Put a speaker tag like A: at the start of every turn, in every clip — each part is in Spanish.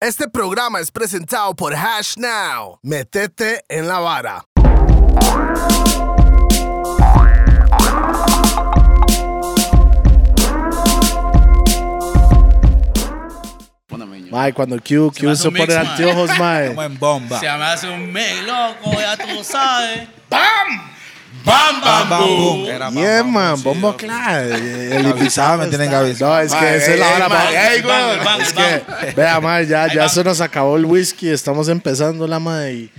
A: Este programa es presentado por Hash Now. Metete en la vara.
B: Mae, cuando Q,
C: me
B: Q
C: hace
B: se
C: un
B: pone
C: mix, mae.
B: anteojos, mae.
D: Como en bomba.
C: Se me hace un mes, loco, ya tú sabes. ¡Bam! ¡Bam, bam,
D: Bam, boom.
C: boom!
D: Era
B: Yeah,
D: bam,
B: man,
D: sí,
B: bombo
D: ok.
B: claro. El
D: Gabizado, me tienen gabizado.
B: No, es que
A: Mae,
B: esa es
A: ey,
B: la hora,
A: ey, mae,
B: mae.
C: el bang, el bang,
B: Es
C: el
B: que, vea, mae, ya, ya se nos acabó el whisky. Estamos empezando la mae. Y,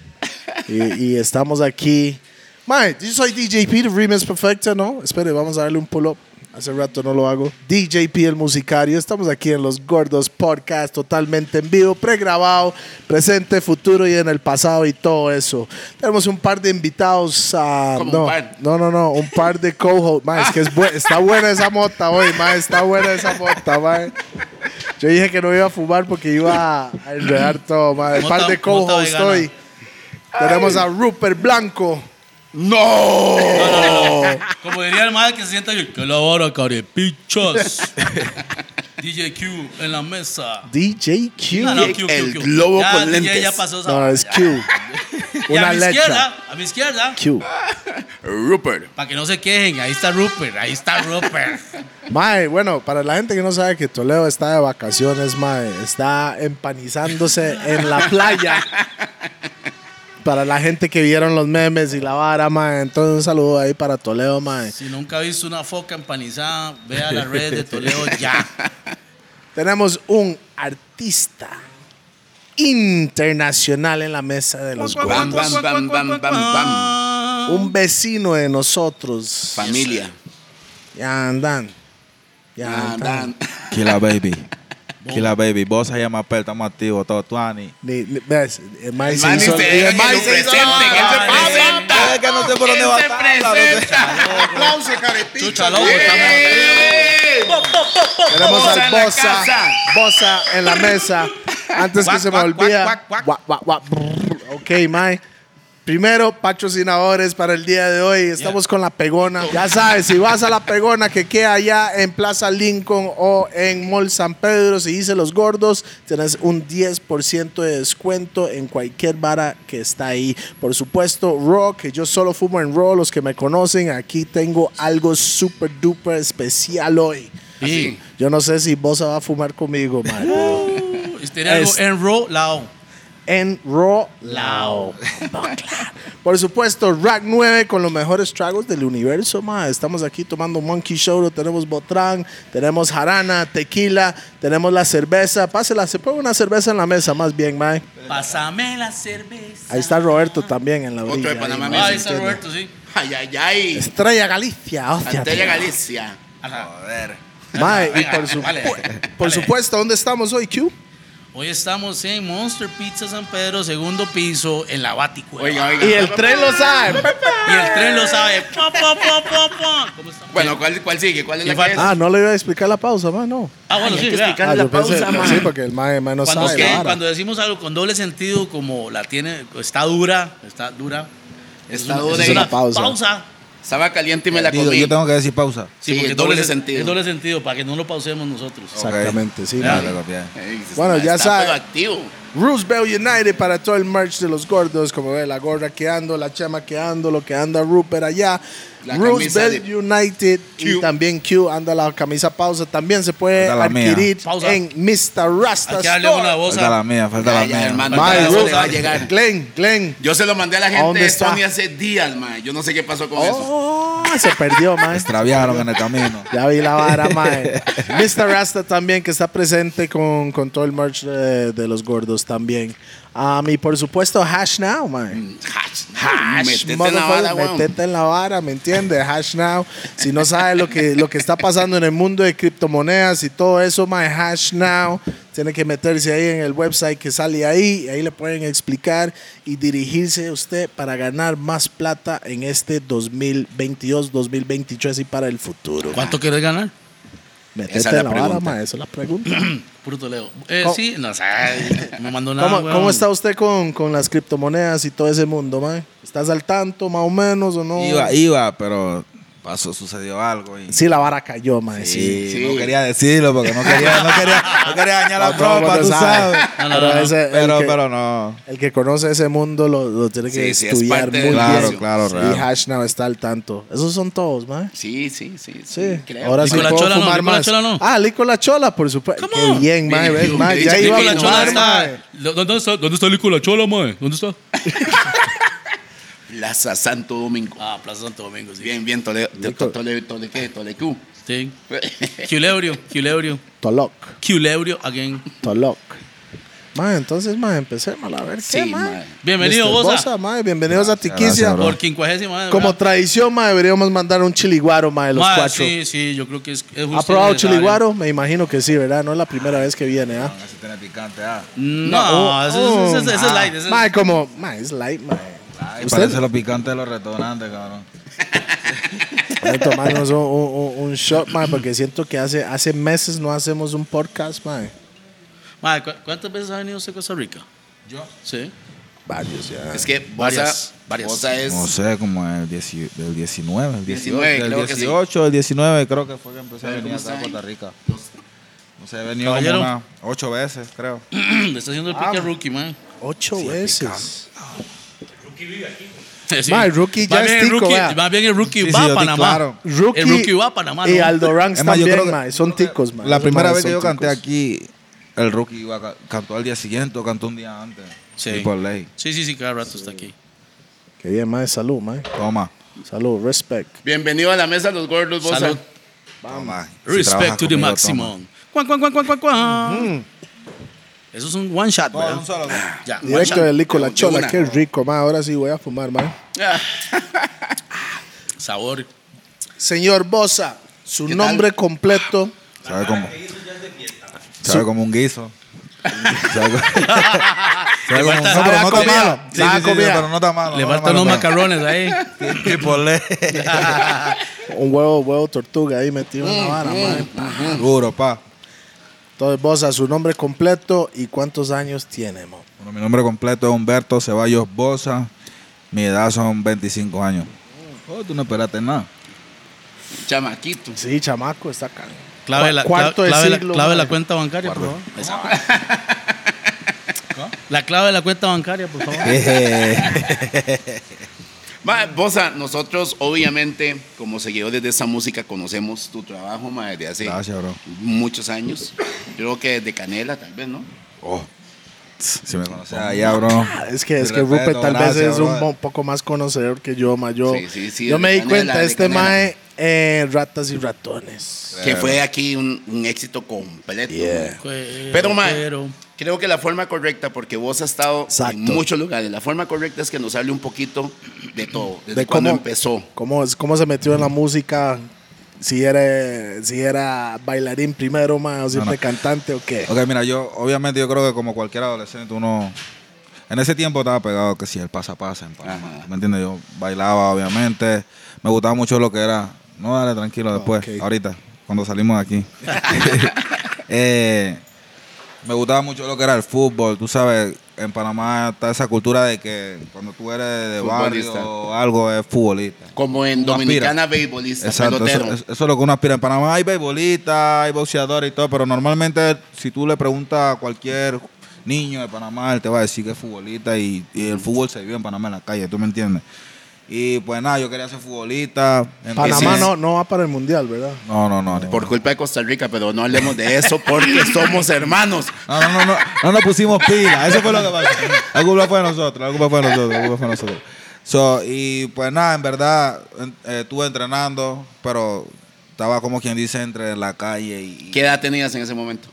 B: y- y estamos aquí. Mae, yo soy DJP, de Remix Perfecta, ¿no? Espere, vamos a darle un pull-up. Hace rato no lo hago. DJP, el musicario. Estamos aquí en Los Gordos Podcast, totalmente en vivo, pregrabado, presente, futuro y en el pasado y todo eso. Tenemos un par de invitados. ah,
C: Como un
B: no,
C: par.
B: no, no, no, un par de co-hosts. Mae, es que es bu- está buena esa mota hoy, mae, está buena esa mota, mae. Yo dije que no iba a fumar porque iba a enredar todo, mae. El
C: Mota-
B: par de co-hosts
C: mota vegana.
B: hoy. Tenemos a Rupert Blanco.
C: Como diría el mal que se sienta yo, que la hora, carepichos. DJ Q en la mesa. Ah,
B: DJ Q.
C: No, no, Q, Q,
A: el
C: Q.
A: globo
C: ya,
A: con
C: DJ
A: lentes.
C: Ya pasó esa
B: No,
C: hora,
B: es
C: ya.
B: Q.
C: Y a
B: Una
C: mi
B: letra.
C: izquierda, a mi izquierda,
B: Q.
A: Rupert.
C: para que no se quejen, ahí está Rupert, ahí está Rupert.
B: Mae, bueno, para la gente que no sabe que Toledo está de vacaciones, mae, está empanizándose en la playa. Para la gente que vieron los memes y la vara, mae, entonces un saludo ahí para Toledo, mae.
C: Si nunca ha visto una foca empanizada, vea las redes de Toledo ya.
B: Tenemos un artista internacional en la mesa de los gordos.
A: Bam, bam, bam, bam, bam, bam.
B: Un vecino de nosotros.
A: Familia.
B: Ya andan. Ya andan.
D: Killa Baby. Killa Baby. Vos allá más perto, estamos activos, todo tuani.
B: Ni- ni- ves, el mae se
A: Man,
B: hizo-
A: dice,
B: y el
A: que
B: mae
A: lo
B: se hizo-
A: presenten, que
C: Ah,
A: se
C: presenten.
A: presenta.
D: Es que no sé por dónde va a estar,
A: Aplauso, carepicho.
C: Chucha, loco, estamos.
B: Tenemos
A: Bosa
B: al
A: en la
B: Bosa,
A: casa.
B: Bosa en la mesa. Antes que
C: Guac,
B: se me
C: guac,
B: olvida.
C: guac, guac,
B: Guac, guac, guac. Brr. Ok, Mae. Primero, patrocinadores para el día de hoy. Estamos con La Pegona. Ya sabes, si vas a La Pegona que queda allá en Plaza Lincoln o en Mall San Pedro, si dice Los Gordos, tenés un 10% de descuento en cualquier vara que está ahí. Por supuesto, Raw, que yo solo fumo en Raw, los que me conocen, aquí tengo algo súper duper especial hoy.
C: Sí.
B: Yo no sé si Bosa va a fumar conmigo, mae, pero
C: Estaría Uh, algo
B: Es-
C: en row, lao.
B: En Rolao. Por supuesto, Rack 9 con los mejores tragos del universo, mae. Estamos aquí tomando Monkey Show, tenemos Botrán, tenemos Jarana, Tequila, tenemos la cerveza. Pásela, se pone una cerveza en la mesa, más bien, mae.
C: Pásame la cerveza.
B: Ahí está Roberto también en la
A: Otro
B: orilla.
A: de Panamá
B: ahí, mae,
C: Ah,
B: ¿se
C: ahí está
B: entiende?
C: Roberto, sí.
A: Ay, ay, ay.
B: Estrella Galicia, hostia.
A: Estrella Galicia.
D: Joder.
B: Mae, y
C: Venga,
B: por, su-
C: vale.
B: por
C: Vale.
B: supuesto, ¿dónde estamos hoy, Q?
C: Hoy estamos en Monster Pizza San Pedro, segundo piso, en la Baticueva.
A: Oiga, oiga.
B: Y el tren lo sabe.
C: Y el tren lo sabe. Pa, pa, pa, pa, pa. ¿Cómo estamos?
A: Bueno, ¿cuál, ¿cuál sigue? ¿Cuál es la
C: Y falta-
A: que es?
B: Ah, no le iba a explicar la pausa, mae, no.
C: Ah, bueno, sí, vea.
B: Ah, yo pensé- sí, porque el mae, mae no
C: Cuando,
B: sabe.
C: que-
B: la vara.
C: cuando decimos algo con doble sentido, como la tiene, está dura, está dura.
B: Ah,
A: Está
C: Eso
A: dura
C: Es
A: y-
C: una
B: pausa.
C: pausa.
A: Estaba caliente y me la
D: Digo,
A: comí.
D: yo tengo que decir pausa.
A: Sí,
C: porque
A: es doble
C: sen-
A: sentido.
C: Es doble sentido, para que no lo pausemos nosotros.
B: Exactamente, sí.
C: Ya.
B: mae.
D: Dale, copiar.
A: Ey, se
B: Bueno,
A: está-
B: ya
A: está
B: sabe.
A: todo activo.
B: Roosevelt United para todo el merch de los gordos, como ve, la gorra que ando, la chama que ando, lo que anda Rupert allá.
A: La
B: Roosevelt
A: camisa de
B: United y
A: Q.
B: también Q anda la camisa pausa. También se puede
D: Anda la mía.
B: adquirir
C: Pausa.
B: en Mr. Rasta
C: Hay que darle
B: Store.
C: una voz
D: Falta la
C: a...
D: mía, falta la
A: Ya, ya,
D: mía.
A: hermano.
B: Mae,
A: Manda la
B: Ru-
A: voz, le va a llegar.
B: Glenn, Glenn.
A: Yo se lo mandé a la gente
B: dónde
A: de
B: está?
A: Sony hace días, mae. Yo no sé qué pasó con eso.
B: Oh, se perdió, mae.
D: Extraviaron en el camino.
B: Ya vi la vara, mae. Mr. Rasta también, que está presente con, con todo el merch de, de los gordos también. Um, y por supuesto, Hash Now, mae.
A: Hash,
B: Hash,
A: metete en la
B: motherfucker,
A: vara, weón.
B: metete en la vara, ¿me entiendes? Hash now. Si no sabes lo que, lo que está pasando en el mundo de criptomonedas y todo eso, my hash now. Tiene que meterse ahí en el website que sale ahí. y ahí le pueden explicar y dirigirse usted para ganar más plata en este 2022, 2023 y para el futuro.
C: ¿Cuánto quieres ganar?
B: Metete
A: Esa
B: en
A: es
B: la,
A: la
B: vara,
A: pregunta.
B: ma. Esa es la pregunta.
C: Puro Toledo. Eh,
B: ¿Cómo-
C: sí, no, o sea, no mandó nada,
B: ¿Cómo,
C: weón.
B: cómo está usted con, con las criptomonedas y todo ese mundo, ma? ¿Estás al tanto, más o menos, o no?
D: Iba, iba, pero pasó, sucedió algo. Y...
B: Sí, la vara cayó, mae. Sí.
D: Sí,
E: Sí.
D: no quería decirlo porque no quería, no quería, no quería dañar la
B: No, todo el
D: propa,
B: mundo
D: tú
B: sabe.
D: sabes.
C: No, no,
B: Pero
C: no.
B: ese- Eh, el
D: Pero,
B: que-
D: pero no.
B: El que conoce ese mundo lo, lo tiene que
E: Sí, sí, es
B: estudiar
E: parte
B: muy
E: del
D: Claro,
B: bien.
D: claro,
B: Y
D: real.
B: Hashnow está al tanto. Esos son todos, mae.
E: Sí, sí, sí.
B: Sí,
E: creo.
B: ahora sí
C: Nicola
B: puedo
C: Chola no,
B: fumar
C: Nicola
B: más.
C: Chola no.
B: Ah, Nicola Chola, por supuesto.
C: Come
B: Qué
C: on.
B: bien, mae, ves, mae. Ya
E: Nicola
B: iba a
C: Nicola Chola
B: fumar,
C: está.
B: mae.
C: ¿Dó- ¿Dónde está? ¿Dónde está Nicola Chola, mae? ¿Dónde está?
E: Plaza Santo Domingo.
C: Ah, Plaza Santo Domingo, sí.
E: Bien, bien, Toledo. Toledo.
C: Sí. Culebrio, Culebrio.
B: Toloc,
C: Culebrio again.
B: Toloc. Mae, entonces, mae, empecemos a ver qué,
E: Sí,
B: mae.
E: mae.
C: Bienvenido,
B: Mr.
C: Bosa.
B: mae. Bienvenidos a Tiquicia.
D: gracias, bro.
C: Por quincuagésima. de
B: Como
C: verdad.
B: tradición, mae, deberíamos mandar un chiliguaro, mae, los
C: Mae,
B: cuatro.
C: Sí, sí, yo creo que es, es justo
B: ¿Ha probado
C: y necesario.
B: chiliguaro? Me imagino que sí, ¿verdad? No es la primera vez que viene, ¿ah?
D: Así tiene picante, ah.
C: No, ese
B: Oh,
C: ese- ese- ese es light. ese es-
B: Mae, como, mae, es light, mae.
D: Ay,
B: ¿Usted?
D: parece lo picante de los restaurantes, cabrón.
B: Voy a tomarnos un, un- un- un shot, mae, porque siento que hace, hace meses no hacemos un podcast, mae.
C: Mae, ¿cu- ¿cuántas veces ha venido usted a Costa Rica?
D: Yo.
C: Sí.
B: Varios ya.
E: Es que Bosa,
C: Varias, varias.
E: Bosa es.
D: No sé, como el, 19, el 19, el 18,
E: 19,
D: el
E: creo que sí.
D: 18, el 19, creo que fue que empecé a
E: Ay,
D: venir
E: ¿cómo
D: acá a
E: está
D: Costa
E: ahí?
D: Rica. No sé, he venido como
C: Caballero.
D: unas 8 veces, creo.
C: Le está haciendo el
B: Ah.
C: pique a Rookie, man.
B: Ocho veces.
C: Sí.
B: Mae, Rookie ya
C: Más bien
B: es
C: el
B: tico,
C: Rookie-
B: vea.
C: Más bien el Rookie
D: Sí,
C: va
D: sí, yo
C: a
D: di
C: Panamá.
D: claro.
B: Rookie
C: el Rookie va a Panamá.
B: Y
C: ¿no?
B: Aldo Ranks
D: Es más, yo creo
B: también,
D: que-
B: mae. Son
D: creo que
B: ticos, mae.
D: La
B: Esos
D: primera
B: maes
D: vez que yo
B: son
D: canté
B: ticos.
D: aquí, el rookie iba a- cantó al día siguiente o cantó un día antes.
C: Sí.
D: Y por ley.
C: Sí, sí, sí, cada rato está aquí.
B: Qué bien, mae. Salud, mae.
D: Toma.
B: Salud, respect.
E: Bienvenido a la mesa de los gordos, Bosa.
C: Salud.
D: Toma. Si trabajas
C: Respect to the
D: conmigo,
C: maximum. Cuan, cuan, cuan, cuan, cuan, cuan.
B: Mm.
C: Eso es un one shot,
D: toma. Todo en
C: ¿verdad?
D: un solo, güey.
C: Ya, one
B: Directo
C: shot.
B: del Nicola
E: de
B: Chola.
E: una.
B: Qué rico, mae. Ahora sí voy a fumar, mae.
E: Ah,
C: Sabor.
B: Señor Bosa, su
E: ¿Qué
B: nombre completo.
D: Sabe como. Sabe como un guiso. Sabe como- Sabe como un
C: falta-
D: no, pero
B: sabe a
D: no está
B: comida,
D: malo. Sí,
B: sabe a
D: sí, sí,
B: comida.
D: pero no está malo.
C: Le
D: no está
C: faltan unos
D: malo,
C: macarrones ahí.
D: pero- Y por ley.
B: Un huevo, huevo tortuga ahí metido en la
C: Mm,
B: vara, mae.
D: Duro, pa.
B: Entonces, Bosa, su nombre completo y cuántos años tiene, mo.
D: Bueno, mi nombre completo es Humberto Ceballos Bosa. Mi edad son 25 años. Oh, tú no esperaste nada.
E: chamaquito.
B: Sí, chamaco, está acá.
C: Clave la,
B: Cuarto de
C: clave, la-
B: siglo,
C: clave la
B: mae.
C: cuenta bancaria, por favor. Esa. La clave de la cuenta bancaria, por favor.
E: Ma, Bosa, nosotros obviamente, como seguidores de esa música, conocemos tu trabajo, ma, desde hace
D: Gracias, bro.
E: muchos años. Yo creo que desde Canela, tal vez, ¿no?
D: Oh. Si me conoces allá, bro.
B: Ah, Es que,
D: Mi
B: es que
D: respeto,
B: Rupert tal vez
D: gracias,
B: es un
D: brother.
B: po- poco más conocedor que yo, ma. Yo,
E: Sí, sí, sí,
B: yo
E: de
B: me di
E: Canela,
B: cuenta,
E: de
B: este
E: Canela.
B: mae, eh, ratas y ratones.
E: Que fue aquí un, un éxito completo.
B: Yeah.
E: ma. Pero, ma,
C: Pero-
E: creo que la forma correcta, porque vos has estado
B: Exacto.
E: en muchos lugares, la forma correcta es que nos hable un poquito de todo, desde cuando empezó.
B: Cómo, es- cómo se metió en la música. Si era, si era bailarín primero, ma, o si
D: No, no.
B: fue cantante o qué.
D: Ok, mira, yo, obviamente, yo creo que como cualquier adolescente, uno. En ese tiempo estaba pegado que si el pasa pasa en Panamá.
E: Ajá.
D: ¿Me entiendes? Yo bailaba, obviamente. Me gustaba mucho lo que era. No, dale, tranquilo, después.
B: ok.
D: Ahorita, cuando salimos de aquí. Eh, me gustaba mucho lo que era el fútbol. Tú sabes, en Panamá está esa cultura de que cuando tú eres de barrio
E: Futbolista.
D: o algo, es futbolista.
E: Como en
D: Uno
E: Dominicana, beisbolista,
D: Exacto, eso,
E: pelotero.
D: eso- eso es lo que uno aspira. En Panamá hay beisbolistas, hay boxeadores y todo, pero normalmente si tú le preguntas a cualquier niño de Panamá, él te va a decir que es futbolista y, y el fútbol se vive en Panamá en la calle, ¿tú me entiendes? Y pues nada, yo quería ser futbolista.
B: Panamá
D: Empecé-
B: no, no va para el mundial, ¿verdad?
D: No, no, no.
E: Por culpa de Costa Rica, pero no hablemos de eso porque somos hermanos.
D: No, no, no, no, no nos pusimos pila. Eso fue lo que pasó. La culpa fue de nosotros, la culpa fue de nosotros, la culpa fue de nosotros. So, y pues nada, en verdad en- eh, estuve entrenando, pero estaba como quien dice entre la calle y,
E: ¿Qué edad tenías en ese momento?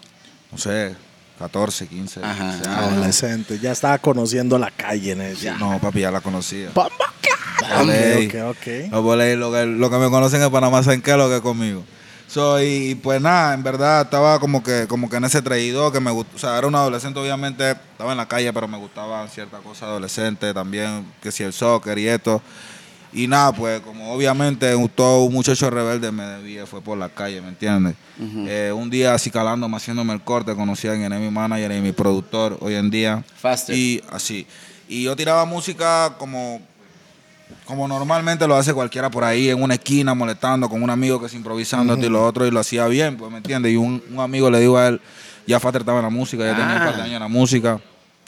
D: no sé, 14, 15.
E: Ajá.
D: 16
B: ah,
D: años.
B: Adolescente, ya estaba conociendo la calle en ese.
D: No, papi, ya la conocía.
B: Pa- pa-
D: Por
B: Ok,
D: ley.
B: ok, ok.
D: No, por ley, lo, que, lo que me conocen en Panamá saben que es lo que es conmigo. So, y, y, pues nada, en verdad estaba como que, como que en ese traidor que me gustó. O sea, era un adolescente, obviamente, estaba en la calle, pero me gustaban ciertas cosas adolescentes también, que si el soccer y esto. Y nada, pues como obviamente todo un muchacho rebelde me debía, fue por la calle, ¿me entiendes? Eh, un día así calándome, haciéndome el corte, conocí a mi enemy manager y mi productor hoy en día.
E: Faster.
D: Y así. Y yo tiraba música como Como normalmente lo hace cualquiera por ahí, en una esquina, molestando con un amigo que es improvisando esto y lo otro, y lo hacía bien, pues, ¿me entiendes? Y un, un amigo le dijo a él, ya Fater estaba en la música, ya tenía un par de años en la música,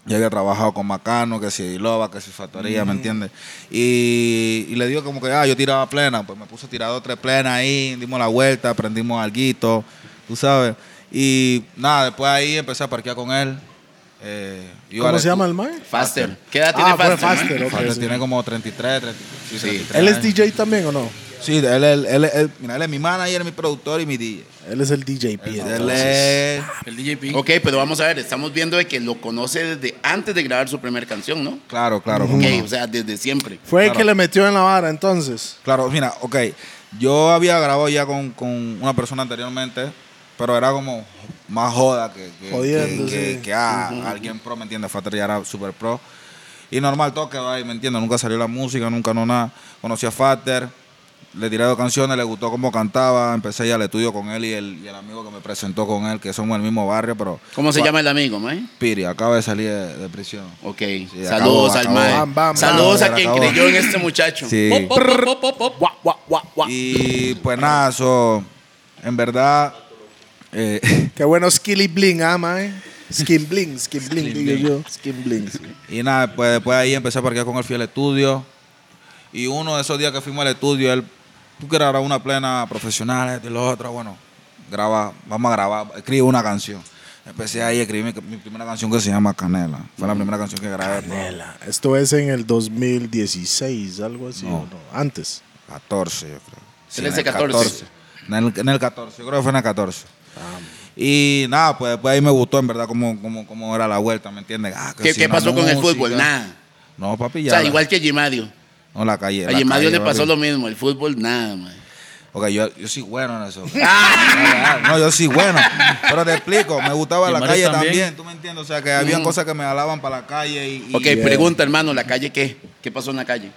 D: ya había trabajado con Macano, que si Loba, que si Factoría, ¿me entiendes? Y, y le digo como que, ah, yo tiraba plena, pues me puso tirado tres plenas ahí, dimos la vuelta, aprendimos alguito, tú sabes. Y nada, después ahí empecé a parquear con él. eh, iba
B: ¿Cómo
D: al
B: se llama el
D: estu-
B: mae?
E: Faster. ¿Qué edad tiene
B: Ah, fue
E: Faster? man?
B: Faster, ok,
D: Faster
B: sí.
D: tiene como 33, 33, sí,
E: Sí.
D: 33
B: ¿Él es
D: años.
B: DJ también o no?
D: Sí, él, él- él- él- mira, él es mi manager, mi productor y mi DJ.
B: Él es el DJ P.
D: Él
B: entonces.
D: es...
C: El DJP.
E: Ok, pero vamos a ver, estamos viendo de que lo conoce desde antes de grabar su primera canción, ¿no?
D: Claro, claro.
E: Ok,
D: cómo no.
E: o sea, desde siempre.
B: Fue el
D: Claro.
B: que le metió en la vara entonces.
D: Claro, mira, ok. Yo había grabado ya con, con una persona anteriormente, pero era como más joda que, que,
B: Jodiendo,
D: que- que-
B: sí.
D: que a alguien pro, ¿me entiendes? Fater ya era super pro. Y normal, todo quedó ahí, ¿me entiendes? Nunca salió la música, nunca no nada. Conocí a Fater, le tiré dos canciones, le gustó cómo cantaba, empecé ya el estudio con él y el, y el amigo que me presentó con él, que somos del mismo barrio, pero...
E: ¿Cómo se
D: Fa-
E: llama el amigo, man?
D: Piri, acaba de salir de, de prisión.
E: Ok,
D: Sí, acabó,
E: saludos al
D: acabó.
E: mae.
B: Bam, bam,
E: saludos
D: bam.
E: a quien
D: Acabó.
E: creyó en este muchacho.
D: Sí.
C: Pop, pop, pop, pop, pop.
B: Guau, guau, guau, guau.
D: Y pues nada, so, en verdad, eh,
B: Qué bueno Skilly Bling, ah, mae. Skin Bling, Skin Bling, digo yo. Skin Bling, sí.
D: y nada, pues después ahí empecé a parquear con el fiel estudio. Y uno de esos días que fuimos al estudio, él, tú quieres grabar una plena profesional, esto y lo otro, bueno, graba, vamos a grabar, escribe una canción. Empecé ahí a escribir mi, mi primera canción que se llama Canela. Fue la primera canción que grabé. pues. bro.
B: Nela, Esto es en el 2016, algo así.
D: No.
B: ¿o no? Antes.
D: 14, yo creo. Sí,
E: 13,
D: en el
E: 14.
D: En el, en el 14, yo creo que fue en el 14.
E: Ah.
D: Y nada, pues después ahí me gustó en verdad cómo, cómo, cómo era la vuelta, ¿me entiendes? Ah, que
E: ¿Qué,
D: si
E: qué
D: una
E: pasó con el fútbol?
D: música.
E: Nada.
D: No, papi,
E: O
D: ya.
E: sea,
D: la-
E: igual que Gimadio.
D: No, la calle.
E: A
D: la
E: Gimadio
D: calle,
E: le pasó
D: papi.
E: lo mismo, el fútbol nada, man.
D: Ok, yo, yo soy bueno en eso. Ah, no, yo soy bueno. Pero te explico, me gustaba
C: Y
D: la
C: Mario
D: calle
C: también.
D: también. tú me entiendes. O sea, que había cosas que me jalaban para la calle y, eh, y
E: Mm. Ok, pregunta, hermano, ¿la calle qué? ¿Qué pasó en la calle?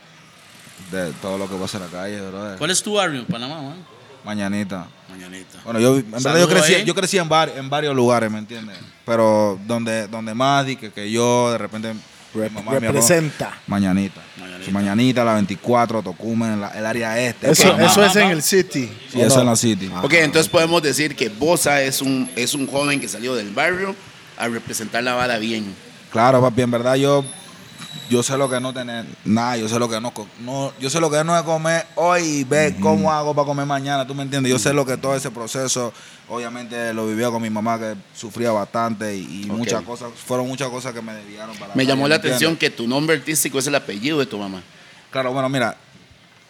D: de
E: pues.
D: todo lo que pasa en la calle, brother.
C: ¿Cuál es tu barrio en Panamá, man?
D: Mañanita.
C: Mañanita.
D: Bueno, yo, en verdad yo
C: Saludo
D: crecí,
C: ahí.
D: yo crecí en, var- en varios lugares, ¿me entiendes? Pero donde, donde más di que, que yo, de repente, mi
B: Rep-
D: mamá y mi papá-
B: representa.
D: Mañanita.
C: Mañanita.
D: Sí, Mañanita, la 24, Tocumen, la- el área este.
B: Eso,
D: Panamá.
B: eso es en
C: Ajá.
B: el City.
D: Sí,
B: ¿o
D: eso
B: no?
D: en la City.
E: Ok, entonces podemos decir que Bosa es un, es un joven que salió del barrio a representar la vara bien.
D: Claro, papi, en verdad yo, yo sé lo que no tener, nada, yo sé lo que no, co- no, yo sé lo que no es comer hoy y ver cómo hago para comer mañana, ¿tú me entiendes? Yo sé lo que todo ese proceso, obviamente lo vivía con mi mamá que sufría bastante y, y
E: Ok.
D: muchas cosas, fueron muchas cosas que me desviaron para
E: Me
D: calle,
E: llamó
D: ¿me
E: la
D: entiendes?
E: atención que tu nombre artístico es el apellido de tu mamá.
D: Claro, bueno, mira,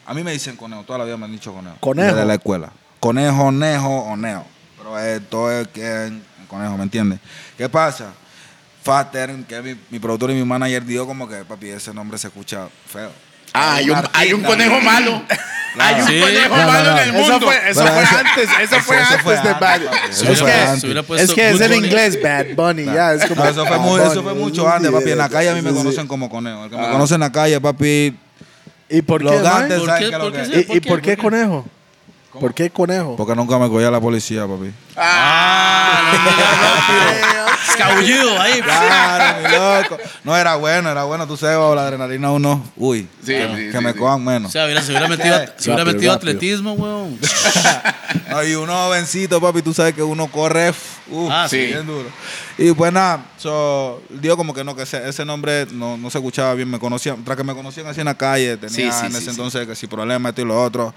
D: a mí me dicen conejo, toda la vida me han dicho conejo.
B: Conejo.
D: Desde la escuela. Conejo, nejo o neo. Pero eh, todo es que es conejo, ¿me entiendes? ¿Qué pasa? Faster, que es mi, mi productor y mi manager, dio como que, papi, ese nombre se escucha feo.
E: Ah, hay un,
D: artista,
E: hay un conejo
D: ¿no?
E: malo. Hay un
C: Sí.
E: conejo
D: No, no,
E: malo
D: no.
E: en el
B: Eso
E: mundo.
B: fue, eso
D: Pero
B: fue
D: eso-
B: antes, eso fue
D: eso
B: antes
D: fue
B: de
D: antes,
B: Bad
D: papi,
B: Es
D: eso fue
B: que-
D: antes.
C: Se hubiera puesto
B: Es que es
C: Good
B: en
C: Bunny.
B: inglés Bad Bunny,
D: Claro.
B: ya. Es como,
D: No, eso, fue
B: Bad
D: muy- eso
B: Bunny,
D: fue mucho antes, papi. En la calle a mí me
B: sí.
D: conocen como conejo. El que me conoce en la calle, papi,
B: ¿Y por
D: los
B: qué, mae?
D: gantes
C: ¿Por
D: saben
C: qué-
D: que es lo
C: por
D: que
C: qué
D: es.
C: se-
B: ¿Y, y por qué conejo? ¿Por qué conejo?
D: Porque nunca me cogía la policía, papi.
C: Escabullido ahí.
D: Claro, mi loco. No, era bueno, era bueno. Tú sabes, bajo la adrenalina uno, uy,
E: Sí,
D: que,
E: sí,
D: que
E: sí,
D: me
E: sí.
D: cojan
C: O
D: menos.
C: sea, hubiera- se hubiera metido, se hubiera
B: Rápido,
C: metido
B: rápido.
C: atletismo, weón.
D: No, y uno jovencito, papi, tú sabes que uno corre, f- uf,
C: Ah, sí.
D: bien duro. Y pues nada, so, digo como que no, que ese, ese nombre no, no se escuchaba bien. Me conocían, tras que me conocían así en la calle, tenía
E: Sí, sí,
D: en
E: sí,
D: ese
E: sí.
D: entonces que si problema, esto y lo otro.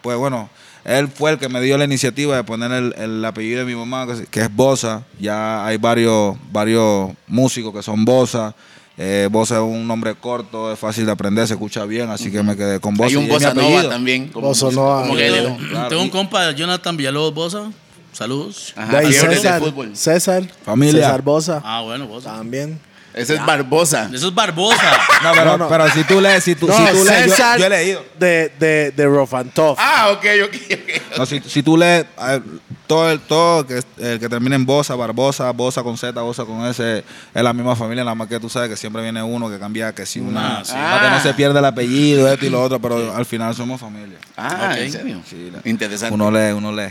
D: Pues bueno, él fue el que me dio la iniciativa de poner el, el apellido de mi mamá, que, es- que es Bosa. Ya hay varios, varios músicos que son Bosa. Eh, Bosa es un nombre corto, es fácil de aprender, se escucha bien, así que me quedé con Bosa.
E: Hay
D: Y
E: un
D: es mi
E: Bossa Nova
D: apellido.
E: también. Como,
B: Bossa Nova.
E: como
C: Yo
E: género.
C: tengo-
D: Claro.
C: Tengo un compa, Jonathan Villalobos Bosa. Saludos.
E: Ajá,
B: De ahí
E: fiebre del
B: César,
E: fútbol.
B: César,
D: Familia.
B: César Bosa,
C: Ah, bueno, Bosa.
B: también.
E: Ese es Barbosa.
C: Eso es Barbosa.
D: No, pero,
B: No, no.
D: pero si tú lees, si tú,
B: No,
D: si tú lees, yo,
B: César
D: yo he leído.
B: de, de, de Rofantov.
E: Ah, ok, ok, ok.
D: No, si, si tú lees a ver, todo el todo que, el que termina en Bosa, Barbosa, Bosa con Z, Bosa con S, es la misma familia, nada más que tú sabes que siempre viene uno que cambia, que si una,
C: Ah, sí.
D: para que no se pierda el apellido, esto y lo otro, pero al final somos familia.
E: Ah,
C: Ok.
E: ¿en serio?
D: Sí, la-
E: Interesante.
D: Uno lee, uno lee.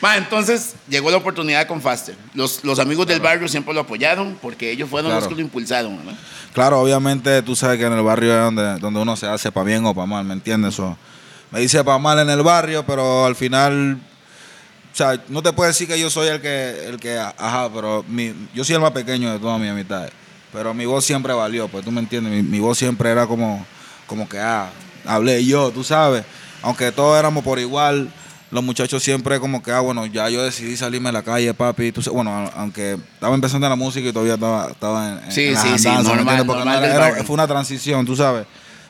E: Ma, entonces llegó la oportunidad con Faster. Los, los amigos del barrio siempre lo apoyaron porque ellos fueron los
D: Claro.
E: que lo impulsaron. ¿no?
D: Claro, obviamente tú sabes que en el barrio es donde, donde uno se hace para bien o para mal, ¿me entiendes? O me dice para mal en el barrio, pero al final, o sea, no te puedo decir que yo soy el que, el que ajá, pero mi, yo soy el más pequeño de todas mis amistades. Pero mi voz siempre valió, pues tú me entiendes, mi, mi voz siempre era como, como que, ah, hablé yo, tú sabes. Aunque todos éramos por igual, los muchachos siempre como que, ah, bueno, ya yo decidí salirme a la calle, papi. Tú, sa- bueno, aunque estaba empezando la música y todavía estaba, estaba en, en-
E: Sí,
D: en las
E: sí, sí,
D: andanzas, ¿me
E: normal,
D: entiendes? Porque
E: normal
D: no era-
E: del
D: era-
E: barrio.
D: fue una transición, tú sabes.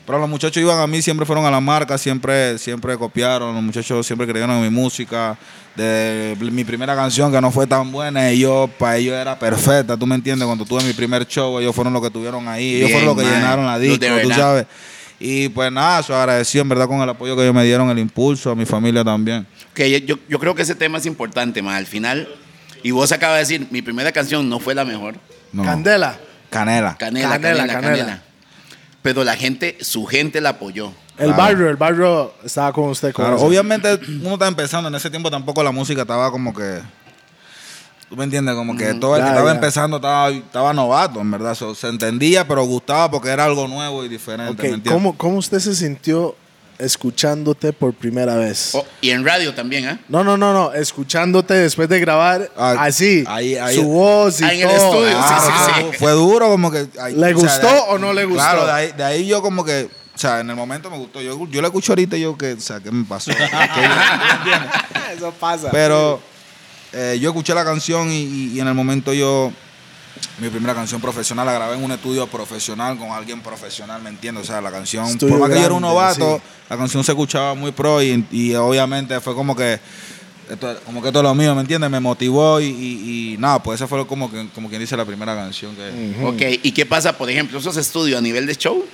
D: Pero los muchachos iban a mí, siempre fueron a la marca, siempre siempre copiaron, los muchachos siempre creyeron en mi música. De mi primera canción que no fue tan buena, ellos, para ellos era perfecta, tú me entiendes, cuando tuve mi primer show, ellos fueron los que tuvieron ahí, ellos
E: Bien,
D: fueron los que
E: man.
D: llenaron la
E: Los de
D: disco, tú
E: verdad.
D: sabes. Y pues nada, eso agradecido en verdad con el apoyo que ellos me dieron, el impulso, a mi familia también.
E: Que yo, yo creo que ese tema es importante, ma, al final. Y vos acabas de decir, mi primera canción no fue la mejor.
D: No.
B: Candela.
D: Canela.
E: Canela,
B: Canela,
E: canela, canela.
B: canela.
E: Pero la gente, su gente la apoyó.
B: El
D: Claro.
B: barrio, el barrio estaba con usted. con
D: Claro,
B: eso.
D: obviamente uno está empezando, en ese tiempo tampoco la música estaba como que... ¿Tú me entiendes? Como que todo el
B: Mm,
D: que
B: Ya,
D: estaba
B: ya.
D: empezando estaba, estaba novato, en verdad. So, se entendía, pero gustaba porque era algo nuevo y diferente,
B: Ok,
D: ¿me entiendes?
B: ¿Cómo, ¿Cómo usted se sintió escuchándote por primera vez?
E: Oh, y en radio también, ¿ah?
B: No, no, no, no. Escuchándote después de grabar
D: Ah,
B: así.
D: ahí- ahí-
B: su voz y
E: Ah, en el
B: todo.
E: estudio,
D: Claro,
E: sí, sí,
D: ah, fue- Fue duro, como que... ay,
B: ¿Le gustó
D: de ahí-
B: o no le gustó?
D: Claro, de ahí, de ahí yo como que... O sea, en el momento me gustó. Yo, yo la escucho ahorita y yo que... O sea, ¿qué me pasó? ¿Qué yo-
B: Eso pasa.
D: Pero eh, yo escuché la canción y, y- y en el momento yo, mi primera canción profesional, la grabé en un estudio profesional con alguien profesional, ¿me entiendes? O sea, la canción,
B: Estudio
D: por más que yo era un
B: grande,
D: novato,
B: sí.
D: la canción se escuchaba muy pro y, y obviamente fue como que, esto- como que todo lo mío, ¿me entiendes? Me motivó y, y- y nada, pues esa fue como, que, como quien dice la primera canción que...
E: Ok, ¿y qué pasa, por ejemplo, esos estudios a nivel de show?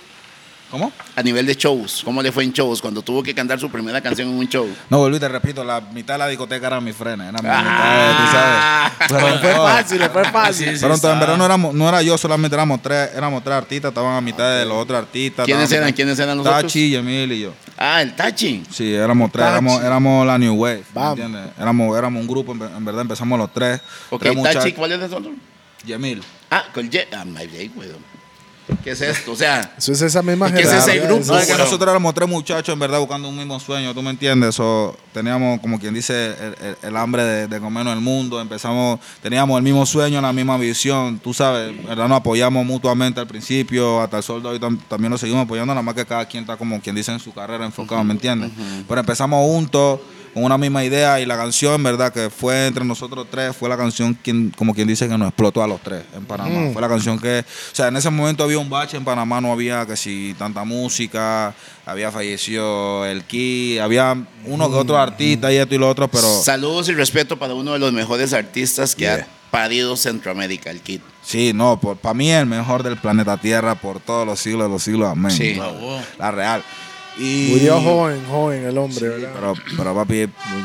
D: ¿Cómo?
E: A nivel de shows, ¿cómo le fue en shows cuando tuvo que cantar su primera canción en un show?
D: No, volví, te repito, la mitad de la discoteca era mi frena, era mi
E: Ah.
D: mitad, tú sabes. Pero-
B: fue fácil, fue
D: Ah,
B: fácil.
C: Sí, sí,
D: Pero entonces, en
C: está.
D: verdad no, éramos, no era yo, solamente éramos tres, éramos tres artistas, estaban a mitad de los otros artistas.
E: ¿Quiénes
D: estaban a
E: eran?
D: mitad-
E: ¿Quiénes eran los
D: Tachi, Yemil y yo.
E: Ah, el Tachi.
D: Sí, éramos tres,
B: Tachi.
D: éramos, éramos la New Wave, ¿me
B: Vamos.
D: entiendes? Éramos, éramos un grupo, en, ver- en verdad empezamos los tres.
E: Ok,
D: tres muchachos.
E: Tachi, ¿cuál es el otro?
D: Yemil.
E: Ah, con Ye- Ah, my day, weón. ¿Qué es esto? O sea,
B: Eso es esa misma
E: ¿Y qué es ese
B: generación,
E: grupo?
B: eso
D: No,
B: es-
D: es que
E: bueno.
D: nosotros éramos tres muchachos, en verdad, buscando un mismo sueño, ¿tú me entiendes? O teníamos, como quien dice, el, el- el hambre de, de comernos el mundo. Empezamos, teníamos el mismo sueño, la misma visión, tú sabes. en verdad, nos apoyamos mutuamente al principio, hasta el sol de hoy tam- también nos seguimos apoyando, nada más que cada quien está, como quien dice, en su carrera enfocado, ¿me entiendes? Pero empezamos juntos, con una misma idea y la canción, en verdad, que fue entre nosotros tres, fue la canción, quien, como quien dice, que nos explotó a los tres en Panamá.
B: Mm.
D: Fue la canción que, o sea, en ese momento había un bache en Panamá, no había casi tanta música, había fallecido el Ki, había uno que otro
B: Mm,
D: artista y esto y lo otro, pero
E: saludos y respeto para uno de los mejores artistas que
D: Yeah.
E: ha parido Centroamérica, el Kid.
D: sí, no, para mí el mejor del planeta Tierra por todos los siglos de los siglos, amén.
E: Sí.
D: bro.
C: Bravo.
D: La real. Y
B: Murió joven, joven el hombre, ¿verdad?
D: Pero, pero papi,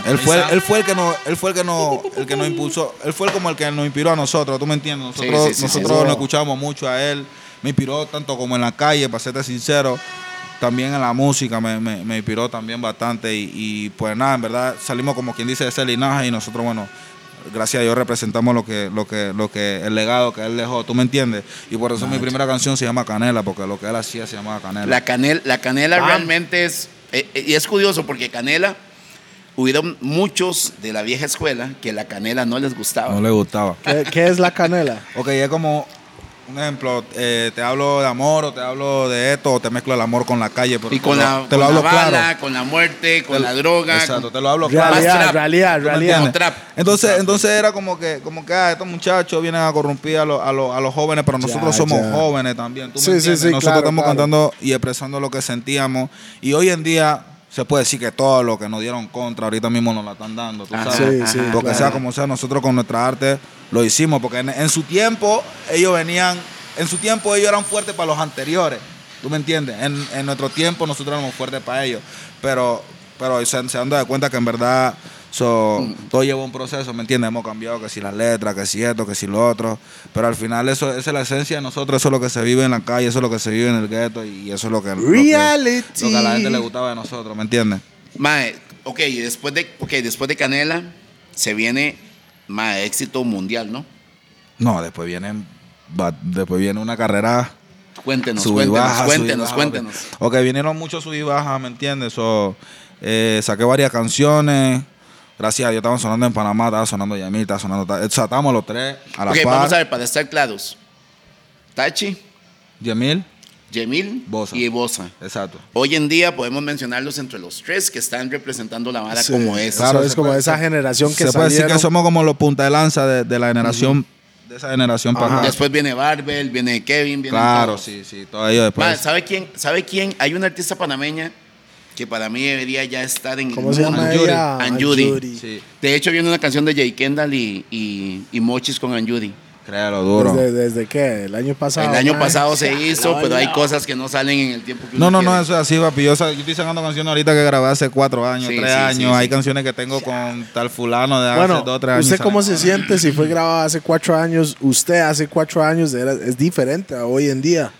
D: él fue, él fue el que nos, él fue el que no, el que nos impulsó, él fue como el que nos inspiró a nosotros, tú me entiendes, nosotros,
E: Sí, sí, sí,
D: nosotros
B: sí.
D: nos escuchábamos mucho a él, me inspiró tanto como en la calle, para serte sincero, también en la música me, me- me inspiró también bastante y, y, pues nada, en verdad salimos como quien dice de ese linaje y nosotros bueno, gracias a Dios representamos lo que, lo que, lo que, el legado que él dejó, tú me entiendes, y por eso mi primera canción se llama Canela, porque lo que él hacía se llamaba Canela.
E: La, canel, la canela
B: Bam.
E: realmente es. eh, eh, y es curioso porque canela. Hubieron muchos de la vieja escuela que la canela no les gustaba.
D: no le gustaba.
B: ¿Qué, qué es la canela?
D: Ok, es como un ejemplo, eh, te hablo de amor o te hablo de esto o te mezclo el amor con la calle, pero
E: y con
D: te lo-
E: la,
D: te
E: con
D: lo
E: la
D: hablo
E: bala,
D: claro.
E: con la muerte, con
D: Te-
E: la droga.
D: Exacto,
E: con-
D: te lo hablo claro.
E: Más
B: Realidad,
E: trap.
B: realidad,
D: ¿Tú me
B: realidad.
D: entiendes?
E: trap.
D: Entonces, entonces era como que, como que ah, estos muchachos vienen a corrompir a, los- a los- a los jóvenes, pero nosotros
B: Ya,
D: somos
B: ya.
D: jóvenes también. ¿tú me
B: Sí, sí,
D: entiendes?
B: sí,
D: nosotros
B: claro,
D: estamos
B: claro.
D: cantando y expresando lo que sentíamos. Y hoy en día se puede decir que todo lo que nos dieron contra, ahorita mismo nos la están dando. ¿tú
E: Ajá.
D: sabes?
B: Sí, sí,
D: Porque
B: claro.
D: sea como sea, nosotros con nuestra arte lo hicimos. Porque en, en su tiempo ellos venían, en su tiempo ellos eran fuertes para los anteriores. ¿Tú me entiendes? En, en nuestro tiempo nosotros éramos fuertes para ellos. Pero, pero se, se han dado cuenta que en verdad so, todo lleva un proceso, ¿me entiendes? Hemos cambiado que si las letras, que si esto, que si lo otro. Pero al final eso, esa es la esencia de nosotros, eso es lo que se vive en la calle, eso es lo que se vive en el gueto y eso es lo que, lo que-
B: Reality.
D: lo que a la gente le gustaba de nosotros, ¿me entiendes?
E: Mae, ok, y después de, ok, después de Canela, se viene más éxito mundial, ¿no?
D: No, después viene, va- después viene una carrera
E: Cuéntenos,
D: sub y
E: cuéntenos,
D: baja, sub y
E: cuéntenos,
D: baja,
E: cuéntenos.
D: ok. Ok, vinieron muchos sub y baja, ¿me entiendes? So, eh, saqué varias canciones. Gracias a Dios, estaban sonando en Panamá, estaba sonando Yamil, estaba sonando. ta- O sea, estábamos los tres a la
E: Ok,
D: par.
E: vamos a ver, para estar claros. Tachi,
D: Yamil,
E: Yemil
D: Bosa.
E: y Bosa.
D: exacto.
E: Hoy en día podemos mencionarlos entre los tres que están representando la vara
B: Sí,
E: como es.
B: claro,
D: se
B: es como
D: puede-
B: esa generación que
D: Se puede decir que
B: salieron.
D: somos como los punta de lanza de, de la generación, de esa generación para acá.
E: Después viene Barbel, viene Kevin, viene
D: Claro, sí, pues. sí, todo ello después.
E: Ma, ¿sabe quién? ¿Sabe quién? Hay una artista panameña que para mí debería ya estar en
B: ¿Cómo
E: el
B: se
E: mundo.
B: llama
D: Anjuri.
B: ella?
E: Anjuri.
D: Sí,
E: De hecho, viene una canción de Jay Kendall y, y, y Mochis con Anjuri.
D: créelo, duro.
B: ¿Desde, desde qué? ¿El año
D: Ah,
B: pasado?
E: el año
B: mae?
E: pasado se hizo, pero hay cosas que no salen en el tiempo que
D: No, no,
E: uno
D: no,
E: quiere.
D: eso es así, papi. Yo, sa- yo estoy sacando canciones ahorita que grabé hace cuatro años,
E: Sí,
D: tres
E: sí, sí,
D: años.
E: sí.
D: Hay canciones que tengo con tal fulano de hace
B: Bueno,
D: dos, tres años.
B: ¿usted cómo se
D: ¿sabes?
B: siente si fue grabado hace cuatro años? Usted hace cuatro años era, es diferente a hoy en día.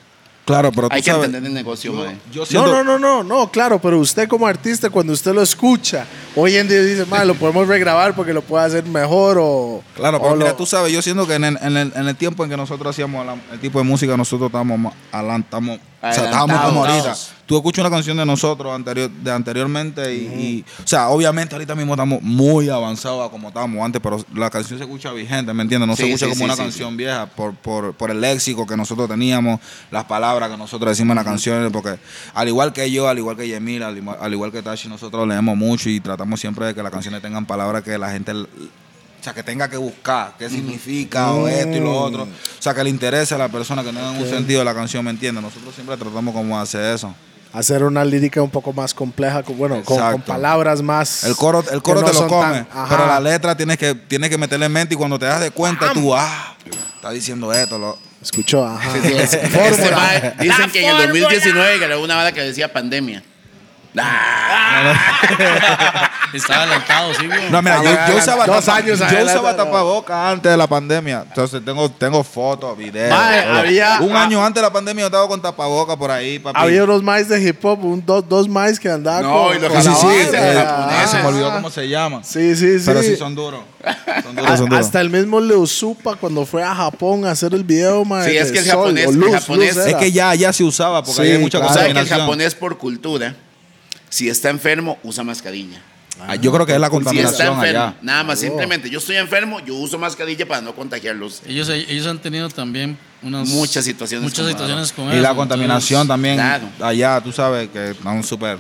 D: Claro, pero tú
E: Hay que
D: sabes.
E: entender el negocio, mae.
D: Yo siento,
B: No, no, no, no, no, claro, pero usted como artista, cuando usted lo escucha, hoy en día dice, "Mae, lo podemos regrabar porque lo puede hacer mejor o...
D: Claro,
B: o
D: pero mira,
B: lo-
D: tú sabes, yo siento que en el, en el- en el tiempo en que nosotros hacíamos la- el tipo de música, nosotros estábamos más adelan- estamos- o sea, estábamos como ahorita.
E: Adelantados.
D: Tú escuchas una canción de nosotros anterior, de anteriormente y, y- o sea, obviamente ahorita mismo estamos muy avanzados a como estábamos antes, pero la canción se escucha vigente, ¿me entiendes? No
E: Sí,
D: se escucha
E: sí,
D: como
E: sí,
D: una
E: sí,
D: canción vieja por, por, por el léxico que nosotros teníamos, las palabras que nosotros decimos en las canciones, porque al igual que yo, al igual que Yemil, al, ima- al igual que Tashi, nosotros leemos mucho y tratamos siempre de que las canciones tengan palabras que la gente l- o sea, que tenga que buscar qué significa o esto y lo otro.
B: Mm.
D: O sea, que le interese a la persona que no en un sentido la canción, ¿me entiendes? Nosotros siempre tratamos como de hacer eso.
B: Hacer una lírica un poco más compleja, con- bueno, con, con
D: Exacto.
B: palabras más...
D: El coro, el coro
B: que no
D: te lo
B: son
D: come,
B: tan- ajá.
D: pero la letra tienes que, tienes que meterle en mente y cuando te das de cuenta tú, ah, está diciendo esto. Lo...
B: Escuchó, ajá.
E: Este mae, dicen que en el 2019 grabó una bala que decía pandemia.
C: Está adelantado, sí, güey.
B: Mm.
D: No, mira, yo, yo usaba,
B: Dos
D: tapa-
B: años
D: yo
B: adelante,
D: usaba
B: no.
D: tapabocas antes de la pandemia. Entonces tengo, tengo fotos, videos.
B: Mae,
D: todo.
B: había-
D: un año antes de la pandemia yo estaba con tapabocas por ahí, papi.
B: Había unos mais de hip hop, un, dos, dos mais que andaban
E: No,
B: con...
E: y los
B: con-
D: Sí, sí,
E: japoneses,
D: sí,
E: los
D: eh,
E: japoneses.
D: se me olvidó
B: Ah.
D: cómo se llama.
B: Sí, sí, sí.
D: Pero sí son duros. Son duros,
B: A-
D: son duros.
B: Hasta el mismo Leo Supa cuando fue a Japón a hacer el video, mae.
E: Sí, es
B: de
E: que el
B: Sol,
E: japonés-
B: o
E: el
B: Luz,
E: japonés-
B: Luz
D: Es
B: era.
D: que ya, ya se usaba porque
B: Sí,
D: hay mucha
B: claro.
E: O sea, que el
D: contaminación.
E: japonés por cultura, si está enfermo, usa mascarilla.
D: Ah, yo creo que es la
E: Si está
D: contaminación
E: enfermo,
D: allá.
E: nada más, simplemente yo estoy enfermo, yo uso mascarilla para no contagiarlos.
C: Ellos, ellos han tenido también unas
E: Muchas situaciones
C: muchas
E: con-
C: situaciones con
D: Y
C: eso,
D: la contaminación
C: entonces,
D: también
E: claro.
D: allá, tú sabes que están súper,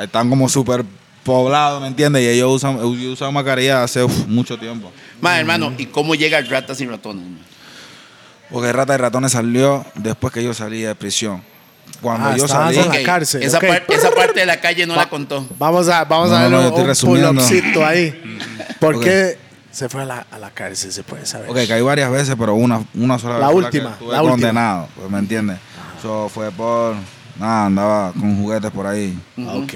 D: están como súper poblados, ¿me entiendes? Y ellos usan, ellos usan mascarilla hace uf, mucho tiempo.
E: Ma, hermano,
D: Mm.
E: ¿y cómo llega ratas y ratones? ma?
D: Porque Rata y Ratones salió después que yo salí de prisión. Cuando
B: Ah,
D: yo
B: estabas
D: salí,
B: en la
E: Ok,
B: cárcel,
E: Esa,
B: ok.
E: par- esa parte de la calle no la contó.
B: Vamos a, vamos
D: No,
B: a ver
D: no, yo
B: un-
D: estoy
B: un
D: resumiendo.
B: pull-upcito
E: Mm,
B: ahí. ¿Por
D: Ok.
B: qué se fue a la, a la cárcel? Se puede saber.
D: Ok, caí varias veces, pero una, una sola
B: La
D: vez. fue
B: última,
D: que estuve
B: la última. Ah.
D: condenado, pues, ¿me entiendes? Eso fue por. Nada, andaba con juguetes por ahí.
B: Ah, ok.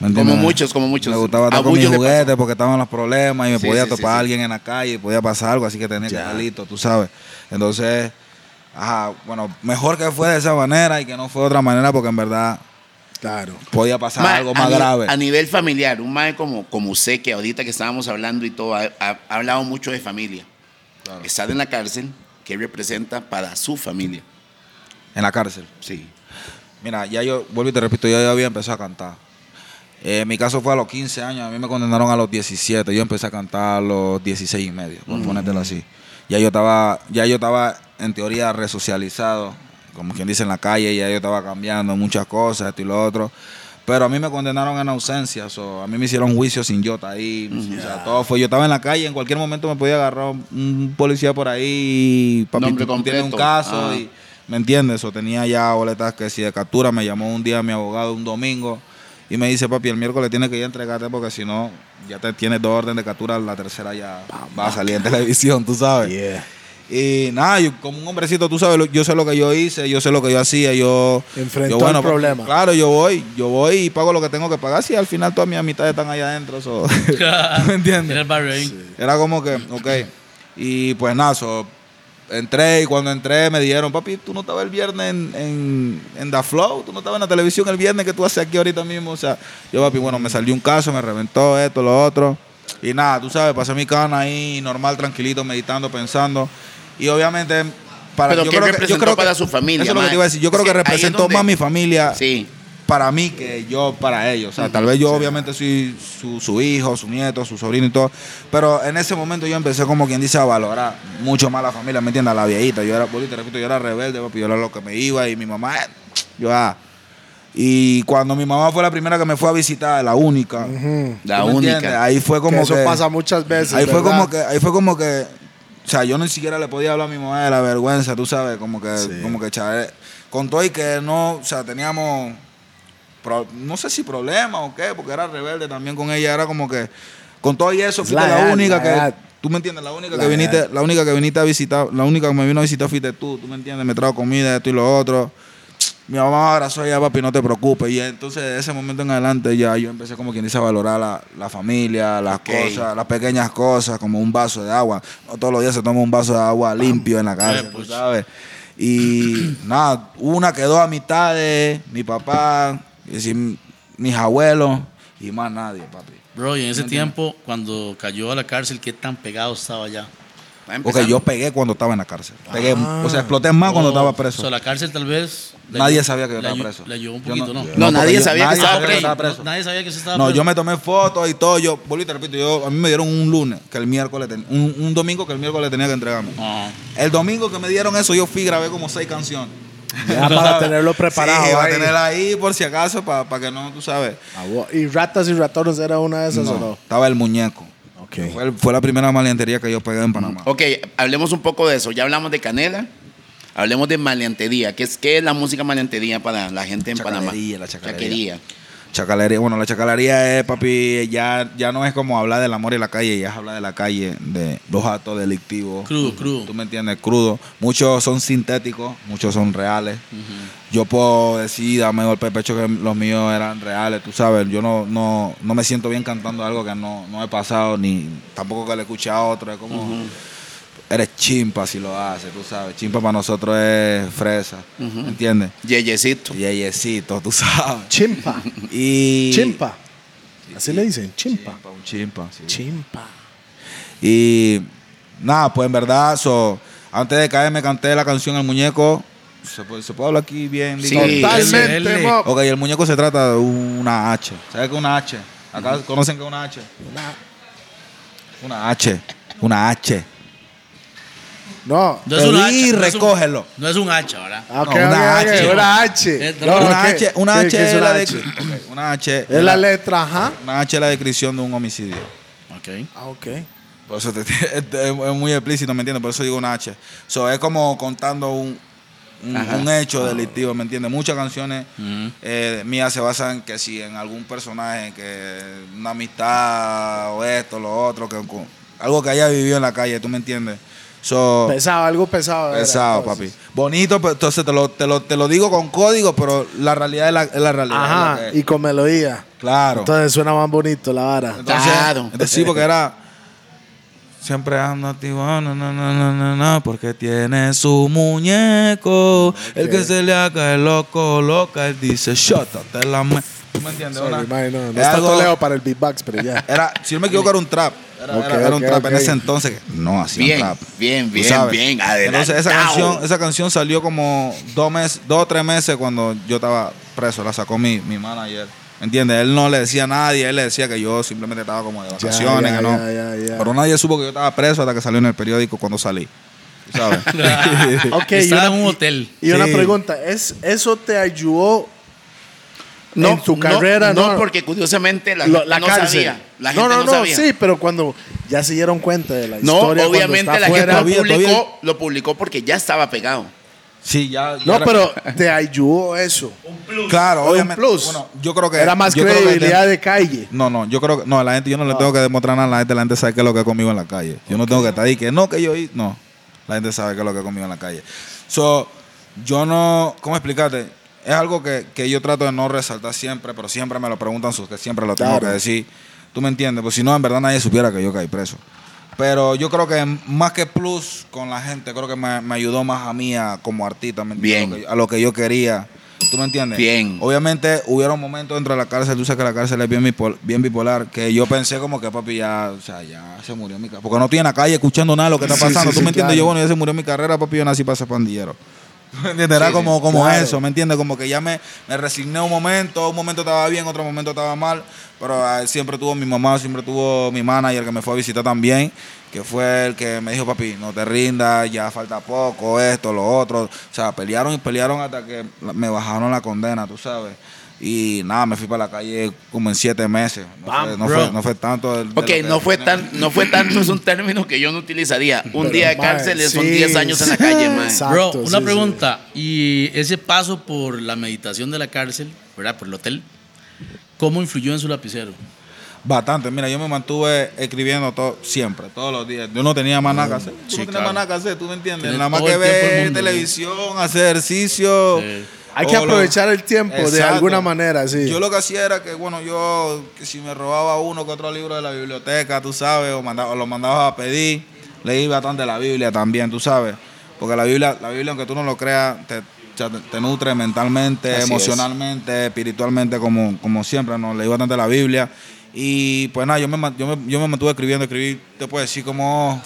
D: ¿me entiendes?
E: muchos, como muchos.
D: Me gustaba
E: A
D: estar con mis
E: Bullo le
D: juguetes porque estaban los problemas y me
E: Sí,
D: podía
E: sí, sí,
D: topar a
E: sí.
D: alguien en la calle y podía pasar algo, así que tenía que estar listo, tú sabes. Entonces, ajá, bueno, mejor que fue de esa manera y que no fue de otra manera porque en verdad
B: Claro.
D: podía pasar
E: Ma,
D: algo
E: a
D: más
E: ni-
D: grave.
E: A nivel familiar, un mae como, como usted, que ahorita que estábamos hablando y todo, ha, ha- ha hablado mucho de familia. Estar en la cárcel, ¿qué representa para su familia?
D: En la cárcel.
E: Sí.
D: Mira, ya yo, vuelvo y te repito, yo ya había empezado a cantar. Eh, mi caso fue a los 15 años, a mí me condenaron a los 17, yo empecé a cantar a los 16 y medio,
E: Mm.
D: por ponértelo así. Ya yo estaba, ya yo estaba en teoría resocializado, como quien dice en la calle, ya yo estaba cambiando muchas cosas, esto y lo otro. Pero a mí me condenaron en ausencia, so, a mí me hicieron juicio sin yo estar ahí. O sea, todo fue, yo estaba en la calle, en cualquier momento me podía agarrar un, un policía por ahí, papi,
E: Nombre
D: tú- tú tienes un
E: completo.
D: caso
E: Ah.
D: y ¿Me entiendes? O tenía ya boletas que si de captura me llamó un día mi abogado un domingo y me dice, papi, el miércoles tienes que ir a entregarte porque si no, ya te tienes dos órdenes de captura, la tercera ya va a salir en televisión, tú sabes.
B: Yeah.
D: Y nada, yo, como un hombrecito, tú sabes, lo- yo sé lo que yo hice, yo sé lo que yo hacía, yo...
B: Enfrentó
D: yo,
B: el
D: papi,
B: problema.
D: Claro, yo voy, yo voy y pago lo que tengo que pagar si al final todas mis amistades están allá adentro. so, ¿tú ¿Me entiendes?
C: Era el barrio ahí.
D: Era como que, ok. Y pues nada, so, entré y cuando entré me dijeron, papi, tú no estabas el viernes en, en, en The Flow, tú no estabas en la televisión el viernes que tú haces aquí ahorita mismo. O sea, yo, papi, bueno, me salió un caso, me reventó esto, lo otro. Y nada, tú sabes, pasé mi cana ahí normal, tranquilito, meditando, pensando. Y obviamente, para,
E: Pero que representó para su familia,
D: Eso es lo que
E: mae.
D: te iba a decir. Yo
E: Es
D: creo
E: que
D: que
E: ahí es
D: representó
E: donde-
D: más mi familia
E: Sí.
D: para mí que yo para ellos. O sea, tal vez yo obviamente soy su, su hijo, su nieto, su sobrino y todo. Pero en ese momento yo empecé como quien dice a valorar mucho más la familia, ¿me entiendes? A la viejita. Yo era, bolita, repito, yo era rebelde, papi, yo era lo que me iba y mi mamá, eh, yo ah. Y cuando mi mamá fue la primera que me fue a visitar, la única.
E: La
D: ¿tú me
E: única.
D: entiendes? Ahí fue como
B: que eso
D: que-
B: pasa muchas veces.
D: Ahí fue
B: ¿verdad?
D: como que, ahí fue como que, o sea, yo ni siquiera le podía hablar a mi mamá de la vergüenza, tú sabes, como que, como que chale- con todo y que no, o sea, teníamos, pro- no sé si problema o qué, porque era rebelde también con ella, era como que, con todo y eso,
B: Es
D: fuiste
B: la
D: la,
B: edad,
D: única
B: la
D: que,
B: edad.
D: tú me entiendes, la única
B: La
D: que viniste,
B: edad.
D: la única que viniste a visitar, la única que me vino a visitar fuiste tú, tú me entiendes, me trajo comida, esto y lo otro. Mi mamá me abrazó ya, papi, no te preocupes. Y entonces, de ese momento en adelante, ya yo empecé como quien dice a valorar la, la familia, las
E: Ok.
D: cosas, las pequeñas cosas, como un vaso de agua. No todos los días se toma un vaso de agua limpio en la
C: Eh,
D: cárcel, tú
C: pues.
D: sabes. Y nada, una quedó a mitad de mi papá, y decir, mis abuelos, y más nadie, papi.
C: Bro, y en ese tiempo, cuando cayó a la cárcel, ¿qué tan pegado estaba ya?
E: Va
D: Porque
E: empezando.
D: yo pegué cuando estaba en la cárcel. Pegué, o sea, exploté más Ah, cuando
C: Oh,
D: estaba
C: O
D: preso.
C: sea, la cárcel tal vez... le
D: Nadie
C: ayudó-
D: sabía que yo
C: le
D: estaba
C: ayu-
D: preso.
C: Le ayudó un
D: Yo
C: poquito, ¿no?
E: No, nadie
D: porque yo-
E: sabía que estaba
D: sabía
E: preso.
C: No, Nadie sabía que se estaba
D: No,
C: preso.
D: yo me tomé fotos y todo. Yo, bolita, repito, yo, a mí me dieron un lunes, que el miércoles, ten- un, un domingo que el miércoles tenía que entregarme.
C: Ajá.
D: El domingo que me dieron eso, yo fui y grabé como seis canciones.
B: Ya para tenerlo preparado.
D: Sí, iba a
B: ahí.
D: tener ahí por si acaso, para que no, tú sabes.
B: Ah, bo- ¿Y ratas y ratones era una de esas
D: No,
B: o no?
D: Estaba el muñeco.
B: Ok.
D: Fue, fue la primera maleantería que yo pegué en Panamá.
E: Ok, hablemos un poco de eso. Ya hablamos de canela, hablemos de maleantería. ¿Qué es, qué es la música maleantería para la gente en Panamá?
D: Chacalería, la chacalería.
E: Chaquería.
D: Chacalería, bueno, la chacalería es, papi, ya, ya no es como hablar del amor y la calle, ya es hablar de la calle, de los actos delictivos.
C: Crudo, crudo.
D: Tú me entiendes, crudo. Muchos son sintéticos, muchos son reales. Yo puedo decir, dame golpe de pecho, que los míos eran reales, tú sabes. Yo no, no, no me siento bien cantando algo que no, no he pasado, ni tampoco que le escuché a otro. Es como, eres chimpa si lo haces, tú sabes. Chimpa para nosotros es fresa, ¿me entiendes?
E: Yeyecito.
D: Yeyecito, tú sabes.
B: Chimpa.
D: Y...
B: Chimpa. Así le dicen, chimpa.
D: Un chimpa, sí.
B: Chimpa.
D: Y nada, pues en verdad, so, antes de caer me canté la canción El Muñeco. ¿Se puede, se puede hablar aquí bien?
E: Sí.
D: Digo,
B: Totalmente,
C: SL.
B: mo-
D: Ok, El Muñeco se trata de una H. ¿Sabes qué es una H? Acá conocen que es una H. Una H. Una H.
B: No.
C: No es un hacha.
D: Pedí,
C: no es un-
D: recógelo.
C: No es un hacha, ¿verdad?
B: Ah, ok,
D: No, una
B: ok, ok,
D: H, no.
B: Una H.
C: Eh, no,
D: una
B: ok.
D: H. Una
B: ¿Qué-
D: H
B: qué
D: es
B: es una
D: la de-
B: H?
D: ok, una H.
B: Es la letra, ajá.
D: Una H es la descripción de un homicidio.
C: Ok.
B: Ah, ok.
D: Por eso te- te- te- es muy explícito, ¿me entiendes? Por eso digo una H. So, es como contando un, un-
E: Ajá.
D: un hecho delictivo, ¿me entiendes? Muchas canciones
C: Ujú.
D: eh, mías se basan que si en algún personaje, que una amistad o esto, lo otro, que con- algo que haya vivido en la calle, ¿tú me entiendes? So,
B: Oh. Pesado, algo pesado. era,
D: pesado, papi.
B: entonces.
D: Bonito, pero entonces te lo, te, lo, te lo digo con código, pero la realidad es la, es la realidad. es
B: Ajá,
D: la que-
B: y con melodía.
D: Oh. claro.
B: Entonces suena más bonito la vara.
D: Entonces,
E: Claro.
D: entonces sí, porque era. Siempre ando activo, "Ah, no, no, no, no, no, no, porque tiene su muñeco. El que se le haga el loco, loca, él dice, shut up, te la me. ¿Tú me entiendes?
B: Sorry,
D: Una-
B: mae, no, no
D: es
B: está
D: algo-
B: Toledo para el beatbox, pero ya.
D: Era, si no me equivoco, era un trap. Era,
B: Ok,
D: era- era un
B: ok,
D: trap
B: ok.
D: en ese entonces. que No, hacía
E: Bien,
D: un trap.
E: bien,
D: Tú
E: bien,
D: sabes.
E: bien,
D: Entonces, esa
E: adelantado.
D: canción, esa canción salió como dos meses, dos o tres meses cuando yo estaba preso. La sacó mi, mi manager. ¿Me entiendes? Él no le decía a nadie, él le decía que yo simplemente estaba como de vacaciones,
B: ya,
D: que no.
B: ya, ya, ya.
D: Pero nadie supo que yo estaba preso hasta que salió en el periódico cuando salí. ¿Tú ¿Sabes?
B: Ok, y
C: Estaba
B: una,
C: en un hotel.
B: y una
D: Sí.
B: pregunta, ¿es, ¿eso te ayudó en tu
E: no,
B: carrera?
E: No, porque curiosamente la,
B: Lo-
E: gente no sabía. La gente
B: no,
E: no,
B: no, no,
E: sabía.
B: sí, pero cuando ya se dieron cuenta de la
E: No,
B: historia. cuando
E: obviamente
B: está
E: la
B: fuera-
E: gente lo
D: todavía,
E: publicó,
D: todavía.
E: lo publicó porque ya estaba pegado.
D: Sí, ya. ya
B: No,
D: era-
B: pero te ayudó eso.
D: Claro,
B: Era un
D: obviamente.
B: plus.
D: Bueno, yo creo que.
B: Era más
D: yo creo que-
B: credibilidad de calle.
D: No, no, yo creo que. No, a la gente, yo no le tengo que demostrar nada a la gente. La gente sabe qué es lo que es conmigo en la calle. Yo no tengo que estar ahí que no, que yo. hi-". No, la gente sabe qué es lo que es conmigo en la calle. So, yo no. ¿Cómo explicarte? Es algo que, que yo trato de no resaltar siempre, pero siempre me lo preguntan sus que siempre lo tengo
B: Claro.
D: que decir. ¿Tú me entiendes? Pues si no, en verdad nadie supiera que yo caí preso. Pero yo creo que más que plus con la gente, creo que me, me ayudó más a mí a- como artista, ¿me entiendes?
E: Bien.
D: A lo que yo quería. ¿Tú me entiendes?
E: Bien.
D: Obviamente hubieron momentos dentro de la cárcel, tú sabes que la cárcel es bien, bipol- bien bipolar, que yo pensé como que papi ya, o sea, ya se murió mi carrera. Porque no estoy en la calle escuchando nada de lo que está
B: Sí,
D: pasando.
B: sí,
D: ¿Tú
B: sí,
D: me entiendes?
B: claro.
D: Yo, bueno, ya se murió mi carrera, papi, yo nací para ser pandillero. ¿Me entiendes? Era
E: Sí, sí,
D: como, como
B: claro.
D: eso, ¿me entiendes? Como que ya me, me resigné un momento, un momento estaba bien, otro momento estaba mal, pero ah, siempre tuvo mi mamá, siempre tuvo mi manager que me fue a visitar también, que fue el que me dijo, papi, no te rindas, ya falta poco, esto, lo otro. O sea, pelearon y pelearon hasta que la- me bajaron la condena, tú sabes. Y nada, me fui para la calle como en siete meses. No, fue, no,
C: bro.
D: fue, no fue tanto. de- de lo
E: Ok,
D: que-
E: no fue, tan, no fue tanto, es un término que yo no utilizaría. Un día de
B: mae,
E: cárcel son
B: sí.
E: 10 años en la calle,
D: Ah,
E: mae.
B: Exacto.
C: Bro,
B: sí,
C: una
B: sí.
C: pregunta. Y ese paso por la meditación de la cárcel, ¿verdad? Por el hotel, ¿cómo influyó en su lapicero?
D: Bastante, mira, yo me mantuve escribiendo todo, siempre, todos los días. Yo no tenía más nada que hacer. Tú
C: Mm, Sí,
D: no tenías
C: claro.
D: más nada que hacer, tú me entiendes.
C: Tienes
D: Nada más
C: todo
D: que
C: el tiempo del
D: ver
C: mundo,
D: televisión, hacer ejercicio.
C: Sí.
B: Hay que
D: O Oh, lo-
B: aprovechar el tiempo de alguna manera, sí.
D: Yo lo que hacía era que, bueno, yo, que si me robaba uno que otro libro de la biblioteca, tú sabes, o, mandaba, o lo mandaba a pedir, leí bastante la Biblia también, tú sabes. Porque la Biblia, la Biblia aunque tú no lo creas, te, te- te nutre mentalmente,
E: Así es.
D: emocionalmente espiritualmente, espiritualmente como, como siempre, ¿no? Leí bastante la Biblia. Y pues nada, yo me, ma- yo me, yo me mantuve escribiendo, escribí, te puedo decir, como,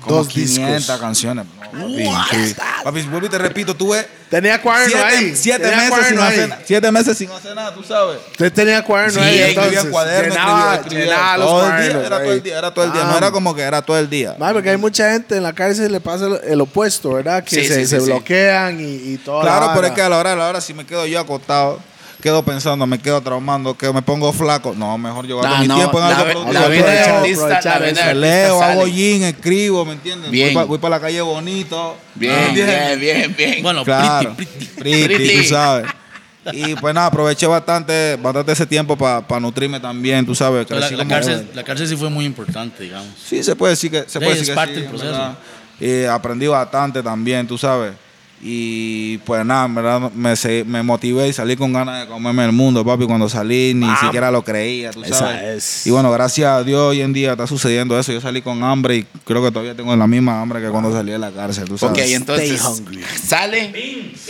D: como
B: Dos discos.
D: 500 canciones. ¿no? Papi, sí. Papi, vuelvo y te repito, tuve
B: Tenía cuaderno
D: siete,
B: ahí.
D: siete
B: tenía
D: meses sin
B: cuaderno ahí.
D: hacer nada. Siete meses sin hacer nada, tú sabes.
B: Usted tenía cuaderno
D: Sí,
B: ahí.
D: escribía
B: entonces.
D: cuaderno, escribía,
B: llenaba,
D: escribía.
B: llenaba los
D: todo el
B: cuadernos.
D: día, era todo el
B: ahí.
D: día, era todo el día. No
B: Ah,
D: era como que era todo el día.
B: Mae, porque hay mucha gente en la cárcel le pasa el, el opuesto, ¿verdad? Que
E: Sí,
B: se,
E: sí, sí,
B: se
E: sí.
B: bloquean y, y todo.
D: Claro, pero es que a la hora de la hora, si me quedo yo acostado, quedo pensando, me quedo traumando, que me pongo flaco. No, mejor yo gasto
E: Ah, No,
D: mi
E: no,
D: tiempo en
E: la,
D: algo
E: ve-
D: productivo.
E: la
B: Aprovechar,
E: vena de artista, la
B: aprovechar
E: vena de
B: eso.
E: artista
D: Leo, hago
E: sale.
D: gym, escribo, ¿me entiendes?
E: Bien.
D: Voy para la calle bonito. ¿me
E: Bien,
D: entiendes?
E: bien, bien, bien.
C: Bueno,
D: Claro.
C: pretty, pretty.
D: Pretty,
E: Pretty.
D: tú sabes. Y pues nada, aproveché bastante, bastante ese tiempo para nutrirme también, tú sabes.
C: Pero La,
D: crecí
C: la
D: como-
C: cárcel, la cárcel sí fue muy importante, digamos.
D: Sí, se puede decir que se
C: Sí,
D: puede
C: es
D: decir que
C: parte
D: sí,
C: del
D: en
C: proceso.
D: verdad. Y aprendí bastante también, tú sabes. Y pues nada, en verdad me, se- me motivé y salí con ganas de comerme el mundo, papi. Cuando salí ni siquiera lo creía, tú
B: Esa
D: sabes.
B: es.
D: Y bueno, gracias a Dios hoy en día está sucediendo eso. Yo salí con hambre y creo que todavía tengo la misma hambre que cuando salí de la cárcel, tú
E: Ok,
D: sabes.
E: entonces sale,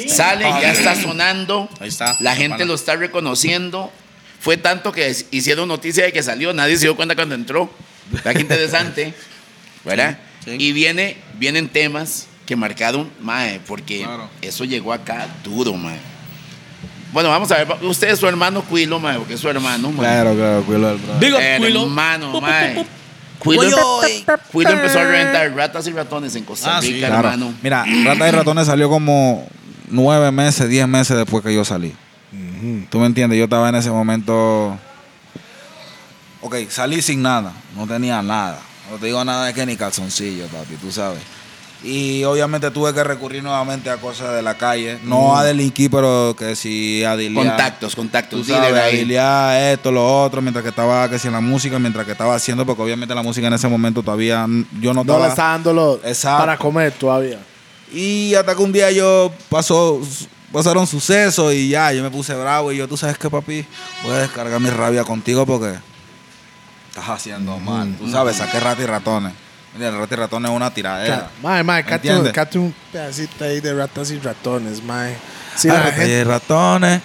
E: sale, ya está sonando.
C: Ahí está,
E: La
C: la
E: gente
C: pana.
E: lo está reconociendo. Fue tanto que es- hicieron noticia de que salió, nadie se dio cuenta cuando entró. ¿Verdad que interesante? ¿Verdad?
C: Sí, sí.
E: Y viene, vienen temas que marcaron, mae, porque
D: Claro.
E: eso llegó acá duro, mae. Bueno, vamos a ver, usted es su hermano Cuilo, mae, porque es su hermano, mae.
D: Claro, claro, cuilo del brother.
C: Digo, Cuilo.
E: Hermano, mae. Cuilo, Cuilo empezó a reventar ratas y ratones en Costa
C: Ah, sí.
E: Rica,
D: Claro.
E: hermano.
D: Mira, Rata y Ratones salió como nueve meses, diez meses después que yo salí. ¿Tú me entiendes? Yo estaba en ese momento... Ok, salí sin nada. No tenía nada. No te digo nada de que ni calzoncillo, papi, tú sabes. Y obviamente tuve que recurrir nuevamente a cosas de la calle. No a delinquir, pero que sí a dilear.
E: Contactos, contactos.
D: Tú
E: dealer
D: sabes,
E: ahí.
D: habilidad, esto, lo otro, mientras que estaba que si en la música, mientras que estaba haciendo, porque obviamente la música en ese momento todavía mm, yo no
B: No
D: estaba.
B: le está dándolo
D: Exacto.
B: para comer todavía.
D: Y hasta que un día yo pasó, pasaron sucesos y ya, yo me puse bravo y yo, tú sabes qué, papi, voy a descargar mi rabia contigo porque estás haciendo mal. Tú sabes, saqué rata y ratones. Mira, rata y ratones es una tiradera.
B: Mae, mae,
D: ¿Me
B: cate un,
D: Eh. entiendes?
B: cate un pedacito ahí de ratas y ratones, mae. Sí,
D: Hay
B: la
D: rata
B: gente-
D: y ratones,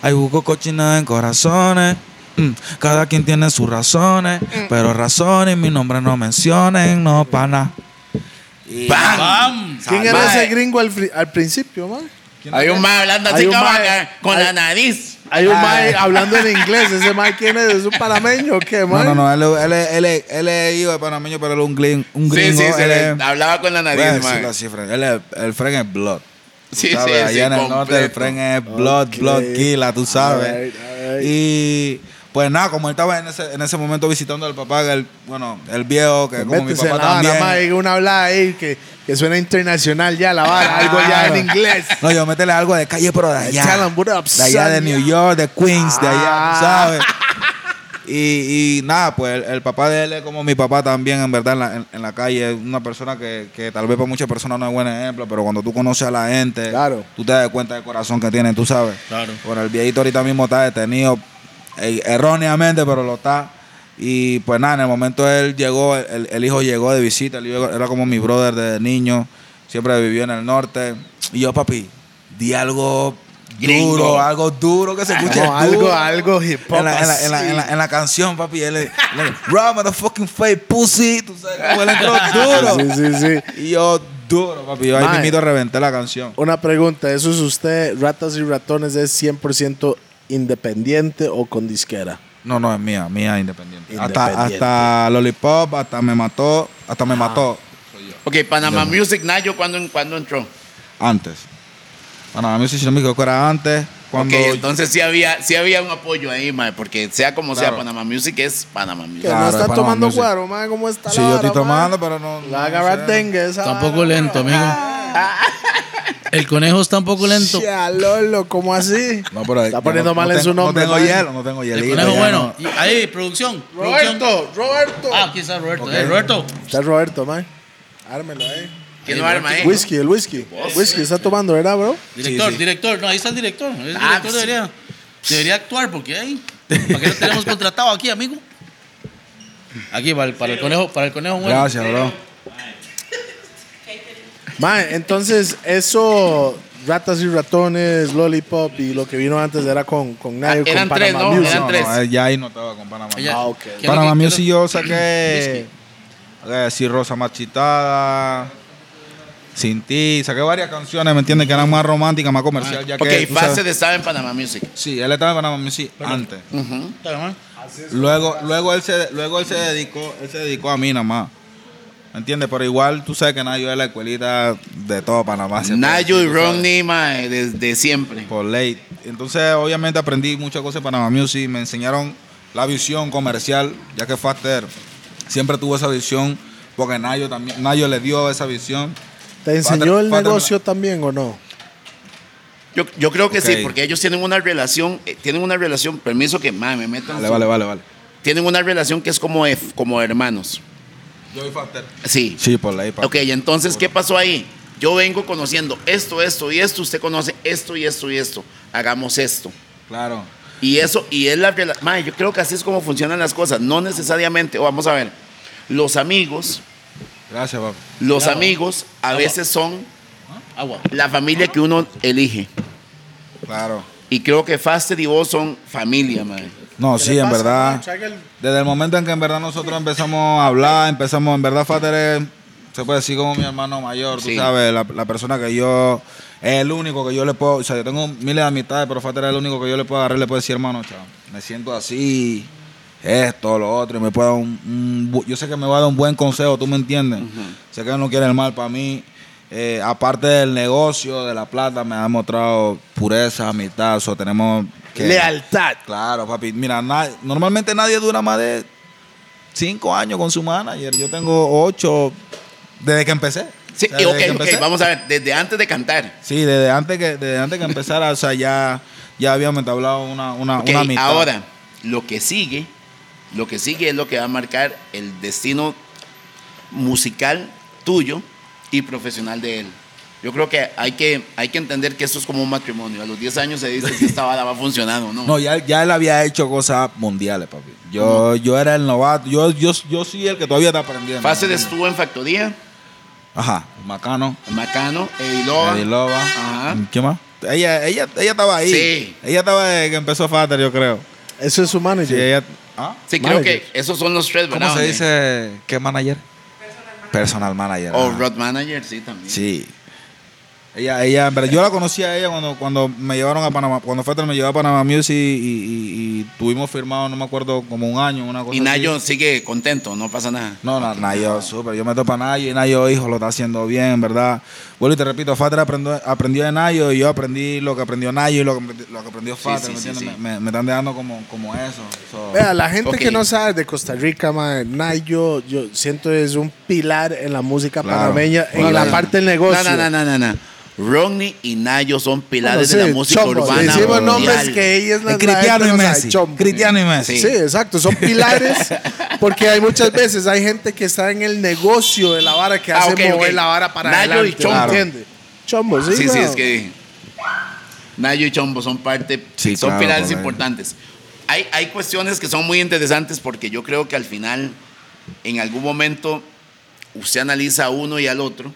D: hay buco cochina en corazones. Mm, Cada quien tiene sus razones,
B: Mm.
D: pero razones mi nombre no mencionen, no pana. Y-
E: ¡Bam!
C: ¡Bam!
B: ¿Quién era
E: Mae.
B: ese gringo al, fri- al principio, mae?
E: Hay un mae hablando
B: Hay
E: así
B: un
E: como
B: mae-
E: acá, con
B: hay-
E: la nariz.
B: Hay un
D: Ah.
B: mae hablando en inglés. ¿Ese mae quién es? ¿Es un panameño o qué,
D: No,
B: mae?
D: no, no, él, él, él, él, él es hijo de panameño, pero él es un, glin- un
E: Sí,
D: gringo. eh.
E: sí, se
D: él
E: le-
D: es-
E: hablaba con la
D: voy a
E: nariz, mae.
D: decirlo así, Fren, Él es, el Fren es Blood. Tú
E: Sí, sí,
D: sabes,
E: sí,
D: Allá en el norte el
E: completo.
D: Fren es Blood,
B: Ok.
D: Blood Killa, tú sabes.
B: Alright, alright.
D: Y pues nada, como él estaba en ese, en ese momento visitando al papá, que él, bueno, el viejo, que es como mi
B: Pues Métese
D: papá
B: la vara,
D: también.
B: mae. Una hablada ahí que, que suena internacional ya la vara. Algo ya en inglés.
D: No, yo métele algo de calle, pero de allá.
B: Tell 'em what up,
D: de allá de
B: son.
D: New York, de Queens, de allá,
B: Ah.
D: tú ¿sabes? Y, y nada, pues el, el papá de él es como mi papá también, en verdad, en la, en- en la calle. Es una persona que, que tal vez para muchas personas no es buen ejemplo, pero cuando tú conoces a la gente,
B: Claro.
D: tú te das cuenta del corazón que tienen, tú sabes.
C: Claro.
D: Bueno, el viejito ahorita mismo está detenido eh, erróneamente, pero lo está. Y pues nada, en el momento él llegó, el, el hijo llegó de visita, el hijo era como mi brother de niño, siempre vivió en el norte. Y yo, papi, di algo
E: gringo.
D: Duro, algo duro que se escuche.
B: No, algo-
D: duro.
B: algo hip hop
D: En la, en la- en la-
B: así.
D: en la- en la canción, papi. Él le, le- Raw motherfucking face, pussy. Tú sabes cómo él entró duro.
B: Sí, sí, sí.
D: Y yo, duro, papi. Yo ahí
B: Mae.
D: mismito reventé la canción.
B: Una pregunta, ¿eso es usted, Ratas y Ratones, es 100% independiente o con disquera?
D: No, no, es mía, mía independiente. Hasta,
B: Independiente.
D: hasta Lollipop, hasta me mató, hasta me mató
E: Ok, Panama Music, Nayo, ¿cuándo, cuándo entró?
D: antes. Bueno, a mí sí, si no me equivoco, era antes. Cuando
E: ok, entonces sí había, sí había un apoyo ahí, mae, porque sea como sea,
D: Claro.
E: Panama Music es Panama Music.
B: Que
D: Claro,
B: no está
D: Panamá
B: tomando
D: Music.
B: guaro, man, ¿cómo está
D: Sí,
B: la
D: yo
B: vara,
D: estoy
B: man?
D: tomando, pero no.
B: La
D: no
B: agarra
D: sé.
B: dengue esa
C: Tampoco
B: vara,
C: lento,
B: man.
C: amigo. El conejo está un poco lento.
B: Shea, Lolo, ¿cómo así?
D: No, pero
B: Está
D: yo
B: poniendo
D: no-
B: mal
D: no
B: en
D: tengo-
B: su nombre,
D: No tengo
B: man.
D: hielo, no tengo
C: El
D: hielo.
C: conejo
D: ya
C: bueno. Y ahí, producción. producción.
B: Roberto, Roberto.
C: Ah, aquí está Roberto.
D: Ok.
C: Eh, Roberto.
B: Está Roberto, man. Ármelo ahí.
E: Que no arma, eh.
B: Whisky, el whisky. Whisky está tomando, ¿verdad, bro?
C: Director,
D: Sí, sí.
C: director. No, ahí está el director. El director
E: Ah, sí.
C: debería, debería actuar porque ahí. ¿Para qué lo tenemos contratado aquí, amigo? Aquí, para el, para el conejo, para el conejo
D: no.
C: bueno.
D: Gracias, bro.
B: Man, entonces, eso, ratas y ratones, lollipop y lo que vino antes era con, con Nayo, con
E: Ah, eran tres,
B: Panamá
E: ¿no?
B: Music.
E: Eran
D: No,
E: tres.
D: no, ya ahí no estaba con Panamá.
C: Ella-
B: Ah, ok.
C: ¿qué es lo que-
D: Panamá
C: qué es lo-
D: Music yo saqué. eh, Sí, Rosa Machitada. Sin ti. Saqué varias canciones, ¿me entiendes? Que eran más románticas, más comerciales. ya
E: Ok,
D: que, tú
E: fase
D: sabes-
E: de estaba en Panama Music.
D: Sí, él estaba en Panamá Music antes.
C: Está bien, ¿eh? man.
D: Luego, luego, él se, luego él se dedicó, él se dedicó a mí nada más. ¿Me entiendes? Pero igual tú sabes que Nayo es la escuelita de todo Panamá. se puede
E: Nayo y
D: decir, tú sabes,
E: Ronnie, mae, desde siempre.
D: Por ley. Entonces, obviamente aprendí muchas cosas de Panamá Music. Me enseñaron la visión comercial, ya que Faster siempre tuvo esa visión, porque Nayo también, Nayo le dio esa visión.
B: ¿Te enseñó
D: Fate-
B: el
D: Fate-
B: negocio también o no?
E: Yo, yo creo que
D: Ok.
E: sí, porque ellos tienen una relación, eh, tienen una relación, permiso que, mae, me meto en
D: Vale,
E: su-
D: vale, vale, vale.
E: Tienen una relación que es como, de- como hermanos.
D: Yo y Faster.
E: Sí.
D: Sí, por ley. papi.
E: Ok, y entonces, ¿qué pasó ahí? Yo vengo conociendo esto, esto y esto. Usted conoce esto y esto y esto. Hagamos esto.
D: Claro.
E: Y eso, y es la rela- Mae, yo creo que así es como funcionan las cosas. No necesariamente, o vamos a ver, los amigos,
D: Gracias, papi.
E: los
C: Claro.
E: amigos a
C: Claro.
E: veces son
C: Agua.
E: la familia que uno elige.
D: Claro.
E: Y creo que Faster y vos son familia, mae.
D: No, sí, en verdad. Desde el momento en que en verdad nosotros empezamos a hablar, empezamos, en verdad, Fater es, se puede decir como mi hermano mayor,
E: Sí.
D: tú sabes, la, la persona que yo, es el único que yo le puedo, o sea, yo tengo miles de amistades, pero Fater es el único que yo le puedo agarrar y le puedo decir, hermano, chao, me siento así, esto, lo otro, y me puede dar un, un bu- yo sé que me va a dar un buen consejo, tú me entiendes, sé que él no quiere el mal para mí. Eh, aparte del negocio, de la plata, me ha demostrado pureza, amistad, o sea, tenemos que...
B: Lealtad.
D: Claro, papi. Mira, na- normalmente nadie dura más de cinco años con su manager. Yo tengo ocho desde que empecé.
E: Sí,
D: O sea,
E: y
D: desde
E: ok,
D: que
E: ok,
D: empecé.
E: vamos a ver, desde antes de cantar.
D: Sí, desde antes que, desde antes que empezara, o sea, ya, ya habíamos entablado una, una,
E: Ok,
D: una amistad.
E: ahora, lo que sigue, lo que sigue es lo que va a marcar el destino musical tuyo y profesional de él. Yo creo que hay que, hay que entender que esto es como un matrimonio. A los 10 años se dice si esta bala va funcionando, ¿no?
D: No, ya, ya él había hecho cosas mundiales, papi. Yo, yo era el novato. Yo, yo, yo soy el que todavía está aprendiendo.
E: Fase
D: ¿me
E: de
D: entiendes?
E: estuvo en Factoría,
D: Ajá. Macano.
E: Macano, Ediloa.
D: Ediloba.
E: Ajá.
D: ¿Qué más? Ella, ella, ella estaba ahí.
E: Sí.
D: Ella estaba desde que empezó Fater, yo creo.
B: Eso es su
D: Sí,
B: manager.
D: ella. ¿Ah?
E: Sí, creo
B: Manager.
E: que esos son los tres, ¿verdad?
D: ¿Cómo se
E: hombre?
D: dice qué manager? Personal manager.
E: O
D: ajá.
E: Road Manager, sí, también.
D: Ah. Sí. Ella, ella, en verdad, yo la conocí a ella cuando, cuando me llevaron a Panamá, cuando Fetter me llevó a Panamá Music y, y- y tuvimos firmado, no me acuerdo, como un año, una cosa
E: Y
D: así.
E: Nayo sigue contento, no pasa nada.
D: No, na- Nayo, súper. Yo me topo a Nayo y Nayo, hijo, lo está haciendo bien, en verdad. Vuelvo y te repito, Fater aprendió, aprendió de Nayo y yo aprendí lo que aprendió Nayo y lo que, lo que aprendió Fater,
E: sí,
D: ¿me
E: sí,
D: entiendes?
E: sí.
D: Me, me- me están dejando como, como eso. so.
B: Vea, la gente
E: Ok.
B: que no sabe de Costa Rica, mae, Nayo, yo siento es un pilar en la música
D: Claro.
B: panameña, en
D: Claro.
B: la parte del negocio.
E: No, no, no, no, no. no. Ronnie y Nayo son
B: Bueno,
E: pilares
B: sí,
E: de la música
B: chombo,
E: urbana.
B: Decimos
E: mundial.
B: nombres que ellos
D: Es Cristiano y Messi. Cristiano y Messi.
B: Sí. exacto, son pilares porque hay muchas veces hay gente que está en el negocio de la vara que
E: Ah,
B: hace
E: ok,
B: mover
E: ok.
B: la vara para
E: Nayo y
B: adelante,
E: Chombo.
B: ¿me entiende? Chombo, sí,
E: Sí, sí,
B: weón.
E: es que Nayo y Chombo son parte,
D: Sí,
E: son
D: claro,
E: pilares
D: correcto.
E: importantes. Hay, hay cuestiones que son muy interesantes porque yo creo que al final, en algún momento, usted analiza a uno y al otro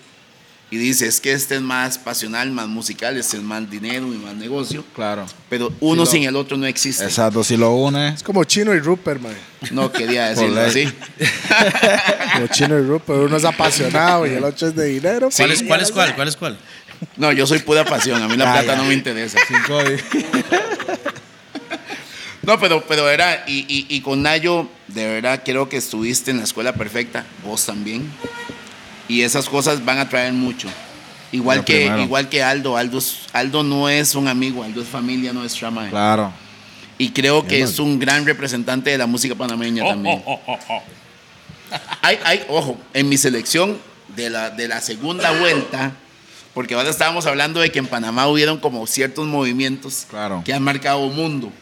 E: y dice, es que este es más pasional, más musical, este es más dinero y más negocio,
D: Claro.
E: pero uno
D: Sí, lo-
E: sin el otro no existe.
D: Exacto, si lo unes.
B: Es como Chino y Rupert, man.
E: No quería decirlo
D: Por ley.
E: así.
B: Como Chino y Rupert. Uno es apasionado y el otro es de dinero.
C: ¿Cuál es cuál? Es cuál, ¿Cuál es cuál?
E: No, yo soy pura pasión, a mí la
D: Ah,
E: plata
D: ya.
E: no me interesa.
D: Cinco y-
E: No, pero, pero era, y, y- y con Nayo, de verdad creo que estuviste en la escuela perfecta, vos también. Y esas cosas van a traer mucho. Igual
D: Lo
E: que,
D: primero.
E: igual que Aldo, Aldo, es- Aldo no es un amigo, Aldo es familia, no es chama.
D: Claro.
E: Y creo que es un gran representante de la música panameña también. Hay, hay, ojo, en mi selección de la, de la segunda vuelta, porque ahora estábamos hablando de que en Panamá hubieron como ciertos movimientos
D: Claro.
E: que han marcado mundo.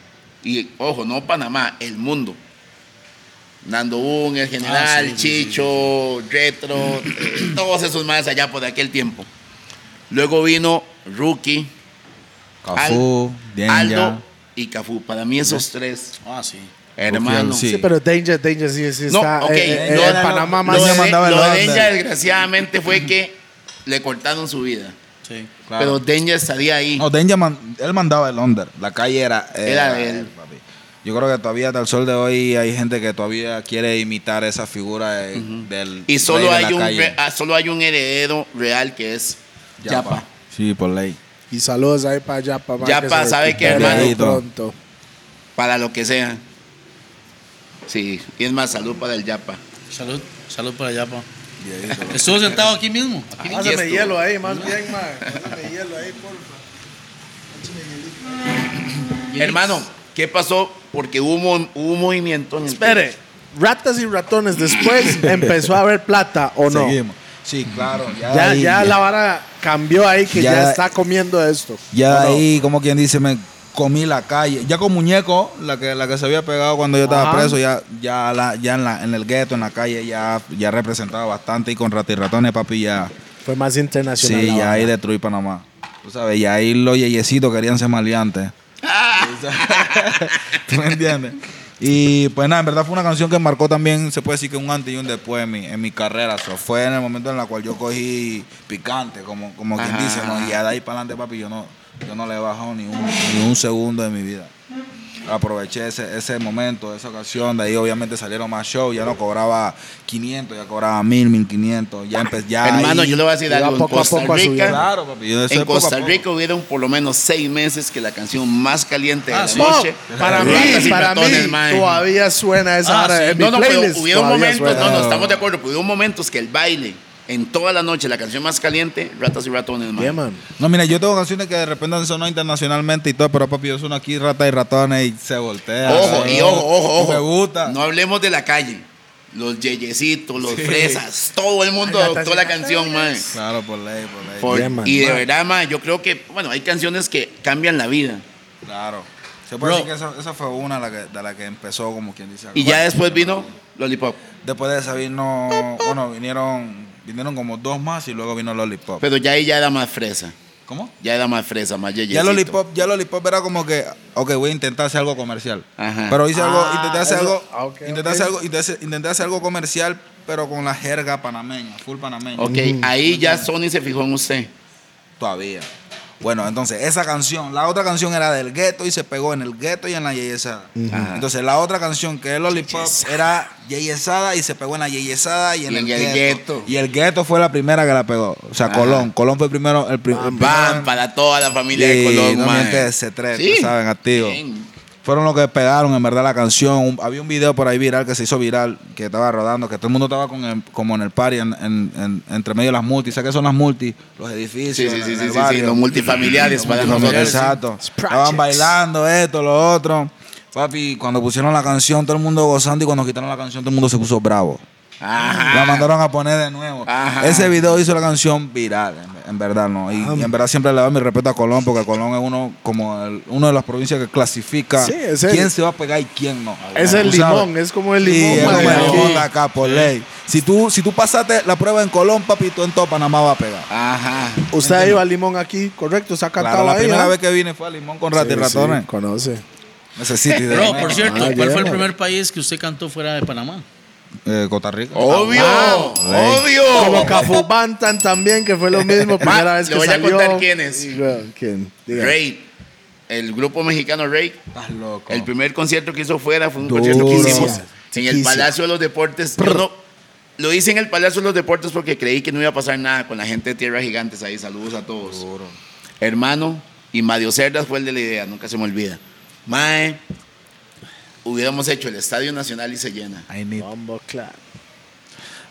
E: Y ojo, no Panamá, el mundo. Nando Boom, el general,
C: Ah, sí, sí,
E: Chicho, Retro, eh, todos esos más allá por aquel tiempo. Luego vino Rookie,
D: Cafú,
E: Al-
D: Dienja.
E: Aldo y Cafú. Para mí esos tres,
C: Ah, sí.
E: hermano.
D: sí.
B: Sí, pero Danger, Danger sí, sí
E: No,
B: está.
E: ok.
B: eh, eh,
E: no,
B: en
E: no,
B: Panamá
E: no,
B: más.
E: lo
D: me
E: de-
D: mandaba el
E: lo de
D: under.
E: Denja, desgraciadamente, fue que le cortaron su vida.
C: Sí.
D: Claro.
E: Pero Denja estaría ahí.
D: No, Denja man- él mandaba el under. La calle era. eh,
E: Era de él.
D: papi. Yo creo que todavía hasta el sol de hoy hay gente que todavía quiere imitar esa figura de- del.
E: y
D: rey
E: solo
D: de
E: hay,
D: la
E: un
D: calle.
E: re- ah, solo hay un heredero real que es Yapa.
D: Sí, por ley.
B: Y saludos ahí para Yapa. man,
E: Yapa,
B: se
E: ¿sabe qué,
B: recupere
D: hermano?
B: Pronto.
E: Para lo que sea. Sí, y es más, salud para el Yapa.
C: Salud. Salud para allá, pa. Estuvo sentado aquí mismo. Aquí mismo.
E: Pásame esto. hielo
B: ahí, más bien, man. Pásame hielo ahí, porfa.
E: Hermano, ¿qué pasó? Porque hubo, mo- hubo un movimiento en el
B: Espere. Ratas y ratones después empezó a haber plata o no.
D: Seguimos. Sí, claro. Ya,
B: Ya,
D: ahí-
B: ya la vara cambió ahí que ya,
D: Ya-
B: está comiendo esto.
D: ya
B: ¿O no?
D: ahí, como quien dice, me comí la calle. Ya con muñeco, la que, la que se había pegado cuando yo estaba
B: Ajá.
D: preso, ya, ya, la- ya en, la- en el gueto, en la calle, ya, ya representaba bastante. Y con Rata y Ratones, papi, ya.
B: Fue más internacional.
D: Sí,
B: la
D: ya
B: vara.
D: ahí destruí Panamá. Tú sabes, ya ahí los yeyecitos querían ser maleantes. ¿Tú me entiendes? Y pues nada, en verdad fue una canción que marcó también, se puede decir que un antes y un después en mi, en mi carrera. So, fue en el momento en el cual yo cogí picante, como, como quien
E: Ajá,
D: dice, ¿no?
E: ajá.
D: Y ya de ahí para adelante, papi, yo no, yo no le he bajado ni un, ni un segundo de mi vida. Aproveché ese, ese momento, esa ocasión. De ahí obviamente salieron más shows. Ya no cobraba 500, ya cobraba 1000, 1500. Ya empecé. Ya
E: Hermano,
D: ahí-
E: yo le voy a decir
B: Iba
E: algo. En
B: poco a
E: Costa
B: poco a subir.
E: Rica,
D: Claro, papi. yo de eso
E: en
D: es poco a
E: Costa
D: poco.
E: Rica hubieron por lo menos seis meses que la canción más caliente de
C: Ah,
E: la
C: sí.
E: noche.
B: No, para mí,
E: Ratas y
B: para
E: ratones,
B: mí
E: mae.
B: todavía suena esa
C: Ah,
B: vara
C: sí.
B: en mi
E: Eh, No, no, pero
B: playlist.
E: hubieron
B: todavía
E: momentos,
B: suena.
E: no, no, estamos de acuerdo, pero hubieron momentos que el baile, en toda la noche, la canción más caliente, Ratas y Ratones, mae.
B: Yeah, man.
D: No, mira, yo tengo canciones que de repente han sonado internacionalmente y todo, pero papi, yo sueno aquí rata y ratones y se voltea.
E: Ojo,
D: ¿no?
E: y ojo, ojo,
D: Y
E: ojo.
D: Me gusta.
E: No hablemos de la calle. Los yeyecitos, los fresas, todo el mundo
B: Ay,
E: adoptó
B: Ratas
E: la
B: y
E: canción, mae.
D: Claro, por ley, por ley.
E: Por-
B: Yeah, man.
E: y de
B: Mae.
E: verdad, mae, yo creo que, bueno, hay canciones que cambian la vida.
D: Claro. Se puede
C: Bro.
D: decir que esa, esa fue una de la, que, de la que empezó, como quien dice.
E: Y ya después vino Lollipop.
D: Después de esa vino, bueno, vinieron, vinieron como dos más y luego vino Lollipop.
E: Pero ya ahí ya era más fresa.
D: ¿Cómo?
E: Ya era más fresa, más yeyecito.
D: Ya Lollipop, ya Lollipop era como que, ok, voy a intentar hacer algo comercial.
E: Ajá.
D: Pero hice algo,
B: Ah,
D: intenté hacer
B: eso-
D: algo,
B: ah, ok,
D: intenté
B: ok.
D: hacer algo, intenté, hacer- intenté hacer algo comercial, pero con la jerga panameña, full panameña.
E: Ok, ahí ya Sony se fijó en usted.
D: Todavía. Bueno, entonces esa canción, la otra canción era del gueto y se pegó en el gueto y en la yeyesada.
E: Ajá.
D: Entonces la otra canción que es Lollipop era yeyesada y se pegó en la yeyesada y en
E: Y
D: el,
E: en el
D: gueto.
E: gueto.
D: Y el gueto fue la primera que la pegó. O sea,
E: Ajá.
D: Colón. Colón fue el primero. El, pri- el primero
E: Van
D: en-
E: para toda la familia de
D: Sí,
E: Colón,
D: no
E: mae.
D: mientes, se tres,
E: Sí.
D: saben, activo.
E: Bien.
D: Fueron los que pegaron en verdad la canción. Un- había un video por ahí viral que se hizo viral, que estaba rodando, que todo el mundo estaba con el- como en el party, en, en- en- entre medio de las multis. ¿Sabes qué son las multis? Los edificios.
E: Sí, sí,
D: en-
E: sí,
D: en
E: sí,
D: el
E: sí, sí,
D: barrio.
E: los multifamiliares para
D: Multifamiliares,
E: nosotros.
D: Exacto.
B: sí.
D: Estaban bailando esto, lo otro. Papi, cuando pusieron la canción, todo el mundo gozando y cuando quitaron la canción, todo el mundo se puso bravo.
E: Ajá.
D: La mandaron a poner de nuevo.
E: Ajá.
D: Ese video hizo la canción viral, en, en verdad, ¿no? Y, y en verdad siempre le doy mi respeto a Colón, porque Colón es uno como el- uno de las provincias que clasifica
B: Sí, es el-
D: quién se va a pegar y quién no.
B: Es el
D: Tú sabes.
B: limón, es como el
D: Sí,
B: limón.
D: es
B: man,
D: como el
B: aquí.
D: limón de acá, por ley. Si tú, si tú pasaste la prueba en Colón, papi, tú en todo Panamá va a pegar.
B: Ah,
E: Ajá.
D: Ah,
B: Usted ha ido al limón aquí, correcto, se ha
D: Claro,
B: cantado
D: la
B: ahí.
D: primera
B: ¿ah?
D: vez que vine fue a Limón con Rati
B: Sí, sí,
D: Ratones.
B: conoce.
D: Necesito.
C: Bro, por cierto,
B: Ah,
C: ¿cuál fue el
B: yeah.
C: primer país que usted cantó fuera de Panamá?
D: eh, Costa Rica.
E: Obvio,
D: Rey.
B: Como
E: obvio.
B: Cafubantan también, que fue lo mismo,
E: Ma,
B: primera vez
E: le
B: que
E: voy a
B: salió.
E: contar quién es.
B: Y, weón, ¿Quién? Diga.
E: Rey, el grupo mexicano Rey,
D: Estás loco.
E: el primer concierto que hizo fuera fue un
B: Duro.
E: concierto que hicimos en
B: Chiquísimo.
E: el Palacio de los Deportes. Yo no- lo hice en el Palacio de los Deportes porque creí que no iba a pasar nada con la gente de Tierra Gigantes ahí. Saludos a todos. Hermano, y Mario Cerdas fue el de la idea, nunca se me olvida. Mae, hubiéramos hecho el Estadio Nacional y se llena.
D: I need-
B: Bombo clap.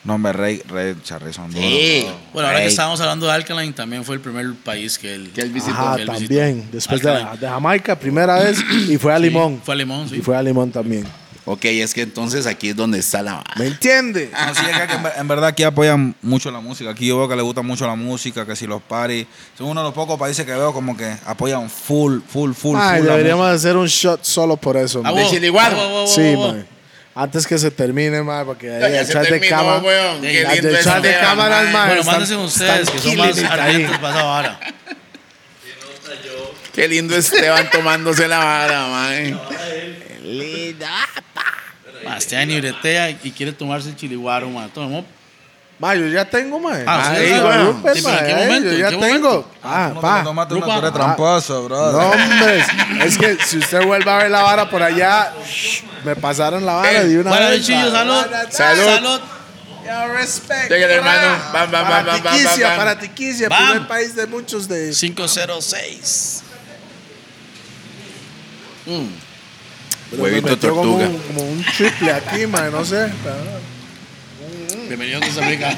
D: No, hombre, Rey, Rey Charrizón. duro.
E: Sí.
C: Bueno, ahora que
D: Rey.
C: estábamos hablando de Alkaline, también fue el primer país que él,
E: Que él visitó.
B: Ajá,
C: él visitó.
B: también. Después de,
C: Alcalá.
B: de Jamaica, primera vez, y fue a
C: Sí,
B: Limón.
C: Fue a Limón, sí.
B: Y fue a Limón también.
E: Ok, es que entonces aquí es donde está la vara.
B: ¿Me entiende?
D: No, sí, es que en, ver- en verdad aquí apoyan mucho la música. Aquí yo veo que le gusta mucho la música, que si los paris. Son uno de los pocos países que veo como que apoyan full, full, full.
B: Ay,
D: full la
B: deberíamos hacer un shot solo por eso.
C: Ah,
B: man.
E: De
C: wow,
E: Chiriguano.
C: wow, wow, wow,
B: Sí,
C: wow.
B: man. Antes que se termine, man, porque ahí
E: Ya
B: el
E: se
B: chat de
E: terminó,
B: cámara.
E: weón. Qué
B: el
E: lindo
B: chat de
E: Esteban,
B: cámaras,
E: man.
B: man,
C: Bueno,
B: Ah, están-
C: mándense ustedes,
B: están
C: que son
B: killing
C: más
B: it ahí.
C: ardientes para esa vara.
E: Qué lindo Esteban tomándose la vara, mae.
C: Bastián y bretea y quiere tomarse el chiliguaro, man. Tomemos.
B: Ma, yo ya tengo, ma.
C: Ah, sí,
B: Ahí,
C: sí,
B: ma,
C: sí,
B: Rupert,
C: sí,
B: ma,
C: pero ¿en qué
B: ahí,
C: momento?
B: yo
C: ¿En
B: ya
C: qué
B: tengo.
C: momento?
B: Ah,
D: música.
B: pa.
D: Tú no te tomaste una,
C: Rupa.
D: tú eres tramposo, bro.
B: No, hombre. es que si usted vuelve a ver la vara por allá, me pasaron la vara de una
C: Eh, Bueno,
B: vez. Ah,
C: bichillos,
B: ma.
C: salud.
E: Salud.
C: Salud.
B: Ya, respect.
E: Llega el hermano.
B: Ah,
E: Bam, bam,
B: para
E: bam, bam, bam,
B: Tiquicia,
E: bam.
B: para Tiquicia,
C: Bam.
B: primer país de muchos de
C: 506.
B: Pero
E: Huevito
B: me metió
E: tortuga.
B: Como un, como un triple aquí, man, no sé.
C: Bienvenido a Costa Rica.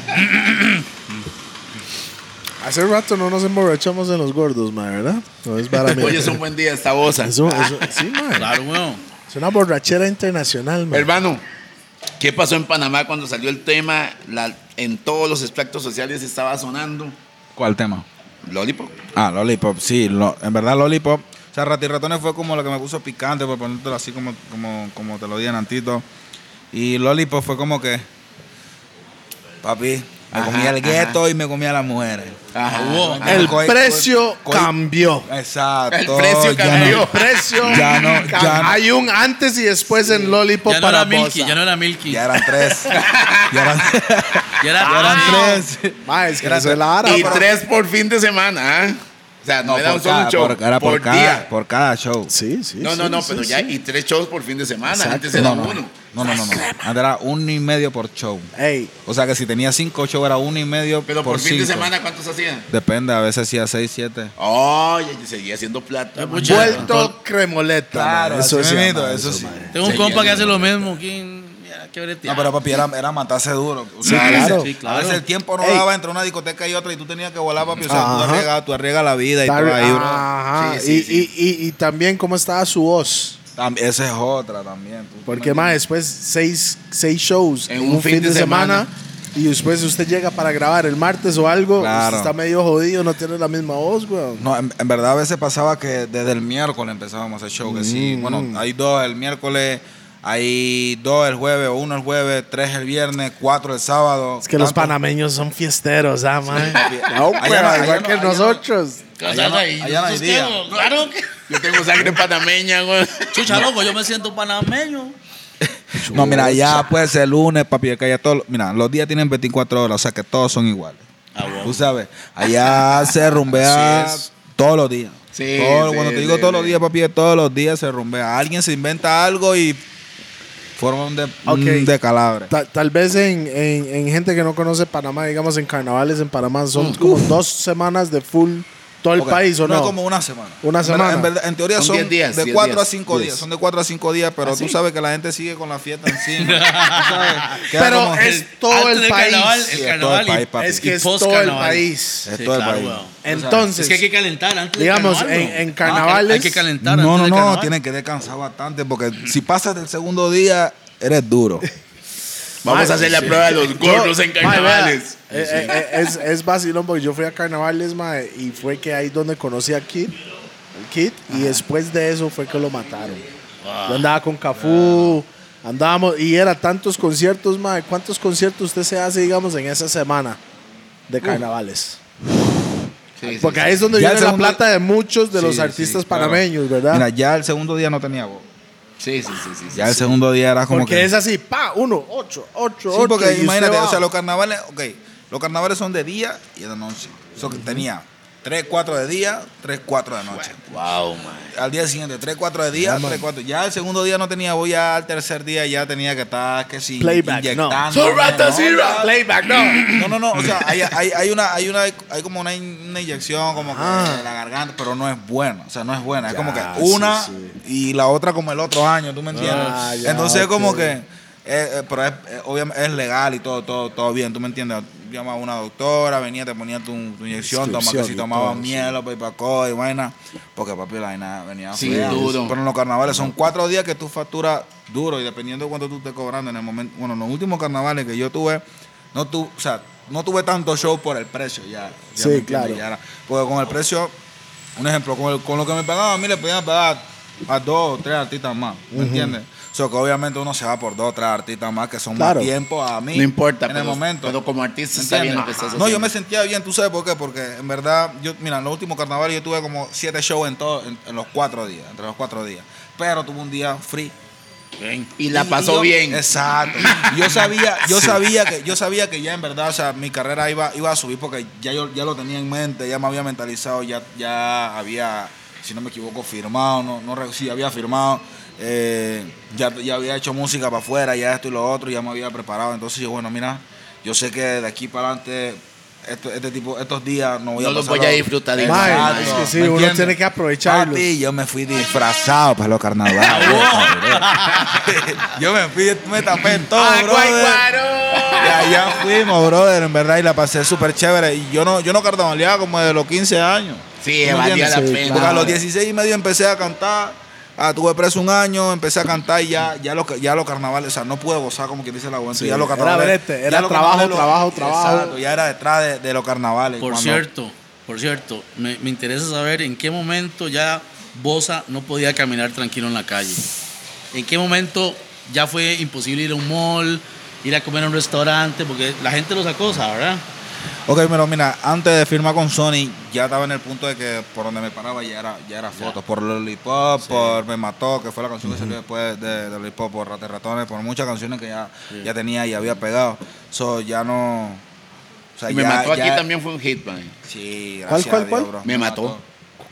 B: Hace rato no nos emborrachamos en los gordos, man, ¿verdad? No es para mí.
E: Hoy es un buen día esta bosa.
B: Es un- es un- sí, man.
C: Claro, weón.
B: Es una borrachera internacional, man.
E: Hermano, ¿qué pasó en Panamá cuando salió el tema? La- en todos los extractos sociales estaba sonando.
D: ¿Cuál tema?
E: Lollipop.
D: Ah, Lollipop, sí. lo- en verdad, Lollipop. O sea, Rati Ratones fue como lo que me puso picante, por ponértelo así como, como, como te lo dije Nantito. Y Lollipop fue como que. Papi, me
E: Ajá,
D: comía el
E: ajá.
D: gueto y me comía las mujeres.
E: Ajá.
C: Wow.
B: El
D: Co-
B: precio
D: co-
B: cambió.
D: Exacto.
E: El precio
D: ya
E: cambió.
B: El precio.
D: Ya no,
B: cam-
D: ya no.
B: Hay un antes y después en Lollipop
C: Ya no
B: para
C: era Milky,
B: Bosa.
C: ya no era
D: no-
C: Milky.
D: ya eran tres. ya eran,
C: Ya era,
D: ya eran
C: Ah,
D: tres.
B: Ma, es que
D: Era-
B: eso es la vara,
E: y
B: Ah, pero-
E: tres por fin de semana, ¿ah? O sea, no,
D: No,
E: era un
D: por
E: solo
D: cada,
E: show.
D: por, era por,
E: por
D: cada,
E: día.
D: por cada show.
B: Sí, sí.
E: no,
B: sí,
E: no, no,
B: sí,
E: pero
B: sí.
E: ya. Y tres shows por fin de semana.
B: Exacto.
E: Antes era
D: No, no,
E: uno.
D: no, no, no, no. Antes era uno y medio por show.
B: Ey,
D: O sea que si tenía cinco shows era uno y medio
E: Pero por, fin de
D: cinco.
E: semana, ¿cuántos hacían?
D: Depende, a veces hacía 6, 7.
E: Oye, seguía haciendo plata. man.
C: Mucha-
B: vuelto cremoleta.
D: Claro,
B: man,
D: así
B: sí,
D: mismito,
B: man,
D: eso sí.
B: man.
C: Tengo un
E: Sí,
C: compa
E: ya
C: que
E: no.
C: hace lo mismo. ¿Quién? Mira, qué bretea.
D: No, pero papi, era, era matarse duro. O sea,
B: Sí,
D: a veces-
B: claro.
C: Sí,
D: A
C: claro.
D: veces el tiempo no
B: Ey.
D: daba entre una discoteca y otra y tú tenías que volar, papi. O sea, tú
B: Ajá.
D: arriesgas, tú arriesgas la vida y todo
B: Tar-
D: ahí, bro.
B: Ajá.
E: Sí, sí,
B: y,
E: sí.
B: Y, y, y también cómo estaba su voz.
D: Tam- esa es otra también. tú-
B: Porque más después seis, seis shows en un, fin, de, semana. y después usted llega para grabar el martes o algo,
D: Claro.
B: usted está medio jodido, no tiene la misma voz, weón.
D: No, en, en verdad a veces pasaba que desde el miércoles empezábamos el show. Que sí,
B: Mm.
D: bueno, hay dos el miércoles, hay dos el jueves, o uno el jueves, tres el viernes, cuatro el sábado.
B: Es que los
D: tantos-
B: panameños son fiesteros, ah, man. no,
D: Allá
B: pero
D: no, allá
B: igual
D: no,
B: que
D: allá no.
B: nosotros.
D: Allá no-
C: ahí.
D: allá no hay día.
C: Claro que.
E: Yo tengo sangre panameña, güey.
C: Chucha, loco, yo me siento panameño.
D: No, mira, ya puede ser lunes, papi, que allá todos, mira, los días tienen 24 horas, o sea que todos son iguales.
C: Ah, bueno.
D: Tú sabes, allá se rumbea
E: Así es.
D: todos los días.
E: Sí,
D: Todo-
E: sí,
D: cuando te
E: sí,
D: digo todos
E: sí.
D: los días, papi, es todos los días se rumbea. Alguien se inventa algo y forma un, de, un
B: Ok.
D: decalabre.
B: Ta- tal vez en, en- en gente que no conoce Panamá, digamos en carnavales en Panamá, son como dos semanas de full todo el
D: Mm. Ok,
B: país, ¿o no?
D: es como una semana.
B: Una
D: En verdad-
B: semana.
D: En, verdad- en teoría
E: Son
D: son,
E: 10 días,
D: de
E: 10
D: 4 a
E: días.
D: 5 días. Son de 4 a 5 días, pero tú sabes que la gente sigue con la fiesta encima. Tú sabes, queda
B: Pero
D: como-
B: es todo
C: Antes
B: el
C: del
B: país.
C: Carnaval,
D: Sí,
C: el
D: es
C: carnaval
D: todo el
C: y-
D: país, papi.
B: Es que
C: y
B: es todo el
C: post-carnaval.
B: país.
D: Es
C: Sí,
D: todo el
C: claro,
D: país.
C: weón.
B: Entonces,
C: Es que hay que calentar antes del
B: digamos,
C: carnaval,
B: en-
C: weón.
B: en carnavales-
C: Hay que calentar
D: no, no,
C: antes del
D: no,
C: carnaval.
D: tienen que descansar bastante porque si pasas del segundo día, eres duro.
E: Vamos
B: Madre,
E: a hacer la
B: sí.
E: prueba de los gordos
B: Yo-
E: en
B: Mae, vea,
E: carnavales.
B: eh, eh, eh, es, es vacilón porque yo fui a carnavales, mae, y fue que ahí donde conocí a Kid. el Kid y después de eso fue que lo mataron. Yo andaba con Cafú, andábamos, y era tantos conciertos, mae. ¿Cuántos conciertos usted se hace, digamos, en esa semana de carnavales?
E: Sí, sí,
B: Porque
E: sí.
B: ahí es donde
D: Ya el
B: viene la
D: segundo-
B: plata de muchos de
D: Sí,
B: los
D: sí,
B: artistas
D: claro.
B: panameños, ¿verdad?
D: Mira, ya el segundo día no tenía voz.
E: Sí, sí, sí, sí. sí,
D: Ya el
E: sí.
D: segundo día era como
B: Porque
D: que...
B: es así, pa, uno, ocho, ocho,
D: Sí,
B: ocho. y
D: porque
B: usted
D: imagínate,
B: va.
D: o sea, los carnavales, ok, los carnavales son de día y de noche. Eso que tenía 3, 4 de día, 3, 4 de noche.
E: Wow, man.
D: Al día siguiente, 3, 4 de día, 3, 4. Ya el segundo día no tenía voy ya al tercer día ya tenía que estar, que sí,
B: Playback, no.
D: inyectando.
E: Son ratas,
D: no,
E: sirva.
D: ya.
B: Playback, no.
D: No, no, no, o sea, hay, hay, hay una, hay, una, hay como una, in- una inyección como que en la garganta, pero no es buena, o sea, no es buena. es como que
B: Ah. Ya,
D: una
B: sí,
D: y la otra como el otro año, ¿tú me entiendes?
B: Ah, ya,
D: Entonces es como
B: ok.
D: que, eh, eh, pero es, eh, obviamente es legal y todo, todo, todo bien, ¿tú me entiendes? Llama a una doctora, venía, te ponía tu, tu inyección, toma que
B: Inscripción
D: si
B: y
D: tomaba
B: todo, sí.
D: miel, o pepacó y vaina, porque papi la vaina venía
E: Sí,
D: fea.
E: duro.
D: Pero en los carnavales son cuatro días que tú facturas duro y dependiendo de cuánto tú estés cobrando en el momento. Bueno, en los últimos carnavales que yo tuve, no tu, o sea, no tuve tanto show por el precio ya. ya
B: Sí,
D: me entiendes,
B: claro.
D: ya era- porque con el precio, un ejemplo, con, el- con lo que me pagaban a mí le podían pagar a dos o tres artistas más, ¿me entiendes? O sea, que obviamente uno se va por dos o tres artistas más que son
B: Claro.
D: más tiempo a mí.
E: No importa,
D: en
E: pero,
D: el momento.
E: pero como artista
D: ¿Me
E: está bien lo que
D: entiendes?
E: estás
D: No, yo
E: haciendo.
D: me sentía bien, tú sabes por qué, porque en verdad, yo, mira, en los últimos carnavales yo tuve como siete shows en, todo, en, en los cuatro días, entre los cuatro días. Pero tuve un día free.
C: Bien.
E: Y la pasó
D: yo-
E: bien.
D: Exacto. Yo sabía, yo sabía que, yo sabía que ya en verdad, o sea, mi carrera iba, iba a subir porque ya yo ya lo tenía en mente, ya me había mentalizado, ya, ya había, si no me equivoco, firmado, no, no re- sí, había firmado, eh, ya, ya había hecho música para afuera, ya esto y lo otro, ya me había preparado. Entonces yo, bueno, mira, yo sé que de aquí para adelante. esto- este tipo, estos días no voy a
E: No los
D: pasar
E: voy a
D: los-
E: disfrutar de
D: Exacto,
B: nada. Es que sí,
D: ¿me
B: uno
D: entiendes?
B: tiene que aprovecharlos.
D: Papi, yo me fui disfrazado para los carnavales. Yo me fui, me tapé en todo,
E: Ah,
D: brother. Y allá fuimos, brother, en verdad, y la pasé súper chévere. Y yo no, yo no carnavaleaba como de los 15 años.
E: Sí,
D: ¿Tú me
E: valía
D: entiendes?
E: la
D: Sí,
E: pena.
D: Porque a los 16 y medio empecé a cantar. Ah, tuve preso un año, empecé a cantar y ya, ya, los, ya los carnavales, o sea, no pude gozar como quien dice la buena. ya los
B: era
D: carnavales.
B: brete,
D: ya
B: era
D: los
B: trabajo,
D: carnavales
B: trabajo,
D: Exacto,
B: trabajo.
D: ya era detrás de, de los carnavales.
C: Por
D: cuando-
C: cierto, por cierto, me, me interesa saber en qué momento ya Bosa no podía caminar tranquilo en la calle. En qué momento ya fue imposible ir a un mall, ir a comer a un restaurante, porque la gente los acosa, ¿verdad?
D: Ok, pero mira, antes de firmar con Sony, ya estaba en el punto de que por donde me paraba ya era, ya era fotos. Por Lollipop, por Me Mató, que fue la canción que salió después de, de Lollipop, por Ratas y Ratones, por muchas canciones que ya, ya tenía y había pegado. So, ya no. O sea,
E: Y me
D: ya-
E: mató aquí
D: ya-
E: también fue un hit, man.
D: Sí,
B: ¿Cuál,
D: gracias.
B: cuál,
D: a Dios,
B: cuál?
D: bro.
E: Me mató.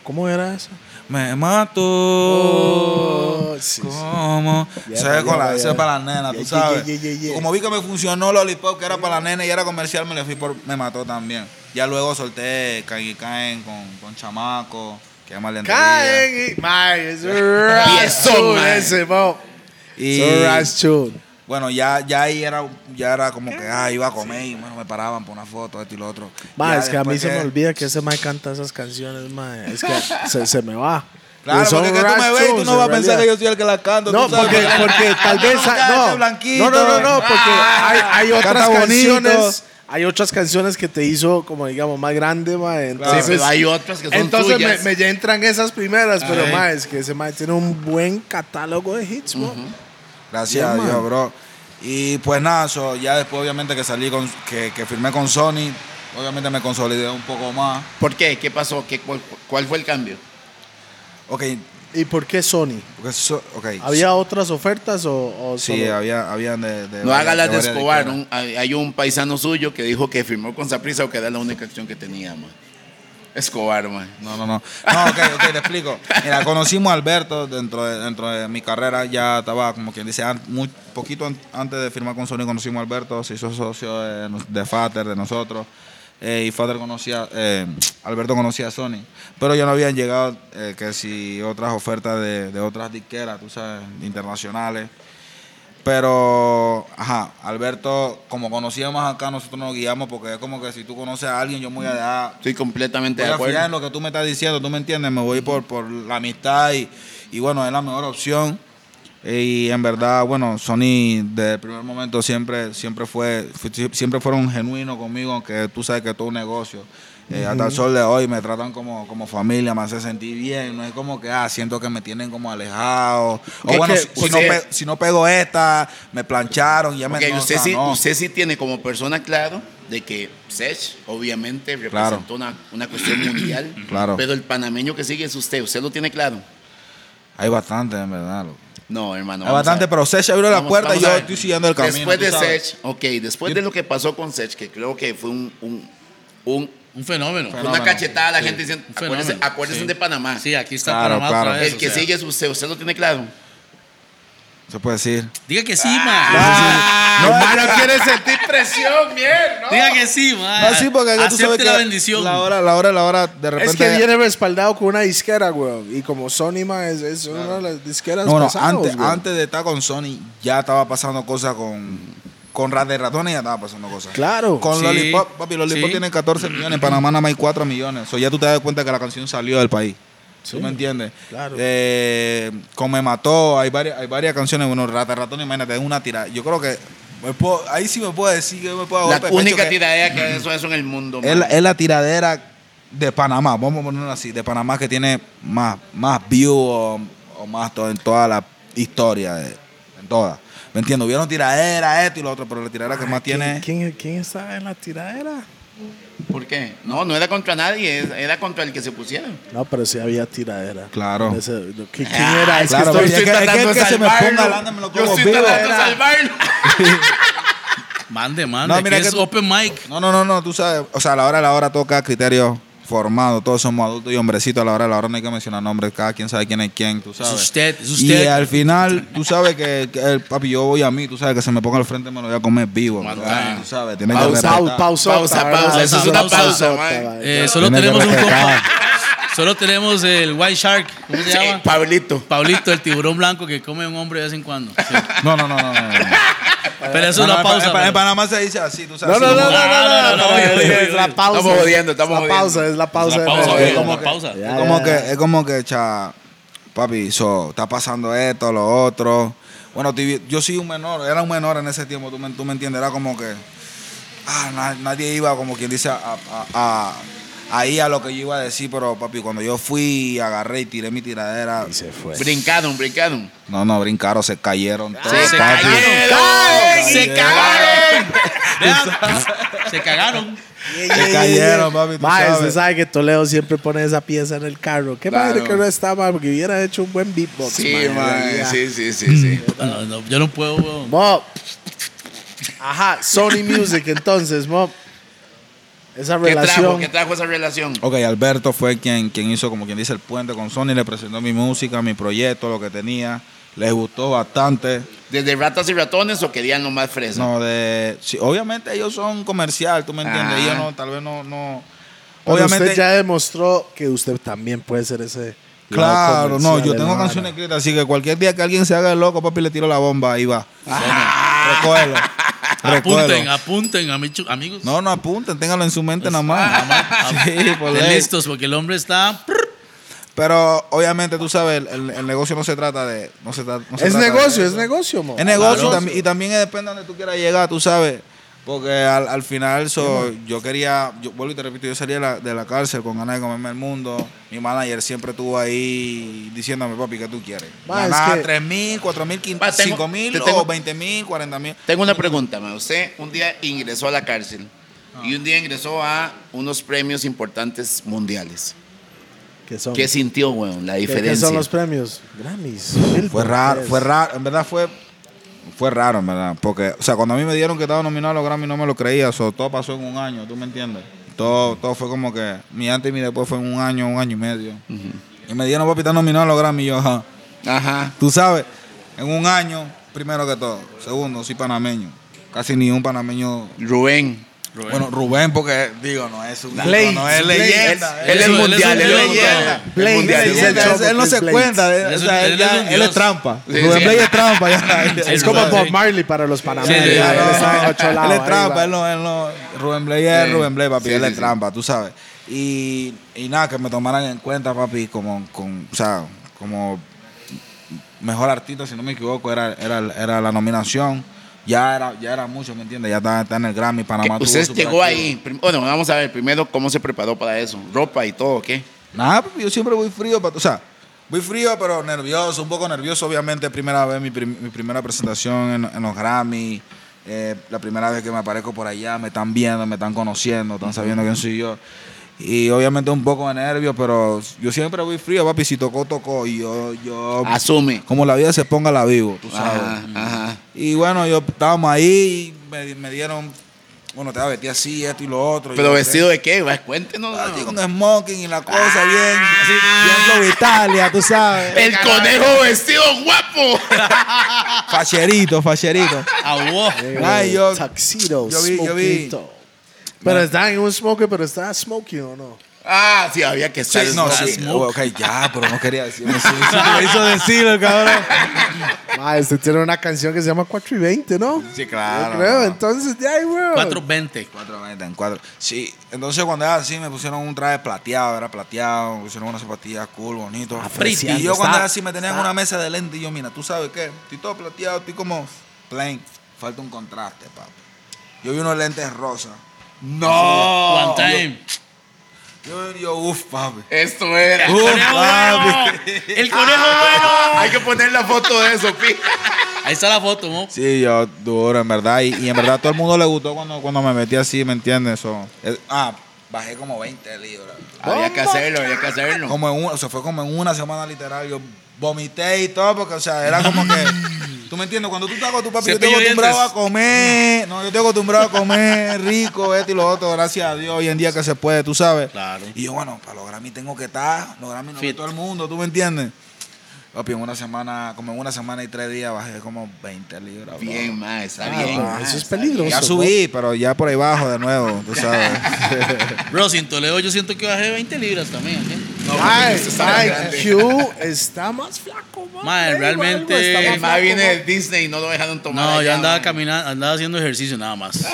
B: ¿Cómo era eso?
D: Me mató.
B: Oh, sí, sí.
D: ¿Cómo?
B: Ya,
D: Eso es
B: ya,
D: con la-
B: ya,
D: eso
B: ya.
D: es para la nena,
B: Ya,
D: tú
B: ya,
D: sabes.
B: ya, ya, ya.
D: Como vi que me funcionó Lollipop, que era para la nena y era comercial, me le fui por. Me mató también. Ya luego solté Caen y Caen con, con Chamaco, que es más lentería.
B: Caen y. Mae, es un
E: eso, mae.
B: ese, mo.
D: Y
B: Es un rash tune.
D: bueno, ya, ya ahí era, ya era como que ah, iba a comer y bueno, me paraban por una foto, esto y lo otro.
B: Mae,
D: Ya
B: es que a mí
D: después
B: se me olvida que ese mae canta esas canciones, mae. Es que se, se me va.
D: Claro,
B: Son
D: porque que tú
B: rash
D: me ves y tú
B: tunes,
D: no
B: en
D: vas a pensar
B: realidad.
D: que yo soy el que la canto.
B: No,
D: tú sabes.
B: porque, porque tal
D: Ah,
B: vez.
D: no, cállate,
B: No,
D: blanquito.
B: no, no, no, no, porque
D: Ah,
B: hay, hay otras
D: canta bonito.
B: canciones. Hay otras canciones que te hizo, como digamos, más grande, mae.
E: Sí,
B: Entonces,
E: pero hay otras que son
B: entonces me,
E: tuyas.
B: me ya entran esas primeras, pero
C: Ajá.
B: mae, es que ese mae tiene un buen catálogo de hits, mo.
D: Gracias
B: Yeah,
D: a
B: man.
D: Dios, bro. Y pues nada, so, ya después obviamente que salí con, que, que firmé con Sony, obviamente me consolidé un poco más.
E: ¿Por qué? ¿Qué pasó? ¿Qué, cuál, cuál fue el cambio?
D: Ok,
B: ¿Y por qué Sony?
D: porque so- okay.
B: ¿Había otras ofertas o, o
D: Sí,
B: solo-
D: había, habían de, de
E: No
D: varias-
E: haga las de
D: varias
E: Escobar.
D: disqueras.
E: un- hay hay un paisano suyo que dijo que firmó con Saprisa o que era la única acción que tenía, man. Escobar, man.
D: No, no, no. No, ok, ok, te explico. Mira, conocimos a Alberto dentro de, dentro de mi carrera. Ya estaba, como quien dice, an- muy poquito an- antes de firmar con Sony, conocimos a Alberto. Se hizo socio de, nos- de Fater, de nosotros. Eh, y Fater conocía, eh, Alberto conocía a Sony. Pero ya no habían llegado, eh, que si otras ofertas de, de otras disqueras, tú sabes, internacionales. Pero, ajá, Alberto, como conocíamos acá, nosotros nos guiamos porque es como que si tú conoces a alguien, yo me voy a dejar
E: Estoy completamente de
D: voy a fiar en
E: acuerdo.
D: lo que tú me estás diciendo, tú me entiendes, me voy por, por la amistad y, y bueno, es la mejor opción. Eh, Y en verdad, bueno, Sony desde el primer momento siempre, siempre fue, fue- siempre fueron genuinos conmigo, aunque tú sabes que todo es un negocio. Eh, Hasta el sol de hoy me tratan como, como familia, me hace sentir bien. No es como que, ah, siento que me tienen como alejado. O
B: Es
D: bueno,
B: que-
D: si, si no
E: porque-
D: pe- si no pego esta, me plancharon, ya me
E: Porque
D: no, o
E: usted,
D: sea,
E: sí,
D: no.
E: usted sí tiene como persona claro de que Sech obviamente representó una, una cuestión mundial,
D: Claro.
E: pero el panameño que sigue es usted, usted lo tiene claro.
D: Hay bastante, en verdad. loco.
E: No, hermano.
D: Es
E: vamos a
D: bastante,
E: ver.
D: pero Sech abrió la
E: Vamos-
D: puerta y
E: vamos
D: yo
E: a ver.
D: estoy siguiendo el camino.
E: Después
D: tú
E: de
D: sabes.
E: Sech, ok, después de lo que pasó con Sech, que creo que fue un, un- un-
C: Un fenómeno.
D: Fenómeno.
E: una cachetada a la
D: Sí.
E: gente diciendo,
C: Un fenómeno.
E: acuérdense, acuérdense
C: Sí.
E: de Panamá.
C: Sí, aquí está
D: Claro,
C: Panamá otra
D: claro.
C: vez,
E: El
C: o
E: que
C: sea.
E: sigue es usted, usted lo tiene claro.
D: Se puede decir.
C: Diga que sí,
D: Ah.
C: ma.
D: No,
E: Hermano, quiere sentir presión, mierda. ¿no?
C: Diga que sí, ma.
D: No, sí, porque tú
C: Acepte
D: sabes que
C: Ah, la bendición.
D: La hora, la hora, la hora, de repente.
B: Es que viene respaldado con una disquera, güey. Y como Sony, ma, es, es una de las disqueras
D: No, no,
B: pesados,
D: antes,
B: güey.
D: antes de estar con Sony, ya estaba pasando cosas con. Con Rad de Ratones ya estaba pasando cosas.
B: Claro.
D: Con
C: Sí.
D: Lollipop, papi, Lollipop
C: Sí.
D: tiene 14 millones, en Panamá nada más hay 4 millones. So, ya tú te das cuenta que la canción salió del país. ¿Tú me entiendes?
B: Claro.
D: Eh, con Me Mató, hay varias, hay varias canciones. Bueno, Rata Ratón, imagínate, es una tirada. Yo creo que. me puedo- ahí sí me puedo decir que me puedo
E: La
D: golpear el pecho
E: única
D: que
E: tiradera que eso es en el mundo.
D: Es
E: man.
D: la, es la tiradera de Panamá, vamos a ponerlo así, de Panamá que tiene más, más view o, o más todo en toda la historia, de- en toda. ¿Me entiendes? Hubieron tiradera, esto y lo otro, pero la tiradera que más tiene.
B: ¿Quién, ¿Quién está en la tiradera?
E: ¿Por qué? No, no era contra nadie, es- era contra el que se pusiera.
B: No, pero sí había tiradera.
D: Claro.
B: Ese- no, ¿qui- ¿Quién era? Es que
D: claro,
B: estoy-
D: es que- es que
E: tratando
D: el que
E: de
D: se me
E: salvarlo.
D: ponga adelante me lo
E: Yo
D: como
E: estoy
D: vivo.
E: tratando de
D: Era-
E: salvarlo.
C: Mande, mande. No, mira que es
D: tú-
C: open mic.
D: No, no, no, no, tú sabes. O sea, a la hora, a la hora toca criterio formado. Todos somos adultos y hombrecitos. A la hora, a la hora no hay que mencionar nombres. Cada quien sabe quién es quién, tú sabes.
C: usted, es
D: Y
C: usted.
D: al final, tú sabes que, que el papi, yo voy a mí, tú sabes que se me ponga al frente me lo voy a comer vivo.
C: Matar.
D: ¿verdad? Tú sabes, tienes que
B: Pausa,
D: respetar.
B: pausa, pausa,
E: Pausa, pausa,
C: eso es una
E: pausa,
C: Eh, solo
D: Tienes que
C: tenemos un
D: respetar.
C: compa- Solo tenemos el White Shark. ¿Cómo se
E: Sí,
C: llama?
E: Pablito.
C: Pablito, el tiburón blanco que come un hombre de vez en cuando. Sí.
D: No, no, no, no. no, no.
C: Pero eso
D: No,
C: es
D: no,
C: una
D: en Pa- en
C: pausa.
D: Pa- En,
C: pero-
D: Panamá se dice así, tú sabes.
B: No, no,
D: así
B: no, no,
D: como-
B: no, no, no,
C: Ah, no, no, no,
B: es
C: no,
B: la
C: no,
B: pausa.
E: estamos jodiendo,
B: Es
E: estamos
B: la pausa,
E: jodiendo.
B: es la pausa.
C: Es la
B: de-
C: pausa,
B: de-
C: es
B: como
C: la
B: que-
C: pausa.
B: Ya,
D: Es
B: ya,
D: como
B: ya.
D: que, es como que, cha, papi, so, está pasando esto, lo otro. Bueno, tú vi- yo soy un menor, era un menor en ese tiempo, tú me, tú me entiendes, era como que ah, na- nadie iba, como quien dice, a, a- a- ahí a lo que yo iba a decir, pero papi, cuando yo fui, agarré y tiré mi tiradera.
B: Y se fue.
E: Brincaron, brincaron.
D: No, no, brincaron, se cayeron todos,
E: se
D: Ah, papi.
E: cayeron.
C: ¡Se cagaron! Vean, Se cagaron.
D: Se cayeron, papi, tú
B: Mae,
D: sabes.
B: usted sabe que Toledo siempre pone esa pieza en el carro. Qué
D: Claro.
B: madre que no está, mal porque hubiera hecho un buen beatbox.
E: Sí,
B: mae,
E: man.
B: ya.
E: Sí, sí, sí,
D: Mm.
E: sí.
C: No, no, yo no puedo, weón.
B: Mo. Ajá, Sony Music, entonces, Mo. Esa
E: ¿Qué trajo?
B: relación.
E: ¿Qué trajo esa relación?
D: Ok, Alberto fue quien, quien hizo, como quien dice, el puente con Sony, le presentó mi música, mi proyecto, lo que tenía. Les gustó bastante.
E: ¿Desde ratas y ratones o querían lo más fresco?
D: No, de. sí, obviamente ellos son comercial, tú me entiendes.
E: Ah.
D: Ellos no, tal vez no. no
B: Pero
D: obviamente.
B: Usted ya demostró que usted también puede ser ese. lado
D: Claro, no,
B: comercial
D: yo
B: de
D: tengo
B: la
D: canciones
B: vara.
D: escritas, así que cualquier día que alguien se haga el loco, papi, le tiro la bomba, ahí va. Recuerdo.
C: Apunten, apunten, amichu- amigos.
D: No, no apunten, ténganlo en su mente nada más. Sí, por
C: Estén
D: ley.
C: listos porque el hombre está.
D: Pero obviamente tú sabes, el- el, el negocio no se trata de. No se tra- no se
B: Es
D: trata de
B: negocio, es
D: eso.
B: negocio, Mo.
D: Es negocio
C: Claro.
D: tambi- y también depende de donde tú quieras llegar, tú sabes. Porque al, al final so, yo quería, yo vuelvo y te repito, yo salí de la, de la cárcel con ganas de comerme el mundo. Mi manager siempre estuvo ahí diciéndome, papi, ¿qué tú quieres?
B: Ma, es
D: Ganar
B: que-
D: 3 mil, 4 mil,
E: Ma, tengo-
D: 5 mil,
E: te tengo-
D: o 20 mil, 40 mil.
E: Tengo una pregunta, ma. Usted un día ingresó a la cárcel y un día ingresó a unos premios importantes mundiales.
B: ¿Qué son?
E: ¿Qué sintió, weón? La
B: ¿Qué- qué
E: diferencia.
B: son los premios? Grammys.
D: Fue
B: Billboard,
D: raro,
B: ¿qué
D: fue
B: es?
D: raro, en verdad fue fue raro, en verdad, porque o sea, cuando a mí me dieron que estaba nominado a los Grammy no me lo creía, so, todo pasó en un año, ¿tú me entiendes? Todo todo fue como que mi antes y mi después fue en un año, un año y medio. Y me dieron papi está nominado a los Grammy y yo, ajá.
E: Ajá.
D: Tú sabes, en un año, primero que todo, segundo, soy panameño. Casi ni un panameño
E: Rubén.
D: bueno, Rubén, porque digo, no es un
B: Blade,
D: no es
B: Blade.
D: leyenda.
E: Él es
C: Eso- él es
E: mundial,
C: un
E: él es
C: loco,
E: mundial.
C: no.
E: Es
B: Play,
E: mundial,
B: play,
E: es
D: Él,
E: mundial.
B: play.
D: él- él no se
B: Blades.
D: cuenta, él,
C: Él es
D: o sea,
C: un-
D: él
C: él
D: ya-
C: es un
D: él es
C: dios.
D: trampa.
E: Sí,
D: Rubén
E: sí.
D: Blade es trampa. ya.
B: Es
C: Sí,
B: como
C: sí.
B: Bob Marley para los panameños.
C: Sí, sí,
B: ya,
C: sí.
B: él está en ocho lados,
D: Él es
B: ahí
D: trampa,
B: va.
D: él no, él no. Rubén Blade es
E: Sí.
D: Rubén Blade, papi,
E: Sí,
D: él
E: sí,
D: es
E: sí.
D: trampa, tú sabes. Y, y nada, que me tomaran en cuenta, papi, como, con, o sea, como mejor artista, si no me equivoco, era, era, era la nominación. Ya era, ya era mucho, ¿me entiendes? Ya está, está en el Grammy,
E: Que
D: Panamá. tuvo
E: Usted
D: su
E: llegó
D: práctica.
E: ahí. Prim- Bueno, vamos a ver primero cómo se preparó para eso. Ropa y todo, ¿qué?
D: Nada, papi, yo siempre voy frío, pa- o sea, voy frío pero nervioso, un poco nervioso, obviamente, primera vez, mi, prim- mi primera presentación en, en los Grammy, eh, la primera vez que me aparezco por allá, me están viendo, me están conociendo, están sabiendo quién soy yo. Y obviamente un poco de nervios, pero yo siempre voy frío, papi. Si tocó, tocó. Y yo, yo.
E: Asume.
D: Como la vida se ponga, la vivo, tú sabes.
E: Ajá, ajá.
D: Y bueno, yo estábamos ahí y me, me dieron. Bueno, te vas a vestir así, esto y lo otro.
E: Pero
D: Yo,
E: vestido de qué, va, cuéntenos.
D: Ah, sí, con smoking y la cosa bien, así, bien Flow Italia, tú sabes.
E: El conejo vestido guapo.
D: Facherito, facherito.
C: A vos.
D: Ay, yo,
B: Tuxedo,
D: yo vi- yo vi.
B: smokinito. Pero está en un smoker, pero está smoking o no.
E: Ah, sí, había que estar.
D: Sí, no, sí, Oh,
C: smoke.
D: ok, ya, pero no quería decirlo. Sí, sí, me hizo decirlo, el cabrón.
B: Ma, usted tiene una canción que se llama 4 y 20, ¿no?
D: Sí,
B: Yo
D: claro.
B: creo, entonces, ya, ahí, weón.
C: 420.
D: Cuatro, veinte, en cuatro. Sí, entonces cuando era así me pusieron un traje plateado, era plateado, me pusieron unas zapatillas cool, bonito.
C: pretty.
D: Y yo cuando
B: Está-
D: era así me tenían en una mesa de lente y yo, mira, tú sabes qué, estoy todo plateado, estoy como plain. Falta un contraste, papi. Yo vi unos lentes rosa. No.
C: One time.
D: Yo, yo, uff, papi.
E: Esto era. Ah,
C: ¡Conejo
D: Uf,
C: bueno! ¡El conejo bueno!
E: Hay que poner la foto de eso, pi.
C: Ah, Ahí está la foto, ¿no?
D: Sí, yo duro, en verdad. Y, y en verdad todo el mundo le gustó cuando, cuando me metí así, ¿me entiendes? So, es- ah, bajé como 20 libras.
E: Había que hacerlo, había que hacerlo.
D: Como en una, o sea, fue como en una semana literal. Yo vomité y todo, porque, o sea, era como que. ¿Tú me entiendes? Cuando tú estás con tu papi, yo te
C: Cepillo de
D: acostumbrado a
C: dientes.
D: comer. No, yo te acostumbrado a comer rico, esto y lo otro. Gracias a Dios, hoy en día que se puede, tú sabes.
C: Claro.
D: Y yo, bueno, para lograr mi tengo que estar. Lograr mi no ve
C: Fit.
D: todo el mundo, ¿tú me entiendes? Papi, en una semana, como en una semana y tres días, bajé como 20 libras. bro.
E: Bien, ma, está
B: Ah,
E: bien.
B: ma,
E: ma,
B: eso es
E: está
B: peligroso.
D: Ya subí, pero ya por ahí bajo de nuevo, tú sabes.
C: Bro, sin Toledo yo siento que bajé 20 libras también. ¿eh?
E: bien. No,
B: Ay,
E: eso está
B: ay,
E: grande.
B: Q está más flaco, man.
C: Mae,
B: Algo,
C: realmente-
B: algo está más
E: El ma
B: flaco,
E: viene
B: ma.
E: del Disney y no lo dejaron tomar.
C: No,
E: allá,
C: yo andaba
E: ma.
C: caminando, andaba haciendo ejercicio nada más.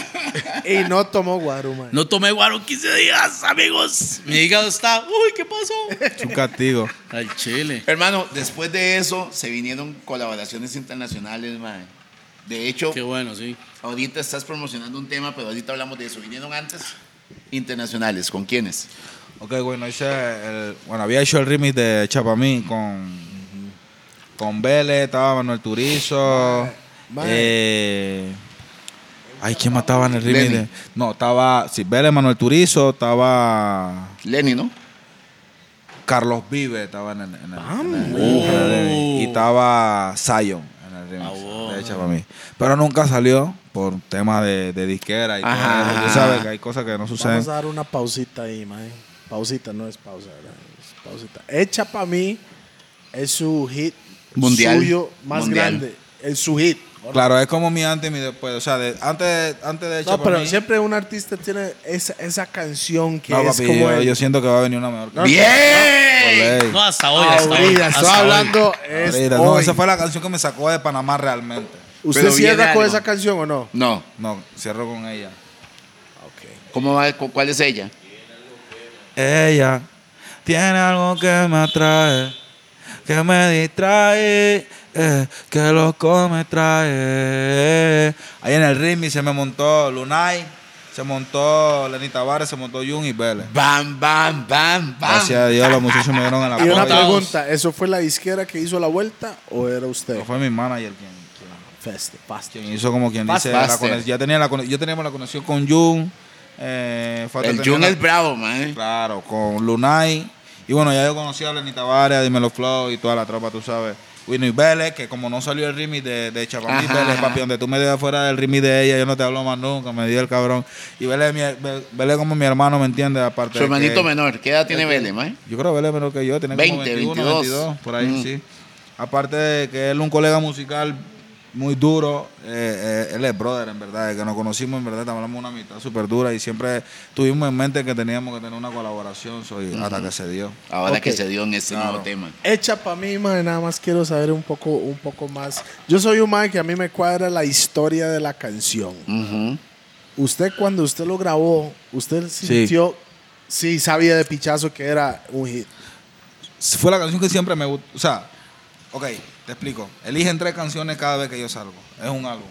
B: Y no tomó guaro, man.
C: No tomé guaro 15 días, amigos. Mi hígado está. Uy, ¿qué pasó?
D: Es un castigo.
C: Al chile.
E: Hermano, después de eso se vinieron colaboraciones internacionales, ma. De hecho,
C: Qué bueno, sí.
E: ahorita estás promocionando un tema, pero ahorita hablamos de eso. Vinieron antes internacionales. ¿Con quiénes?
D: Ok, bueno, hice el, bueno, había hecho el remix de Chapamí con con Vélez, estaba Manuel Turizo.
B: Mae.
D: eh, ay, ¿quién más estaba en el remix?
E: Lenny.
D: de- no, estaba sí, Vélez, Manuel Turizo, estaba
E: Lenny, ¿no?
D: Carlos Vive, estaba en el, en el-
B: Ah,
D: en el-
C: Vamos.
D: en el remix. y estaba Zion en el remix
C: Ah, wow.
D: de Chapamí. Pero nunca salió por temas de, de disquera y todo
E: Ajá.
D: eso. Tú sabes que hay cosas que no suceden.
B: Vamos a dar una pausita ahí, man. Pausita, no es pausa, ¿verdad? Es pausita. Hecha para mí es su hit
E: Mundial.
B: suyo más
E: Mundial.
B: grande. Es su hit.
D: Claro, es como mi antes y mi después. O sea, de- antes, antes de
B: No,
D: Chapamí.
B: pero siempre un artista tiene esa, esa canción que
D: No,
B: es
D: papi,
B: como
D: yo,
B: el-
D: yo siento que va a venir una mejor canción.
B: Ah,
E: ¡Bien!
D: Por ley.
C: No, hasta hoy, hasta hoy.
B: Ahorita,
C: hasta
B: "Oh, estoy
C: hoy.
B: hablando es
D: Ahorita, no,
B: hoy.
D: esa fue la canción que me sacó de Panamá realmente.
B: ¿Usted
E: Pero viene
B: cierra
E: algo.
B: con esa canción o no?
E: No,
D: No, cierro con ella.
E: ¿cómo va? ¿Cu- ¿Cuál es ella?
D: Ella tiene algo que me atrae, que me distrae, eh, que loco me trae. Ahí en el ritmo se me montó Lunay, se montó Lenny Tavares, se montó Jun y Vélez.
E: Bam, bam, bam, bam.
D: Gracias a Dios, los muchachos me dieron en la
B: Y una
D: puerta.
B: pregunta, ¿eso fue la disquera que hizo la vuelta o era usted?
D: Fue mi manager quien- quien
B: Feste, paste.
D: Quien hizo como quien dice, la
E: Buster.
D: conex- ya tenía la conex- yo teníamos la conexión con Jun. Eh, Fatal
E: El
D: tenía
E: Jun
D: la-
E: es bravo, man.
D: Claro, con Lunay. Y bueno, ya yo conocía a Lenny Tavares, a Dímelo Flow y toda la tropa, tú sabes. Winnie Vélez, que como no salió el remix de, de Chapamí
E: Ajá.
D: Vélez, papi, donde tú me dejas fuera del remix de ella, yo no te hablo más nunca, me dio el cabrón. Y Vélez, es mi- Ve- Vélez como mi hermano, ¿me entiendes? Aparte
E: Su
D: de que-
E: hermanito menor, ¿qué edad tiene Vélez, man?
D: yo creo que él es menor que yo, tiene
E: 20,
D: como 21,
E: 22.
D: 22, por ahí,
E: Mm.
D: sí. Aparte de que él es un colega musical muy duro, eh, eh, él es brother, en verdad, de que nos conocimos, en verdad, hablamos una amistad súper dura y siempre tuvimos en mente que teníamos que tener una colaboración, soy, hasta que se dio.
E: Ahora
B: Ok.
E: que se dio en este
D: Claro.
E: nuevo tema.
B: Hecha para mí, man, nada más quiero saber un poco, un poco más. Yo soy un man que a mí me cuadra la historia de la canción.
E: Ujú.
B: Usted cuando usted lo grabó, usted sintió, sí, sabía de pichazo que era un hit.
D: Fue la canción que siempre me gustó, o sea, ok, te explico, eligen tres canciones cada vez que yo salgo, es un álbum.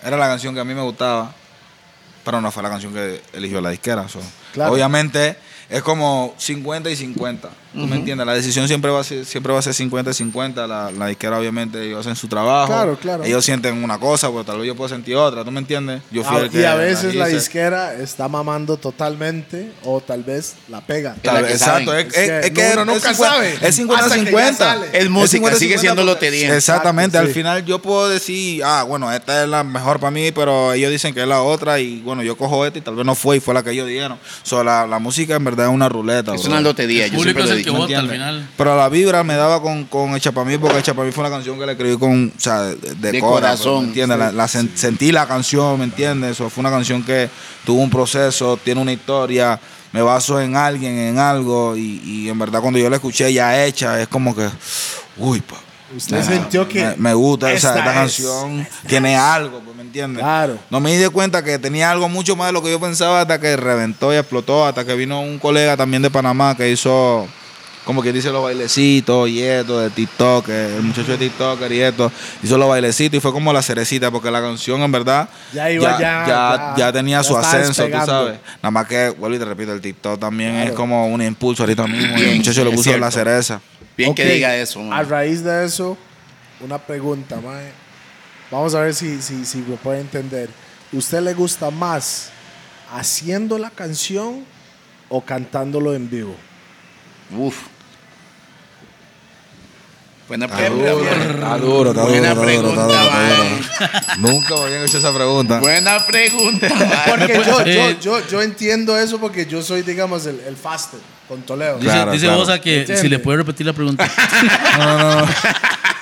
D: Era la canción que a mí me gustaba, pero no fue la canción que eligió la disquera. so.
B: Claro.
D: Obviamente es como 50 y 50. ¿Tú me entiendes? La decisión siempre va a ser, siempre va a ser 50-50. La, la disquera, obviamente, ellos hacen su trabajo.
B: Claro, claro.
D: Ellos sienten una cosa, pero tal vez yo puedo sentir otra. ¿Tú me entiendes? Yo fui
B: Ah,
D: el que
B: y a veces la
D: hice.
B: disquera está mamando totalmente o tal vez la pega.
E: Tal-
D: Claro,
E: que
D: exacto.
E: saben.
D: Es,
B: Es
D: es-
B: que
D: es que
B: uno nunca
D: es 50,
B: sabe
D: Es
B: hasta que ya
D: 50-50.
B: sale.
E: Es música, sigue
D: 50-50,
E: siendo
D: porque-
E: lotería.
D: Exactamente.
B: Exacto,
D: Al
B: sí.
D: final yo puedo decir, ah, bueno, esta es la mejor para mí, pero ellos dicen que es la otra y bueno, yo cojo esta y tal vez no fue y fue la que ellos dieron. So, la, la música en verdad es una ruleta.
E: Es
D: bro.
E: una lotería,
C: El
E: yo
C: público
E: siempre
C: es
E: lo he
C: el que
E: dicho.
D: ¿Me
C: vota al
D: entiendes?
C: final.
D: Pero la vibra me daba con, con Echa Pa' mí, porque Echa Pa' mí fue una canción que le escribí con, o sea, de, de
E: De
D: cora,
E: corazón,
D: pues, ¿me entiendes? La- la sen- Sentí la canción, ¿me entiendes? Eso fue una canción que tuvo un proceso, tiene una historia, me baso en alguien, en algo, y, y en verdad cuando yo la escuché ya hecha, es como que, uy, pa. me-
B: Usted sintió que
D: me, me gusta o sea,
B: esta
D: esta,
B: es,
D: canción tiene algo pues, me entiendes
B: Claro.
D: no me di cuenta que tenía algo mucho más de lo que yo pensaba hasta que reventó y explotó hasta que vino un colega también de Panamá que hizo como que dice los bailecitos y esto de TikTok, el muchacho de TikToker y esto, hizo los bailecitos y fue como la cerecita, porque la canción en verdad
B: Ya iba, ya,
D: ya,
B: ya,
D: ya tenía
B: ya
D: su
B: estaba
D: ascenso, tú
B: despegando.
D: sabes. Nada más que, vuelvo y te repito, el TikTok también
B: Claro.
D: es como un impulso ahorita mismo. y
E: Bien,
D: el muchacho le
E: es
D: puso la
E: cierto.
D: cereza.
E: Bien
B: Ok,
E: que diga eso, man.
B: A raíz de eso, una pregunta, mae. Vamos a ver si, si, si lo puede entender. ¿Usted le gusta más haciendo la canción o cantándolo en vivo?
E: Uf. Buena
D: Está
E: pregunta.
D: duro, está duro, está duro,
E: Buena
D: está duro, está
E: pregunta,
D: duro, está duro.
E: man.
D: Nunca me habían hecho esa pregunta.
E: Buena pregunta. man.
B: Porque yo, yo,
C: Eh.
B: yo, yo entiendo eso porque yo soy, digamos, el, el faster con Toledo.
C: Dice,
D: Claro,
C: dice
D: claro.
C: Bosa que si
B: Entiende.
C: le puede repetir la pregunta.
D: No, no, no.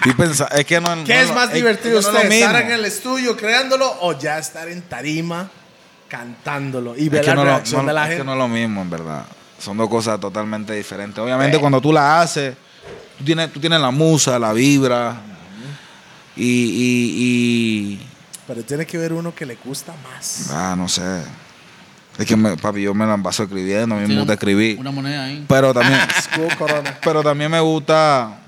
D: Y pensa- es que no,
B: ¿Qué
D: no,
B: es
D: no,
B: más
D: es-
B: divertido
D: es que no
B: usted?
D: es lo mismo.
B: ¿Estar en el estudio creándolo o ya estar en tarima cantándolo y
D: Es
B: ver
D: que
B: la
D: no, lo-
B: reacción
D: no-
B: de la
D: es que
B: gente?
D: no es lo mismo, en verdad. Son dos cosas totalmente diferentes.
B: Eh.
D: Obviamente, cuando tú la haces, tú tienes, tú tienes la musa, la vibra. Y, y, y-
B: Pero tiene que ver uno que le gusta más.
D: Ah, no sé. Es que, me- papi, yo me la paso escribiendo. A mí me gusta escribir.
C: Una moneda ahí.
D: Pero también.
B: Escudo Corona.
D: pero también me gusta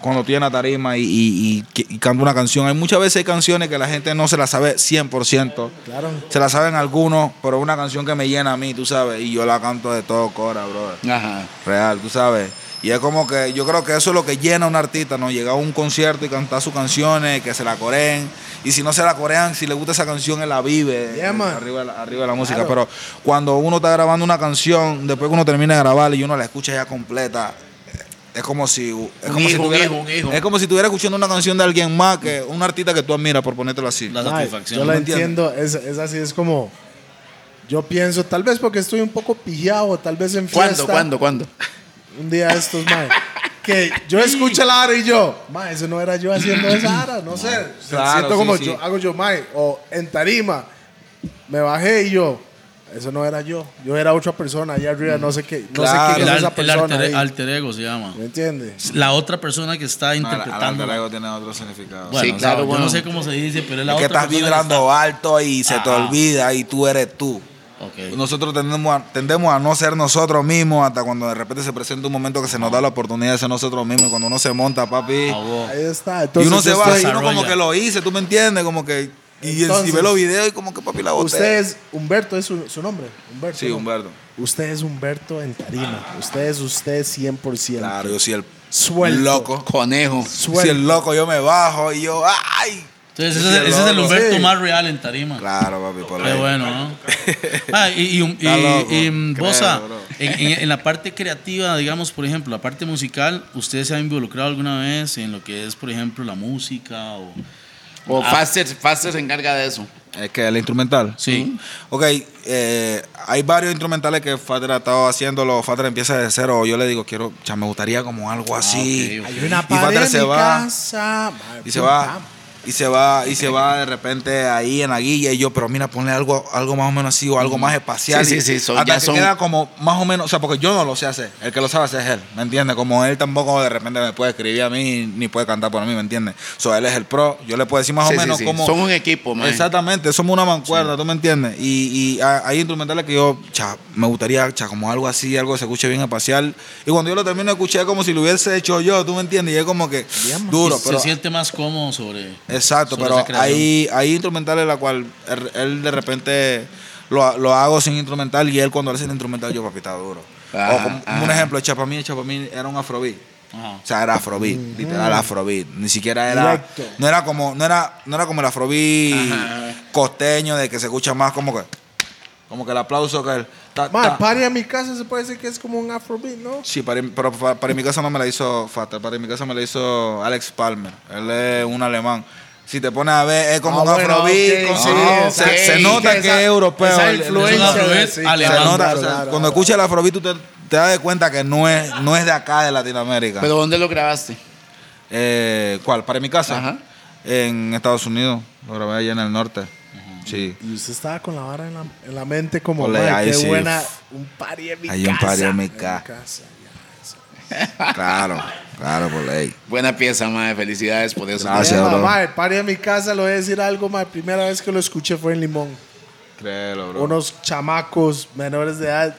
D: cuando estoy en la tarima y, y- y- y canto una canción. Hay muchas veces hay canciones que la gente no se la sabe 100%.
B: Claro.
D: Se la saben algunos, pero es una canción que me llena a mí, tú sabes. Y yo la canto de todo cora, brother.
E: Ajá.
D: Real, tú sabes. Y es como que yo creo que eso es lo que llena a un artista, ¿no? Llegar a un concierto y cantar sus canciones, que se la coreen. Y si no se la corean, si le gusta esa canción, él la vive
B: Yeah,
D: eh,
B: man.
D: arriba, de la- arriba de la música.
B: Claro.
D: Pero cuando uno está grabando una canción, después que uno termina de grabarla y uno la escucha ya completa, eh, es como si. Es
E: Un
D: como, si
E: hijo, un
D: tuviera-
E: hijo, un hijo.
D: es como si estuviera escuchando una canción de alguien más, que un artista que tú admiras, por ponértelo así.
C: La
B: Mae,
C: satisfacción.
B: Yo la
D: ¿me entiendes?
B: entiendo, es, es así, es como. Yo pienso, tal vez porque estoy un poco pillado, tal vez en fiesta.
E: ¿Cuándo, cuándo, cuándo?
B: Un día de estos, mae. Que yo escucho la ara y yo, mae, eso no era yo haciendo esa ara, no sé.
D: claro,
B: siento
D: sí,
B: como
D: sí.
B: yo hago yo, mae, o en tarima, me bajé y yo, eso no era yo, yo era otra persona allá arriba, no sé qué, Ah, no
D: Claro.
B: sé quién
C: El,
B: es
C: al-
B: esa
C: el
B: persona.
C: alter, e-
B: ahí.
C: alter ego se llama.
B: ¿Me entiendes?
C: La otra persona que está
D: No, al- al
C: interpretando.
D: alter ego tiene otro significado.
C: bueno,
E: Sí,
C: o sea,
E: claro,
C: yo
E: bueno.
C: no sé cómo se dice, pero es la
D: Es que
C: otra
D: estás
C: persona
D: vibrando alto y se te
C: Ajá.
D: olvida y tú eres tú.
C: que está- Ok.
D: Nosotros tendemos a, tendemos a no ser nosotros mismos hasta cuando de repente se presenta un momento que se nos da la oportunidad de ser nosotros mismos. Y cuando uno se monta, papi,
C: A vos.
B: Ahí está.
D: y
B: Entonces,
D: uno se
B: yo
D: va, y
B: estoy-
D: uno como
C: desarrolla.
D: que lo hice, ¿tú me entiendes? Como que. Y,
B: Entonces,
D: y ve los videos y como que papi la boté.
B: Usted es Humberto, es su, su nombre. Humberto.
D: Sí,
B: ¿no?
D: Humberto.
B: Usted es Humberto en tarima. Usted es usted 100%.
D: Claro, yo soy el
B: Suelto.
D: loco.
E: Conejo.
B: Suelto.
D: Si el loco yo me bajo y yo, ¡ay!
C: Entonces,
D: Yo
C: ese,
D: soy
C: es- ese es el
D: loco.
C: Humberto
B: Sí.
C: más real en Tarima.
D: Claro, papi, por
C: Qué
D: ahí.
C: bueno, ¿no? Ah, y, y, y-
D: Está loco,
C: y, mm,
D: creo,
C: Bosa,
D: bro.
C: en, en- en la parte creativa, digamos, por ejemplo, la parte musical, ¿usted se ha involucrado alguna vez en lo que es, por ejemplo, la música? O...
E: O
C: Ah.
E: Faster, Faster se encarga de eso.
D: Es que el instrumental.
C: Sí.
D: Ok, eh, hay varios instrumentales que Fader ha estado haciéndolo. Fader empieza de cero. Yo le digo, quiero, ya me gustaría como algo
E: Ah,
D: así.
C: ok, ok.
B: Hay una
D: Y Fader
B: pared en
D: se
B: mi
D: va.
B: casa.
D: Y se va. Y se va, y se va de repente ahí en la guilla. Y yo, pero mira, ponle algo, algo más o menos así o algo más espacial.
E: Mm. Sí,
D: y
E: sí, sí, son-
D: hasta
E: ya
D: que
E: son-
D: queda como más o menos. O sea, porque yo no lo sé hacer. El que lo sabe hacer es él. ¿Me entiendes? Como él tampoco de repente me puede escribir a mí ni puede cantar por mí. ¿Me entiendes? O sea, él es el pro. Yo le puedo decir más
E: Sí,
D: o
E: sí,
D: menos
E: sí.
D: cómo.
E: Son un equipo, man.
D: Exactamente, somos una mancuerda, ¿tú me entiendes? Y, y ha- hay instrumentales que yo, cha, me gustaría, cha, como algo así, algo que se escuche bien espacial. Y cuando yo lo termino, escuché como si lo hubiese hecho yo, ¿tú me entiendes? Y es como que duro,
C: se
D: pero...
C: siente más cómodo sobre.
D: Exacto,
C: sobre
D: pero
C: esa creación.
D: hay, hay instrumentales la cual er- él, de repente lo, lo hago sin instrumental y él cuando hace el instrumental yo, papi, está duro.
E: Ajá,
D: o como- como un
E: ajá.
D: ejemplo, Chapamí, Chapamí era un afrobeat.
C: Ajá.
D: O sea, era afrobeat, literal afrobeat. Ni siquiera era
B: Directo.
D: no era como no era no era como el afrobeat
C: Ajá.
D: costeño de que se escucha más como que como que el aplauso que el ta-
B: Ma,
D: ta-
B: el party a mi casa se puede decir que es como un afrobeat, ¿no?
D: Sí, para, pero para, para mi casa no me la hizo Fatal, para mi casa me la hizo Alex Palmer. Él es un alemán. Si te pones a ver, es como
B: Ah,
D: un
B: bueno,
D: afrobeat.
B: ok,
D: con-
B: sí,
D: ah,
E: ok.
D: se, se nota
E: Esa-
D: que es europeo.
B: esa
D: el- el-
B: influencia
D: el-
C: de-
D: el-
C: sí,
D: se
C: claro,
D: nota, o
B: claro,
D: sea, cuando
B: claro, claro.
D: escuchas el afrobeat, tú te, te das cuenta que no es, no es de acá, de Latinoamérica.
E: ¿Pero dónde lo grabaste?
D: Eh, ¿Cuál? Para mi casa.
E: Ajá.
D: En Estados Unidos. Lo grabé allá en el norte. Sí.
B: Y usted estaba con la vara en la, en la mente como,
D: Ole,
B: "Ma,
D: ahí
B: qué
D: sí.
B: buena, un party en mi
D: Hay
B: casa.
D: un party en mi ca-
B: casa.
D: Claro, claro, por ley.
E: Buena pieza, madre. Felicidades por eso.
D: Gracias.
B: Eh, ma,
D: bro.
B: ma, el party en mi casa, le voy a decir algo, ma, la primera vez que lo escuché fue en Limón.
D: Créelo,
B: Unos chamacos menores de edad